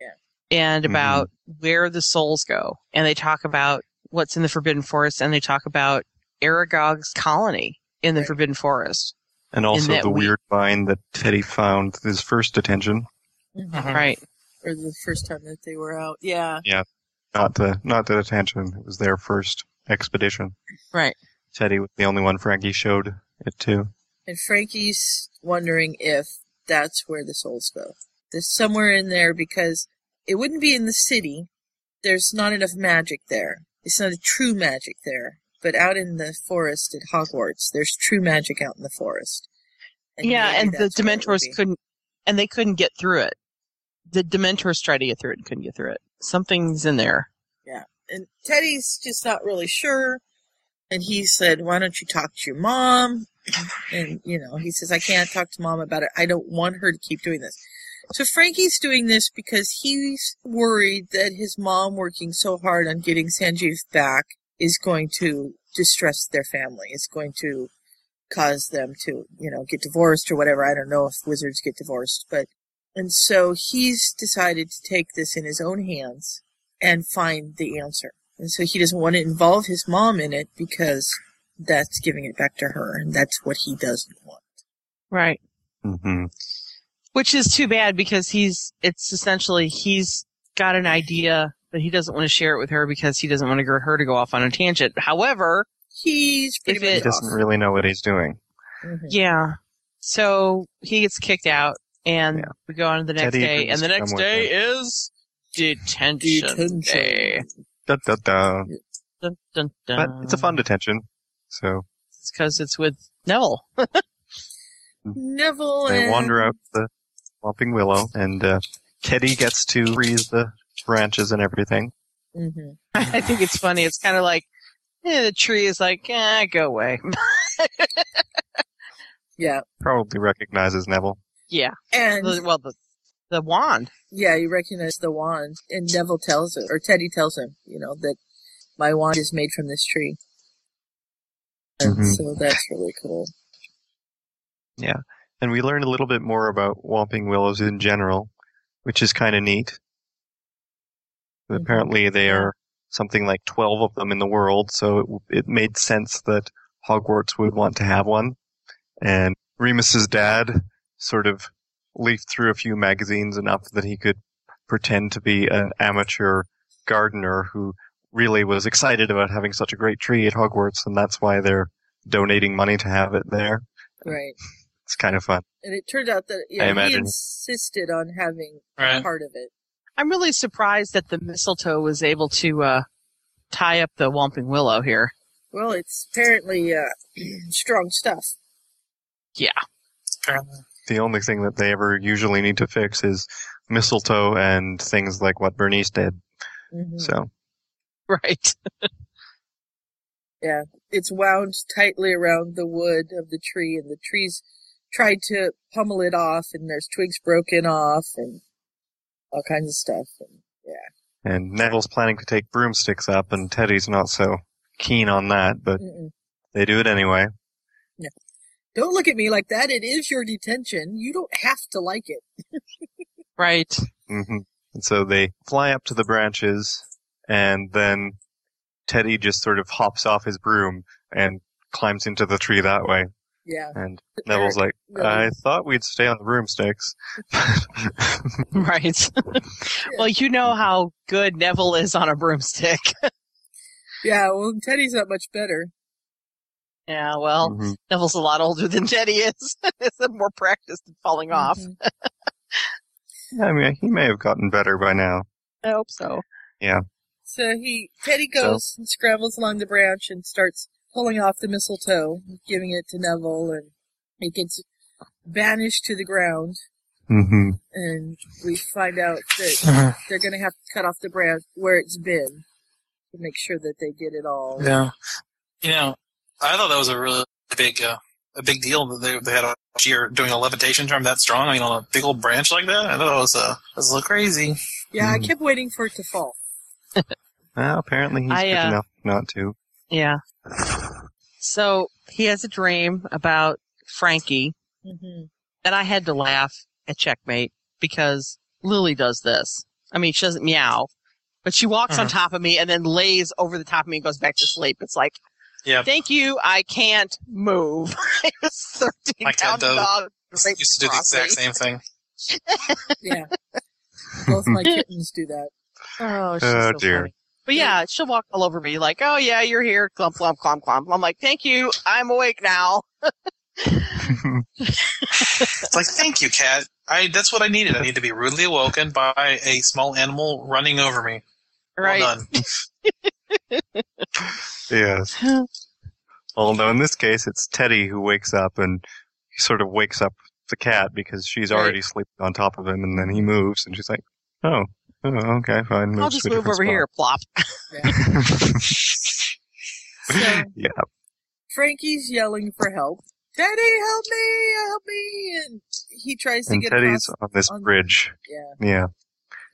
D: Yeah.
A: And
E: Mm-hmm.
A: about where the souls go. And they talk about what's in the Forbidden Forest and they talk about Aragog's colony in the Forbidden Forest.
E: And also
A: that
E: the
A: we-
E: weird vine that Teddy found with his first attention.
B: Mm-hmm.
A: Right.
D: Or the first time that they were out. Yeah.
E: Yeah. Not the not the detention. It was their first expedition.
A: Right.
E: Teddy was the only one Frankie showed it to.
D: And Frankie's wondering if that's where the souls go. There's somewhere in there because it wouldn't be in the city. There's not enough magic there. It's not a true magic there. But out in the forest at Hogwarts, there's true magic out in the forest.
A: yeah,
D: maybe
A: and the
D: that's where it would
A: Dementors
D: be.
A: couldn't, and they couldn't get through it. The Dementors tried to get through it and couldn't get through it. Something's in there.
D: Yeah. And Teddy's just not really sure. And he said, Why don't you talk to your mom? And, you know, he says, I can't talk to mom about it. I don't want her to keep doing this. So Frankie's doing this because he's worried that his mom working so hard on getting Sanjeev back is going to distress their family. It's going to cause them to, you know, get divorced or whatever. I don't know if wizards get divorced, but and so he's decided to take this in his own hands and find the answer. And so he doesn't want to involve his mom in it because that's giving it back to her and that's what he doesn't want.
A: Right.
E: Mm-hmm.
A: Which is too bad because he's, it's essentially, he's got an idea, but he doesn't want to share it with her because he doesn't want to get her to go off on a tangent. However,
D: he's
A: pretty
E: He doesn't really know what he's doing.
D: Mm-hmm.
A: Yeah. So he gets kicked out, and we go on to the next
E: Teddy
A: day, and
E: agrees
A: the
E: to
A: next
E: come with
A: day is detention, day.
E: Da, da, da.
A: Dun, dun,
E: But
A: dun.
E: it's a fun detention. So
A: It's because it's with Neville.
D: Neville
E: Mm-hmm. they
D: and
E: wander out the swamping willow, and uh, Teddy gets to freeze the branches and everything.
D: hmm
A: I think it's funny. It's kind of like eh, the tree is like, eh, go away.
D: yeah.
E: Probably recognizes Neville.
A: Yeah.
D: And
A: The- well, the the wand.
D: Yeah, you recognize the wand. And Neville tells him, or Teddy tells him, you know, that my wand is made from this tree. And
E: Mhm.
D: so that's really cool.
E: Yeah. And we learned a little bit more about whomping willows in general, which is kind of neat. Apparently, there are something like 12 of them in the world, so it, it made sense that Hogwarts would want to have one. And Remus's dad sort of leafed through a few magazines enough that he could pretend to be an amateur gardener who really was excited about having such a great tree at Hogwarts, and that's why they're donating money to have it there.
D: Right.
E: It's kind of fun.
D: And it turned out that
E: I
D: yeah, he
E: imagine.
D: insisted on having
E: Right.
D: part of it.
A: I'm really surprised that the mistletoe was able to uh, tie up the Whomping Willow here.
D: Well, it's apparently uh, strong stuff.
A: Yeah.
E: The only thing that they ever usually need to fix is mistletoe and things like what Bernice did.
D: Hmm.
E: So,
A: Right.
D: Yeah, it's wound tightly around the wood of the tree, and the trees tried to pummel it off, and there's twigs broken off, and all kinds of stuff. And yeah,
E: and Neville's planning to take broomsticks up, and Teddy's not so keen on that, but
D: Mm-mm.
E: they do it anyway.
D: yeah. Don't look at me like that. It is your detention. You don't have to like it.
A: Right.
E: hmm And so they fly up to the branches, and then Teddy just sort of hops off his broom and climbs into the tree that way.
D: Yeah.
E: And Neville's like, I thought we'd stay on the broomsticks.
A: Right. well, you know how good Neville is on a broomstick.
D: Yeah, well, Teddy's not much better.
A: yeah, well,
E: Mm-hmm.
A: Neville's a lot older than Teddy is. it's more practice than falling off.
E: Yeah, I mean, he may have gotten better by now.
A: I hope so.
E: Yeah.
D: So he Teddy goes and scrambles along the branch and starts pulling off the mistletoe, giving it to Neville, and it gets banished to the ground.
E: Mm-hmm.
D: and we find out that they're going to have to cut off the branch where it's been to make sure that they get it all.
B: Yeah. You know, I thought that was a really big uh, a big deal that they, they had a year doing a levitation charm that strong. I mean, on a big old branch like that. I thought it was, uh, it was a little crazy.
D: Yeah,
E: Mm-hmm.
D: I kept waiting for it to fall.
E: Well, apparently he's
A: I,
E: good
A: uh,
E: enough not to.
A: Yeah. So he has a dream about Frankie, and I had to laugh at Checkmate because Lily does this. I mean, she doesn't meow, but she walks on
B: Uh-huh.
A: top of me and then lays over the top of me and goes back to sleep. It's like,
B: Yeah.
A: thank you, I can't move. it was 13
B: My cat
A: pound
B: does.
A: dog.
B: uh, used to do the exact same thing.
D: yeah. Both my kittens do that.
A: Oh, she's so
B: Oh, dear.
A: funny. But yeah, she'll walk all over me like, oh yeah, you're here, clump, clump, clump, clump. I'm like, thank you, I'm awake now.
B: It's like, thank you, cat. I that's what I needed. I need to be rudely awoken by a small animal running over me.
A: Right.
B: Well done.
E: Yes. Although in this case, it's Teddy who wakes up and he sort of wakes up the cat because she's
A: Right.
E: already sleeping on top of him, and then he moves, and she's like, "Oh, oh okay, fine."
A: I'll
E: moves
A: just
E: to a
A: move over
E: different
A: here, plop.
E: spot. yeah.
D: Frankie's yelling for help. Daddy, help me! Help me! And he tries to
E: And
D: get
E: Teddy's
D: across
E: on this bridge.
D: Yeah.
E: Yeah.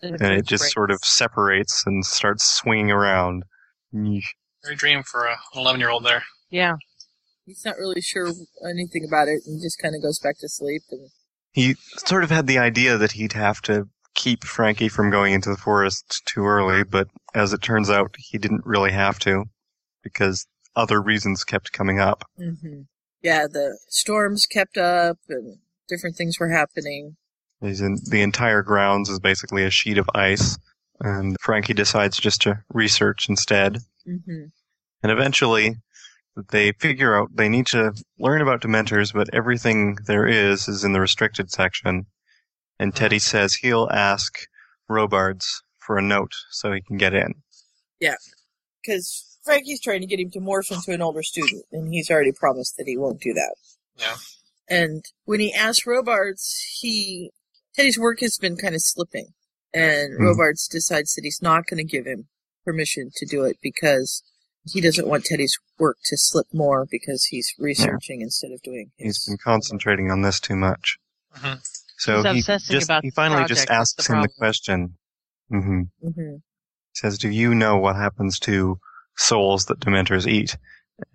A: And,
E: it just sort of separates and starts swinging around. Yeesh.
B: Very dream for a- an eleven-year-old there.
A: Yeah.
D: He's not really sure anything about it and just kind of goes back to sleep. And
E: He sort of had the idea that he'd have to keep Frankie from going into the forest too early, but as it turns out, he didn't really have to because other reasons kept coming up.
D: hmm Yeah, the storms kept up and different things were happening.
E: He's in, the entire grounds is basically a sheet of ice, and Frankie decides just to research instead.
D: Mm-hmm.
E: And eventually, they figure out they need to learn about dementors, but everything there is is in the restricted section. And Teddy says he'll ask Robards for a note so he can get in.
D: Yeah, because Frankie's trying to get him to morph into an older student, and he's already promised that he won't do that.
B: Yeah.
D: And when he asks Robards, he Teddy's work has been kind of slipping, and
E: Hmm.
D: Robards decides that he's not going to give him permission to do it because he doesn't want Teddy's work to slip more because he's researching instead of doing.
E: He's been concentrating on this too much.
B: Mhm.
E: So
D: Mm-hmm. He's
E: he,
D: obsessing
E: just,
D: about
E: he
D: the
E: finally
D: project,
E: just
D: that's
E: asks
D: the
E: him the question. hmm
D: Mm-hmm.
E: says, Do you know what happens to souls that Dementors eat?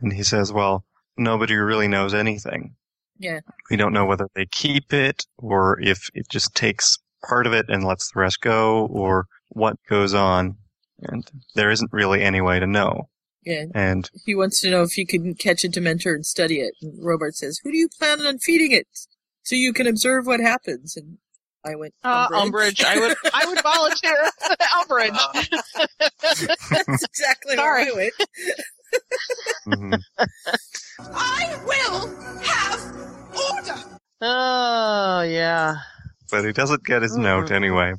E: And he says, Well, nobody really knows anything.
D: Yeah.
E: We don't know whether they keep it or if it just takes part of it and lets the rest go or what goes on. And there isn't really any way to know.
D: Yeah.
E: And
D: He wants to know if he can catch a dementor and study it. And Robert says, "Who do you plan on feeding it, so you can observe what happens?" And I went,
A: Uh, Umbridge, I would, I would volunteer Umbridge.
B: Uh-huh. Uh,
D: That's exactly
A: Sorry.
D: what I went.
E: mm-hmm.
W: I will have order.
A: Oh yeah.
E: but he doesn't get
D: Oh,
E: his note anyway.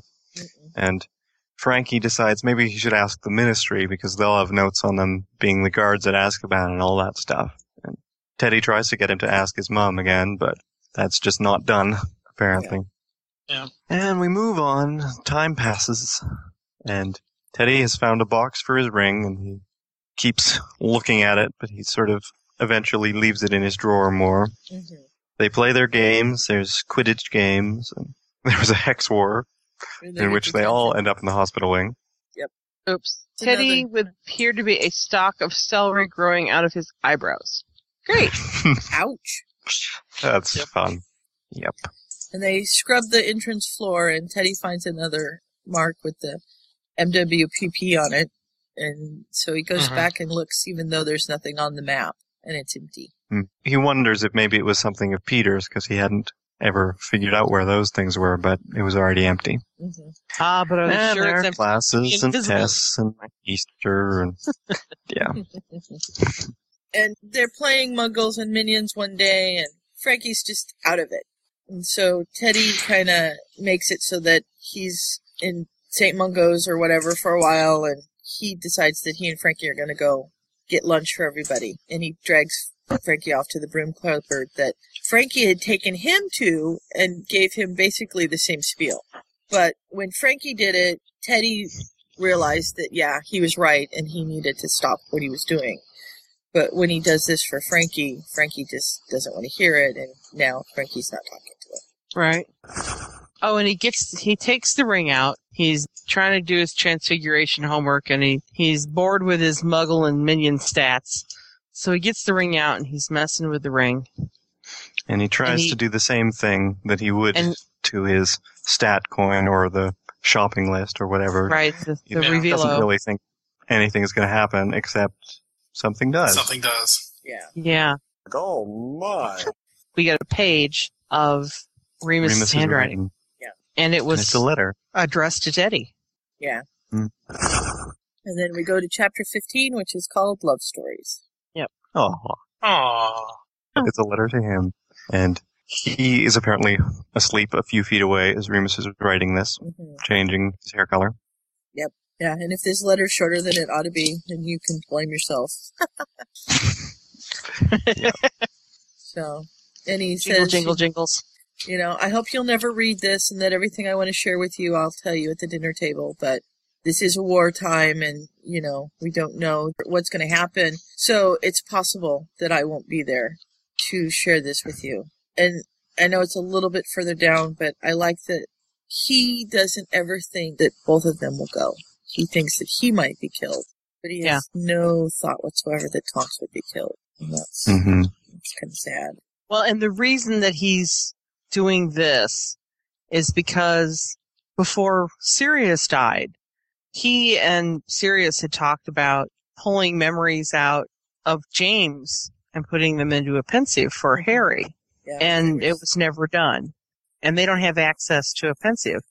E: And Frankie decides maybe he should ask the ministry because they'll have notes on them being the guards at Azkaban and all that stuff. And Teddy tries to get him to ask his mom again, but that's just not done, apparently.
B: Yeah.
E: And we move on. Time passes, and Teddy has found a box for his ring, and he keeps looking at it, but he sort of eventually leaves it in his drawer more. They play their games. There's Quidditch games. And there was a hex war
D: And
A: they
E: in
A: get
E: which they all end up in the hospital wing.
D: Yep.
A: Oops. Teddy would appear to be a stalk of celery growing out of his eyebrows. Great.
D: Ouch.
E: That's fun. Yep.
D: And they scrub the entrance floor, and Teddy finds another mark with the MWPP on it. And so he goes
A: Mm-hmm.
E: Mhm.
D: back and looks, even though there's nothing on the map, and it's empty.
E: Mm. He wonders if maybe it was something of Peter's because he hadn't ever figured out where those things were, but it was already empty.
D: Mm-hmm.
A: Ah, but I'm
E: And
A: sure
E: there
A: it's
E: are
A: em-
E: classes and
A: invisible.
E: tests and Easter and yeah.
D: and they're playing Muggles and Minions one day, and Frankie's just out of it. And so Teddy kind of makes it so that he's in St. Mungo's or whatever for a while, and he decides that he and Frankie are going to go get lunch for everybody. And he drags Frankie off to the broom cupboard that Frankie had taken him to and gave him basically the same spiel. But when Frankie did it, Teddy realized that, yeah, he was right and he needed to stop what he was doing. But when he does this for Frankie, Frankie just doesn't want to hear it, and now Frankie's not talking to him.
A: Right. Oh, and he gets he takes the ring out. He's trying to do his transfiguration homework, and he he's bored with his muggle and minion stats. So he gets the ring out, and he's messing with the ring.
E: And he tries
A: And he-
E: to do the same thing that he would
A: And-
E: to his stat coin or the shopping list or whatever.
A: Right, the,
E: He
A: the
E: doesn't
A: revealo.
E: really think anything is going to happen except something does.
B: Something does.
D: Yeah.
A: Yeah.
E: Oh my!
A: We got a page of Remus's
E: Remus is
A: handwriting,
E: writing.
A: and it
E: And
A: was
E: it's a letter.
A: addressed to Teddy.
D: Yeah.
E: Hmm.
D: And then we go to chapter 15, which is called Love Stories.
A: Yep.
E: Oh,
B: Aww.
E: it's a letter to him, and he is apparently asleep a few feet away as Remus is writing this, changing his hair color.
D: Yep. Yeah, and if this letter's shorter than it ought to be, then you can blame yourself. So, and he
A: Jingle,
D: says,
A: jingle, jingles.
D: You know, I hope you'll never read this, and that everything I want to share with you, I'll tell you at the dinner table. But this is wartime, and you know, we don't know what's going to happen. So it's possible that I won't be there to share this with you. And I know it's a little bit further down, but I like that he doesn't ever think that both of them will go. He thinks that he might be killed, but he has no thought whatsoever that Tonks would be killed. And that's,
E: Mm-hmm.
D: that's kind of sad.
A: Well, and the reason that he's doing this is because before Sirius died, he and Sirius had talked about pulling memories out of James and putting them into a pensive for Harry.
D: Yeah,
A: and it was never done. And they don't have access to a pensive.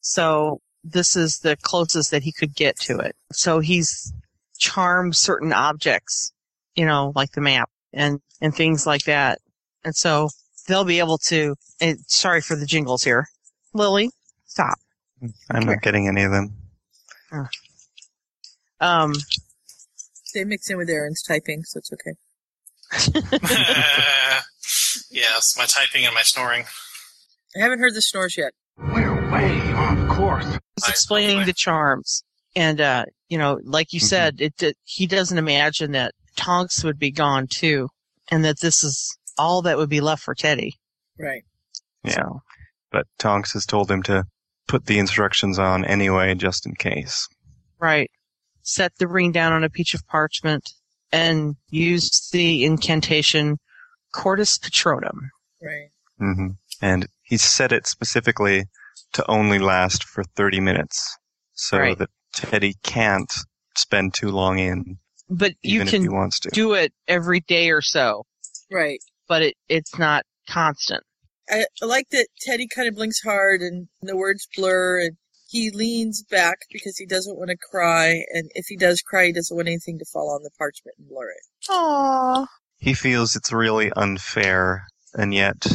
A: So this is the closest that he could get to it. So he's charmed certain objects, you know, like the map and, and things like that. And so they'll be able to, and sorry for the jingles here. Lily, stop.
E: I'm not getting any of them.
A: Um,
D: They mix in with Aaron's typing, so it's okay.
B: yes, my typing and my snoring.
D: I haven't heard the snores yet.
G: Way off course.
A: was explaining the charms. And, uh, you know, like you said, it, it, he doesn't imagine that Tonks would be gone too, and that this is all that would be left for Teddy.
D: Right.
E: Mm-hmm. Yeah. But Tonks has told him to put the instructions on anyway, just in case.
A: Right. Set the ring down on a piece of parchment and use the incantation Cortis Patronum.
D: Right.
E: hmm And he set it specifically to only last for 30 minutes so
A: Right.
E: that Teddy can't spend too long in,
A: But you
E: even
A: can
E: if he wants to.
A: do it every day or so.
D: Right.
A: But it, it's not constant.
D: I, I like that Teddy kind of blinks hard and the words blur and he leans back because he doesn't want to cry. And if he does cry, he doesn't want anything to fall on the parchment and blur it.
A: Aww.
E: he feels it's really unfair, and yet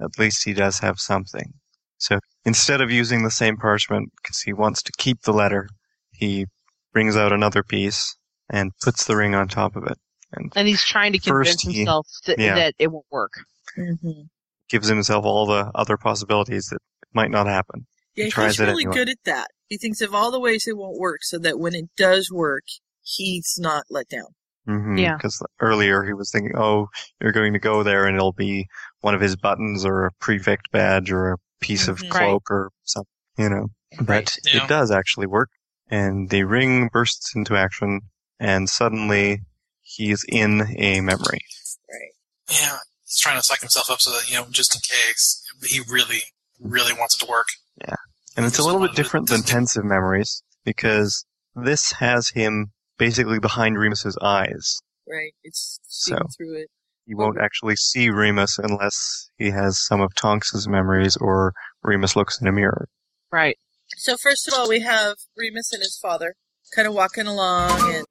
E: at least he does have something. So instead of using the same parchment because he wants to keep the letter, he brings out another piece and puts the ring on top of it and
A: And he's trying to convince
E: First he-
A: himself that,
E: yeah.
A: that it won't work.
D: Mm-hmm.
E: gives himself all the other possibilities that might not happen.
D: Yeah,
E: he tries
D: he's
E: it
D: really
E: anyway.
D: good at that. He thinks of all the ways it won't work so that when it does work, he's not let down.
E: hmm
D: Yeah.
E: Because earlier he was thinking, oh, you're going to go there and it'll be one of his buttons or a prefect badge or a piece of
D: Mhm. Right.
E: cloak or something, you know. But it does actually work. And the ring bursts into action and suddenly he's in a memory.
B: Yeah, he's trying to psych himself up so that you know, just in case he really, really wants it to work.
E: Yeah. And it's a little bit different than pensive memories because this has him basically behind Remus's eyes.
D: Right. It's
E: So.
D: seeing through it.
E: You won't actually see Remus unless he has some of Tonks's memories or Remus looks in a mirror.
A: Right.
D: So first of all, we have Remus and his father kind of walking along and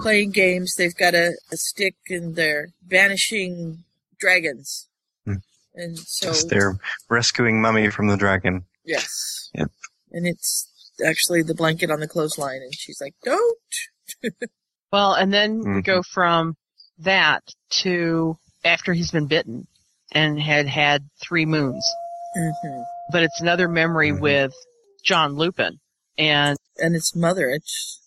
D: playing games. They've got a, a stick and they're banishing dragons.
E: Hmm.
D: And so
E: Yes, they're rescuing Mummy from the dragon.
D: yes.
E: Yep.
D: And it's actually the blanket on the clothesline and she's like, "Don't."
A: Well, and then we go from that to after he's been bitten and had had three moons.
D: Mm-hmm.
X: but it's another memory with John Lupin and
D: and its mother, it's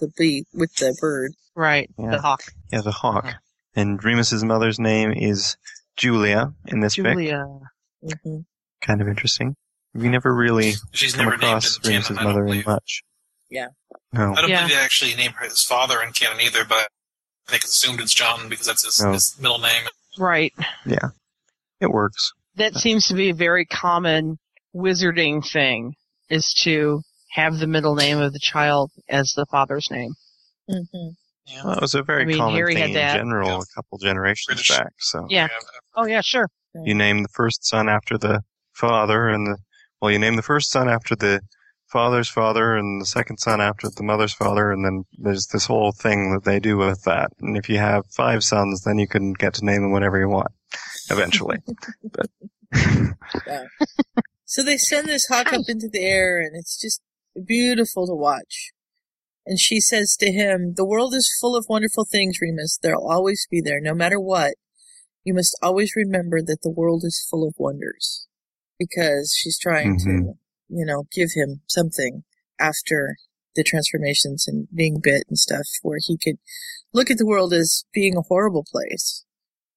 D: the bee with the bird,
X: right?
E: Yeah.
X: The hawk,
E: Yeah, the hawk. And Remus's mother's name is Julia in this book.
X: Julia.
D: Mm-hmm.
E: Kind of interesting. We never really
B: She's
E: come
B: never named
E: across
B: in canon,
E: Remus's
B: I don't
E: mother in much.
D: Yeah.
E: No.
B: I don't believe they actually named her his father in canon either, but I think it's assumed it's John because that's his,
E: No.
B: his middle name.
X: right?
E: Yeah. It works.
X: That seems to be a very common wizarding thing is to have the middle name of the child as the father's name.
D: Mm-hmm.
E: Well, it was a very
X: I mean,
E: common
X: Harry
E: thing
X: had
E: in
X: that.
E: general a couple generations back. So
X: Yeah. Oh yeah, sure.
E: you name the first son after the father, and the well, you name the first son after the father's father, and the second son after the mother's father, and then there's this whole thing that they do with that. And if you have five sons, then you can get to name them whatever you want, eventually. but
D: So they send this hawk up into the air, and it's just beautiful to watch. And she says to him, The world is full of wonderful things, Remus. They'll always be there, no matter what. You must always remember that the world is full of wonders. Because she's trying to, you know, give him something after the transformations and being bit and stuff, where he could look at the world as being a horrible place.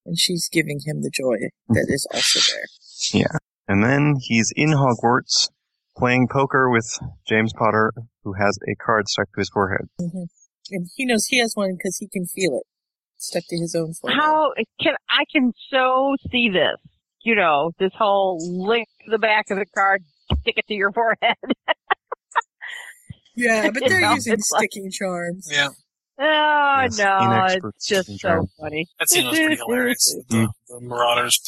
D: And she's giving him the joy that is also there.
E: yeah, and then he's in Hogwarts playing poker with James Potter, who has a card stuck to his forehead.
D: hmm And he knows he has one because he can feel it stuck to his own forehead.
A: How can I can so see this? You know, this whole lick the back of the card, stick it to your forehead.
D: Yeah, but they're
A: You know,
D: using
A: it's like-
D: sticking charms.
B: Yeah.
A: Oh
E: Yes,
A: no,
E: inexpert
A: it's just so
E: syndrome.
A: funny.
B: That scene was pretty hilarious. The, the Marauders,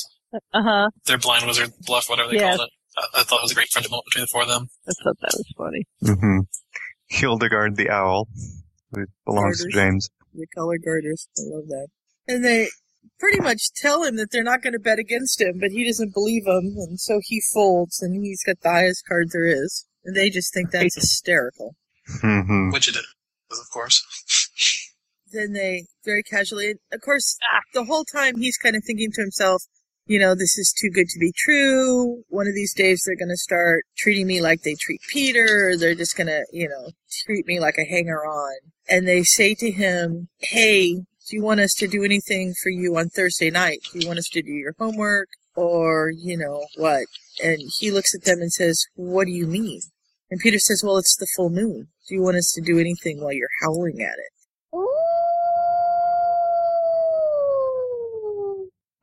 A: Uh huh.
B: their blind wizard bluff, whatever they
A: Yes.
B: called it. I, I thought it was a great friendship moment between the four of them.
A: I thought that was funny.
E: hmm Hildegard the owl, who belongs to
D: Garters.
E: James.
D: The color garters. I love that. And they pretty much tell him that they're not going to bet against him, but he doesn't believe them, and so he folds, and he's got the highest card there is. And they just think that's hysterical.
E: hmm
B: Which it is, of course.
D: Then they very casually, and of course, the whole time he's kind of thinking to himself, you know, this is too good to be true. One of these days they're going to start treating me like they treat Peter. They're just going to, you know, treat me like a hanger on. And they say to him, Hey, do you want us to do anything for you on Thursday night? Do you want us to do your homework or, you know, what? And he looks at them and says, What do you mean? And Peter says, Well, it's the full moon. Do you want us to do anything while you're howling at it?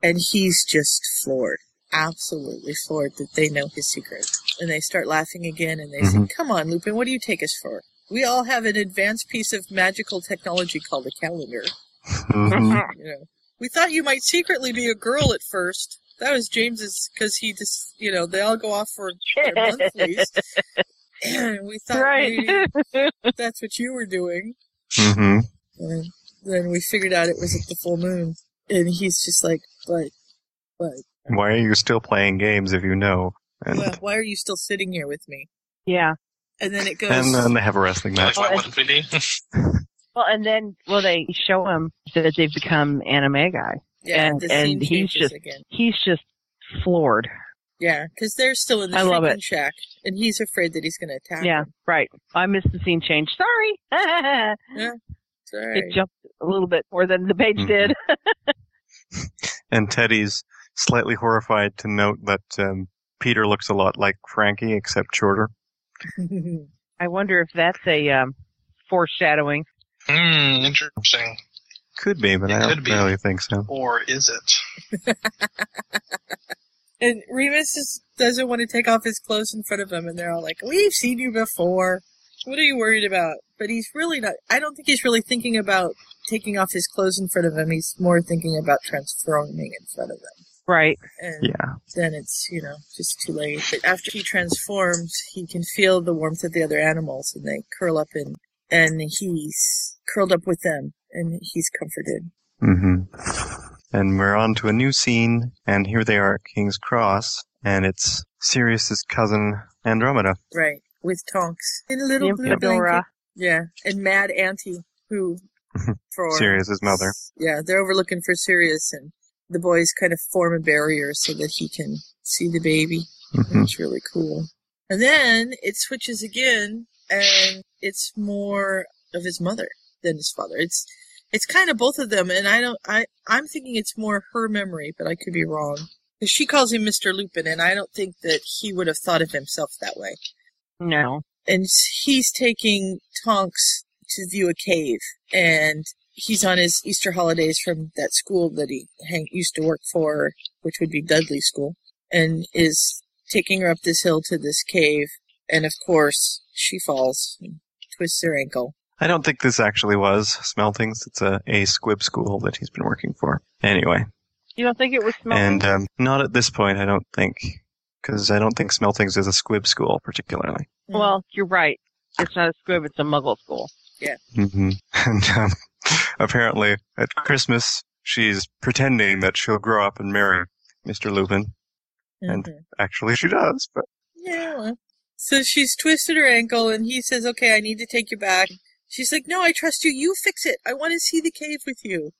D: and he's just floored, absolutely floored that they know his secret. And they start laughing again, and they say,
E: Mhm.
D: "Come on, Lupin, what do you take us for? We all have an advanced piece of magical technology called a calendar.
E: Mhm.
D: You know, we thought you might secretly be a girl at first. That was James's because he just, you know, they all go off for their monthlies. And we thought
A: Right.
D: maybe that's what you were doing.
E: hmm
D: And then we figured out it was at the full moon. And he's just like, but, but,
E: Why are you still playing games if you know? And,
D: why, why are you still sitting here with me?
A: Yeah.
D: And then it goes.
E: and then they have a wrestling match.
A: Well, and then well, they show him that they've become anime guy,
D: Yeah,
A: and
D: the scene
A: and he's
D: changes
A: just
D: again.
A: he's just floored.
D: Yeah, because they're still in the
A: I love
D: freaking
A: it.
D: shack, and he's afraid that he's going to attack.
A: Yeah,
D: him.
A: right. I missed the scene change. Sorry. yeah,
D: it's all right.
A: It jumped a little bit more than the
E: Mm-hmm.
A: page did.
E: And Teddy's slightly horrified to note that um, Peter looks a lot like Frankie, except shorter.
A: I wonder if that's a um, foreshadowing.
B: Hmm, interesting.
E: Could be, but I
B: could
E: don't
B: be.
E: really think so.
B: Or is it?
D: And Remus is, doesn't want to take off his clothes in front of him, and they're all like, "We've seen you before. What are you worried about?" But he's really not. I don't think he's really thinking about taking off his clothes in front of him. He's more thinking about transforming in front of them.
A: Right.
D: And
E: Yeah.
D: then it's you know just too late. But after he transforms, he can feel the warmth of the other animals, and they curl up and and he's curled up with them, and he's comforted.
E: hmm And we're on to a new scene, and here they are at King's Cross, and it's Sirius's cousin Andromeda.
D: Right, with Tonks in a little
A: The
D: blue blanket.
A: fedora.
D: Yeah, and Mad Auntie, who for
E: Sirius's mother.
D: yeah, they're overlooking for Sirius, and the boys kind of form a barrier so that he can see the baby.
E: Mm-hmm.
D: It's really cool. And then it switches again, and it's more of his mother than his father. It's it's kind of both of them, and I don't. I I'm thinking it's more her memory, but I could be wrong. 'Cause She calls him Mister Lupin, and I don't think that he would have thought of himself that way.
A: No.
D: And he's taking Tonks to view a cave, and he's on his Easter holidays from that school that he hang, used to work for, which would be Dudley School, and is taking her up this hill to this cave, and of course she falls, and twists her ankle.
E: I don't think this actually was Smeltings. It's a, a squib school that he's been working for. Anyway,
A: You don't think it was smelting?
E: and um, not at this point, I don't think, because I don't think Smeltings is a squib school particularly.
A: Well, you're right. It's not a squib, it's a muggle school.
D: Yeah.
E: hmm And um, apparently, at Christmas, she's pretending that she'll grow up and marry Mr. Lupin. And actually, she does. But
D: Yeah. So she's twisted her ankle, and he says, "Okay, I need to take you back." She's like, "No, I trust you. You fix it. I want to see the cave with you."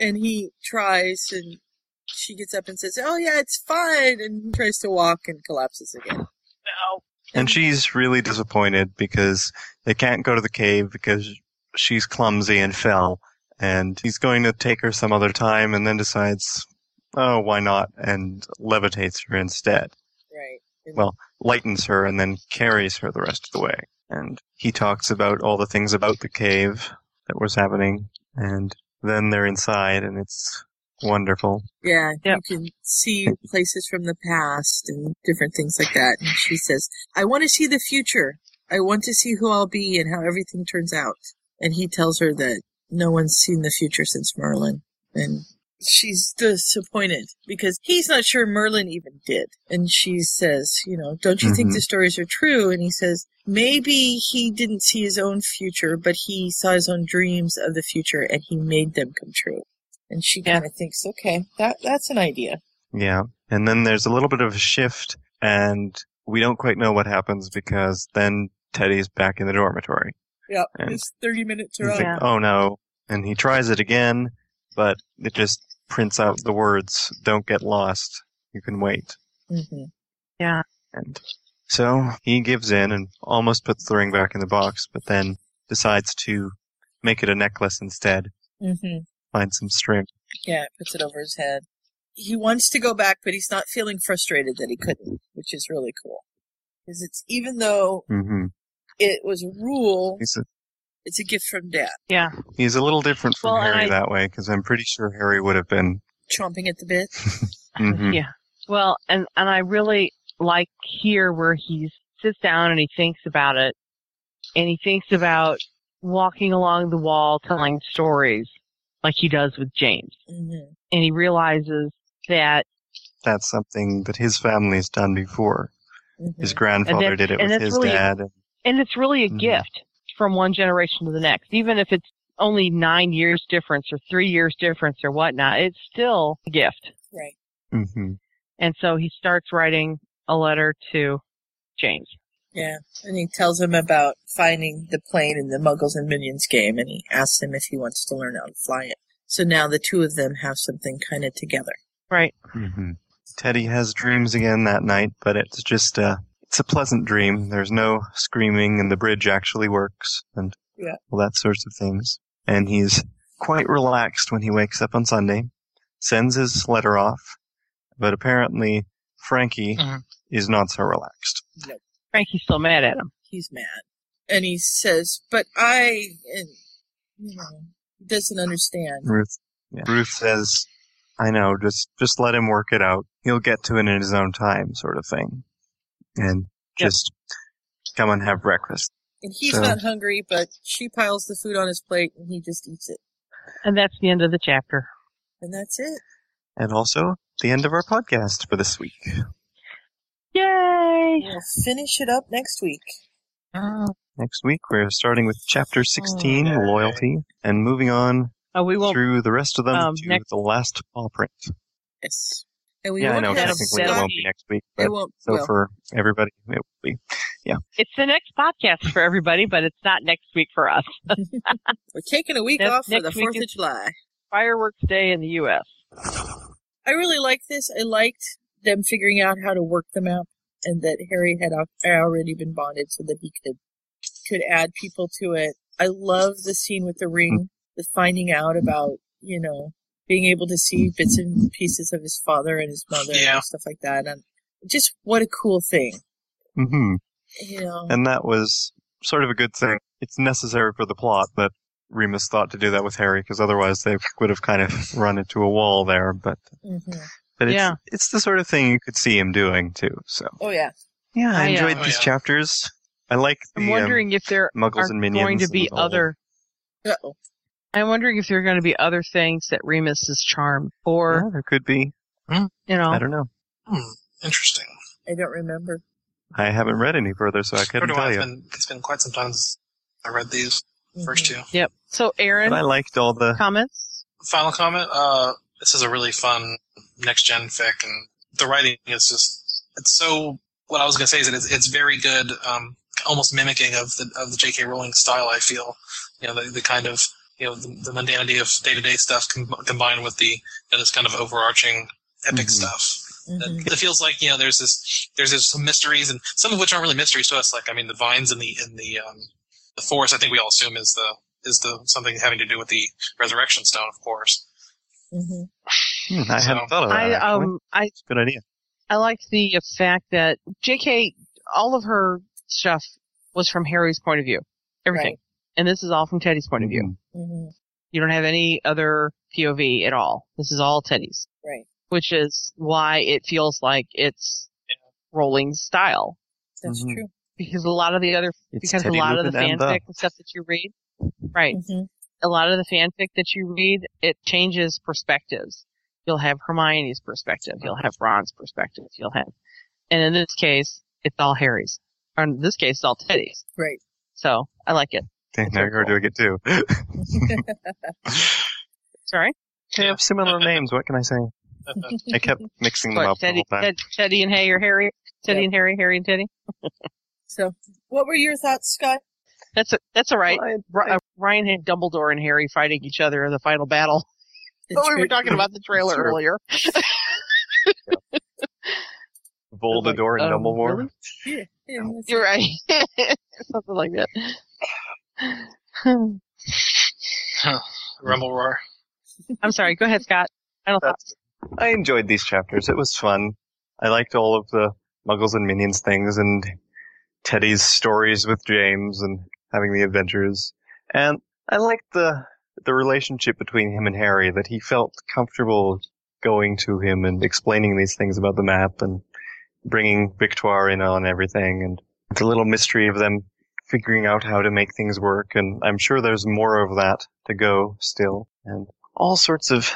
D: And he tries, and she gets up and says, "Oh yeah, it's fine." And he tries to walk and collapses again.
A: No.
E: and she's really disappointed because they can't go to the cave because she's clumsy and fell. And he's going to take her some other time, and then decides, oh, why not? And levitates her instead.
D: Right.
E: well, lightens her and then carries her the rest of the way. And he talks about all the things about the cave that was happening, and then they're inside, and it's wonderful.
D: Yeah, you can see places from the past and different things like that. And she says, I want to see the future. I want to see who I'll be and how everything turns out. And he tells her that no one's seen the future since Merlin. And she's disappointed because he's not sure Merlin even did. And she says, You know, don't you
E: Mm-hmm.
D: think
Y: Mhm.
D: the stories are true? And he says, Maybe he didn't see his own future, but he saw his own dreams of the future and he made them come true. And she kind of thinks, okay, that that's an idea.
E: Yeah. And then there's a little bit of a shift, and we don't quite know what happens because then Teddy's back in the dormitory.
D: Yeah,
E: And
D: it's 30 minutes
E: He's like, oh no. And he tries it again, but it just prints out the words, don't get lost. You can wait.
D: Mm-hmm.
A: Yeah.
E: And so he gives in and almost puts the ring back in the box, but then decides to make it a necklace instead,
D: Mm-hmm.
E: find some string.
D: Yeah, it puts it over his head. He wants to go back, but he's not feeling frustrated that he couldn't, which is really cool. Because it's even though
E: hmm
D: it was a rule,
E: He's a,
D: it's a gift from dad.
A: Yeah.
E: he's a little different from
D: Well, and
E: Harry
D: I-
E: that way, because I'm pretty sure Harry would have been.
D: Chomping at the bit.
E: mhm.
A: Yeah. Well, and and I really like here where he sits down and he thinks about it, and he thinks about walking along the wall telling stories like he does with James,
D: mm-hmm.
A: and he realizes that
E: That's something that his family's done before.
D: mm-hmm.
E: His grandfather
A: that-
E: did it
A: and
E: with
A: that's
E: his
A: really-
E: dad. And,
A: and it's really a gift from one generation to the next, even if it's only nine years difference or three years difference or whatnot. It's still a gift,
D: Right.
E: mm-hmm.
A: and so he starts writing a letter to James.
D: Yeah. And he tells him about finding the plane in the Muggles and Minions game, and he asks him if he wants to learn how to fly it. So now the two of them have something kind of together.
A: Right.
E: hmm Teddy has dreams again that night, but it's just a it's a pleasant dream. There's no screaming, and the bridge actually works, and
D: Yeah.
E: all that sorts of things. And he's quite relaxed when he wakes up on Sunday, sends his letter off, but apparently Frankie
A: Mm-hmm.
E: is not so relaxed.
A: Frankie's still mad at him.
D: He's mad. And he says, But I, and, you know, he doesn't understand.
E: Ruth, Ruth says, "I know, just just let him work it out. He'll get to it in his own time," sort of thing, and just come and have breakfast.
D: And he's
E: So-
D: not hungry, but she piles the food on his plate and he just eats it.
A: And that's the end of the chapter.
D: And that's it.
E: And also, the end of our podcast for this week.
A: Yay!
D: We'll finish it up next week.
E: Next week, we're starting with Chapter 16,
D: Oh,
E: Loyalty, and moving on
A: Oh, we won't.
E: through the rest of them
A: um,
E: to
A: next-
E: the last paw print.
D: Yes. And we
E: yeah, I
D: won't
E: know,
D: have
E: technically it won't be next week,
D: It
E: but
D: won't-
E: so
D: well.
E: for everybody, it will be. Yeah.
A: It's the next podcast for everybody, but it's not next week for us.
D: We're taking a week off for the 4th of July.
A: Fireworks Day in the U.S.
D: I really like this. I liked them figuring out how to work the map. and that Harry had al- already been bonded so that he could could add people to it. I love the scene with the ring, the finding out about you know being able to see bits and pieces of his father and his mother
B: Yeah.
D: and stuff like that, and just what a cool thing, Uh,
E: hmm
D: you know.
E: And that was sort of a good thing. It's necessary for the plot that Remus thought to do that with Harry, because otherwise they would have kind of run into a wall there. But
D: Mhm.
E: but it's
D: Yeah.
E: it's the sort of thing you could see him doing too. So Oh,
D: Oh yeah,
E: yeah, I
A: I, uh,
E: enjoyed these chapters. I like. The,
A: I'm wondering if there
E: um, Muggles
A: are
E: and
A: going
E: Minions
A: to be
E: and all.
A: other. I'm wondering if there are going to be other things that Remus is charmed, or
E: there could be.
A: You know,
E: I don't know.
B: Hmm, Interesting.
D: I don't remember.
E: I haven't read any further, so I couldn't
B: do
E: tell
B: I. It's
E: you.
B: been, it's been quite some time since I read these
D: Mm-hmm.
B: first two.
A: Yep. So, Aaron,
E: But I liked all the.
A: comments.
B: Final comment. Uh, this is a really fun next gen fic, and the writing is just it's so. What I was gonna say is that it's, it's very good, um, almost mimicking of the of the J.K. Rowling style. I feel, you know, the, the kind of you know the, the mundanity of day to day stuff com- combined with the you know, this kind of overarching epic
E: Mm-hmm.
B: stuff.
D: Mm-hmm.
B: That, it feels like you know there's this there's this some mysteries and some of which aren't really mysteries to us. Like I mean, the vines in the in the um, the forest. I think we all assume is the is the something having to do with the resurrection stone, of course.
D: Mm-hmm.
E: Hmm, I hadn't thought of that.
A: I
E: actually.
A: um I
E: Good idea.
A: I liked the uh, fact that J.K. all of her stuff was from Harry's point of view, everything, and this is all from Teddy's point of
E: Mm-hmm.
A: view.
D: Mhm.
A: You don't have any other POV at all. This is all Teddy's,
D: Right.
A: which is why it feels like it's Rowling's style.
D: That's
B: Mm-hmm.
E: Mhm.
D: true.
A: Because a lot of the other because
E: Teddy
A: a lot of
E: Lupin
A: the
E: and uh, the-
A: fanfic and stuff that you read, right?
D: Mm. Mm-hmm.
A: A lot of the fanfic that you read, it changes perspectives. You'll have Hermione's perspective. You'll have Ron's perspective. You'll have, and in this case, it's all Harry's. Or in this case, it's all Teddy's.
D: Right.
A: So I like it.
E: Dang, now you're doing it too.
A: Sorry.
E: They have similar names. What can I say? I kept mixing them
A: What,
E: up
A: Teddy,
E: the whole time.
A: Ted- Teddy and Harry or Harry? Teddy and Harry, Harry and Teddy.
D: so, what were your thoughts, Scott?
A: That's a, that's all right. Ri- uh, Ryan had Dumbledore and Harry fighting each other in the final battle.
D: But
A: we were talking about the trailer
E: Sure.
A: earlier.
E: Voldemort and
A: um,
E: Dumbledore.
A: really?
D: Yeah, yeah, that's
A: You're
D: it.
A: right. Something like that.
B: Rumble roar.
A: I'm sorry. Go ahead, Scott. I don't.
E: I enjoyed these chapters. It was fun. I liked all of the Muggles and Minions things and Teddy's stories with James and having the adventures. And I liked the the relationship between him and Harry that he felt comfortable going to him and explaining these things about the map and bringing Victoire in on everything and the little mystery of them figuring out how to make things work and I'm sure there's more of that to go still and all sorts of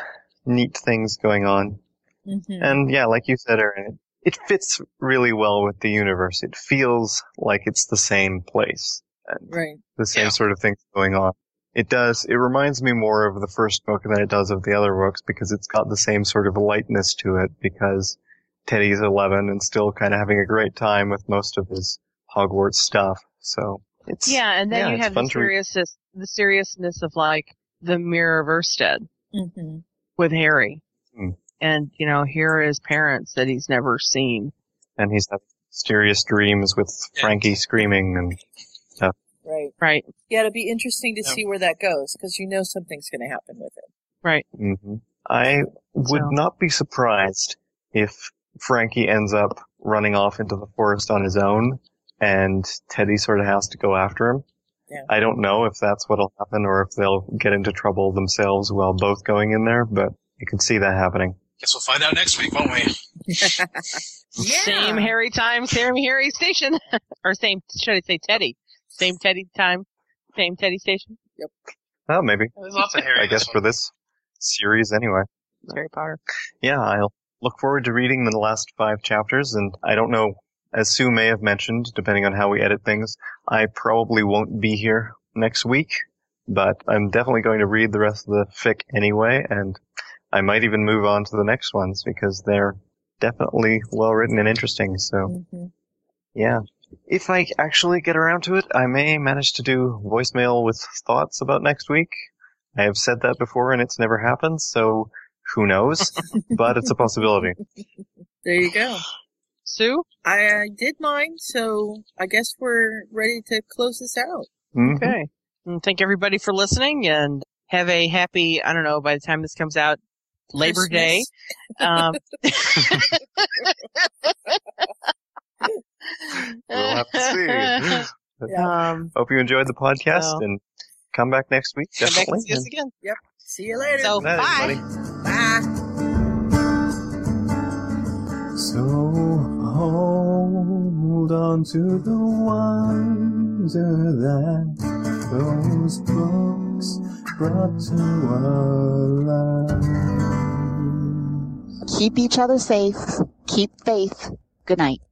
E: neat things going on.
D: mm-hmm.
E: And yeah, like you said, Erin, it, it fits really well with the universe. It feels like it's the same place,
D: Right.
E: the same sort of things going on. It does. It reminds me more of the first book than it does of the other books because it's got the same sort of lightness to it because Teddy's 11 and still kind of having a great time with most of his Hogwarts stuff. So it's,
A: yeah, and then
E: yeah,
A: you
E: it's
A: have
E: fun
A: the
E: to read.
A: seriousness, the seriousness of like the Mirror of Ersted
D: Mm-hmm.
A: with Harry,
E: Hmm.
A: and you know here are his parents that he's never seen.
E: and he's having mysterious dreams with Frankie screaming and stuff.
D: Right.
A: Right.
D: Yeah, it'll be interesting to see where that goes because you know something's going to happen with it.
A: Right.
E: hmm I would not be surprised if Frankie ends up running off into the forest on his own and Teddy sort of has to go after him.
D: Yeah.
E: I don't know if that's what'll happen or if they'll get into trouble themselves while both going in there, but I can see that happening.
B: Guess we'll find out next week, won't we?
A: Same Harry time, same Harry station, or same should I say Teddy? Same Teddy time, same Teddy station.
D: Yep.
E: Oh, maybe.
B: There's lots of Harry
E: I
B: in
E: guess
B: this
E: for this series anyway.
A: Harry Potter.
E: Yeah, I'll look forward to reading the last five chapters, and I don't know, as Sue may have mentioned, depending on how we edit things, I probably won't be here next week, but I'm definitely going to read the rest of the fic anyway, and I might even move on to the next ones because they're definitely well written and interesting, so.
A: Mm-hmm.
E: Yeah. If I actually get around to it, I may manage to do voicemail with thoughts about next week. I have said that before and it's never happened, so who knows? but it's a possibility.
D: There you go.
A: Sue?
D: I did mine, so I guess we're ready to close this out.
E: Hmm? Mm-hmm.
A: Okay. And thank everybody for listening and have a happy, I don't know, by the time this comes out, Labor Day. Um,
Z: We'll have to see.
A: Um,
Z: Hope you enjoyed the podcast
A: so-
Z: and come back next week.
A: Come back
Z: Definitely.
A: and see us again.
D: Yep. See you later.
A: So,
Z: Night,
A: bye.
Z: everybody.
E: So hold on to the wonder that those books brought to our lives.
Q: Keep each other safe. Keep faith. Good night.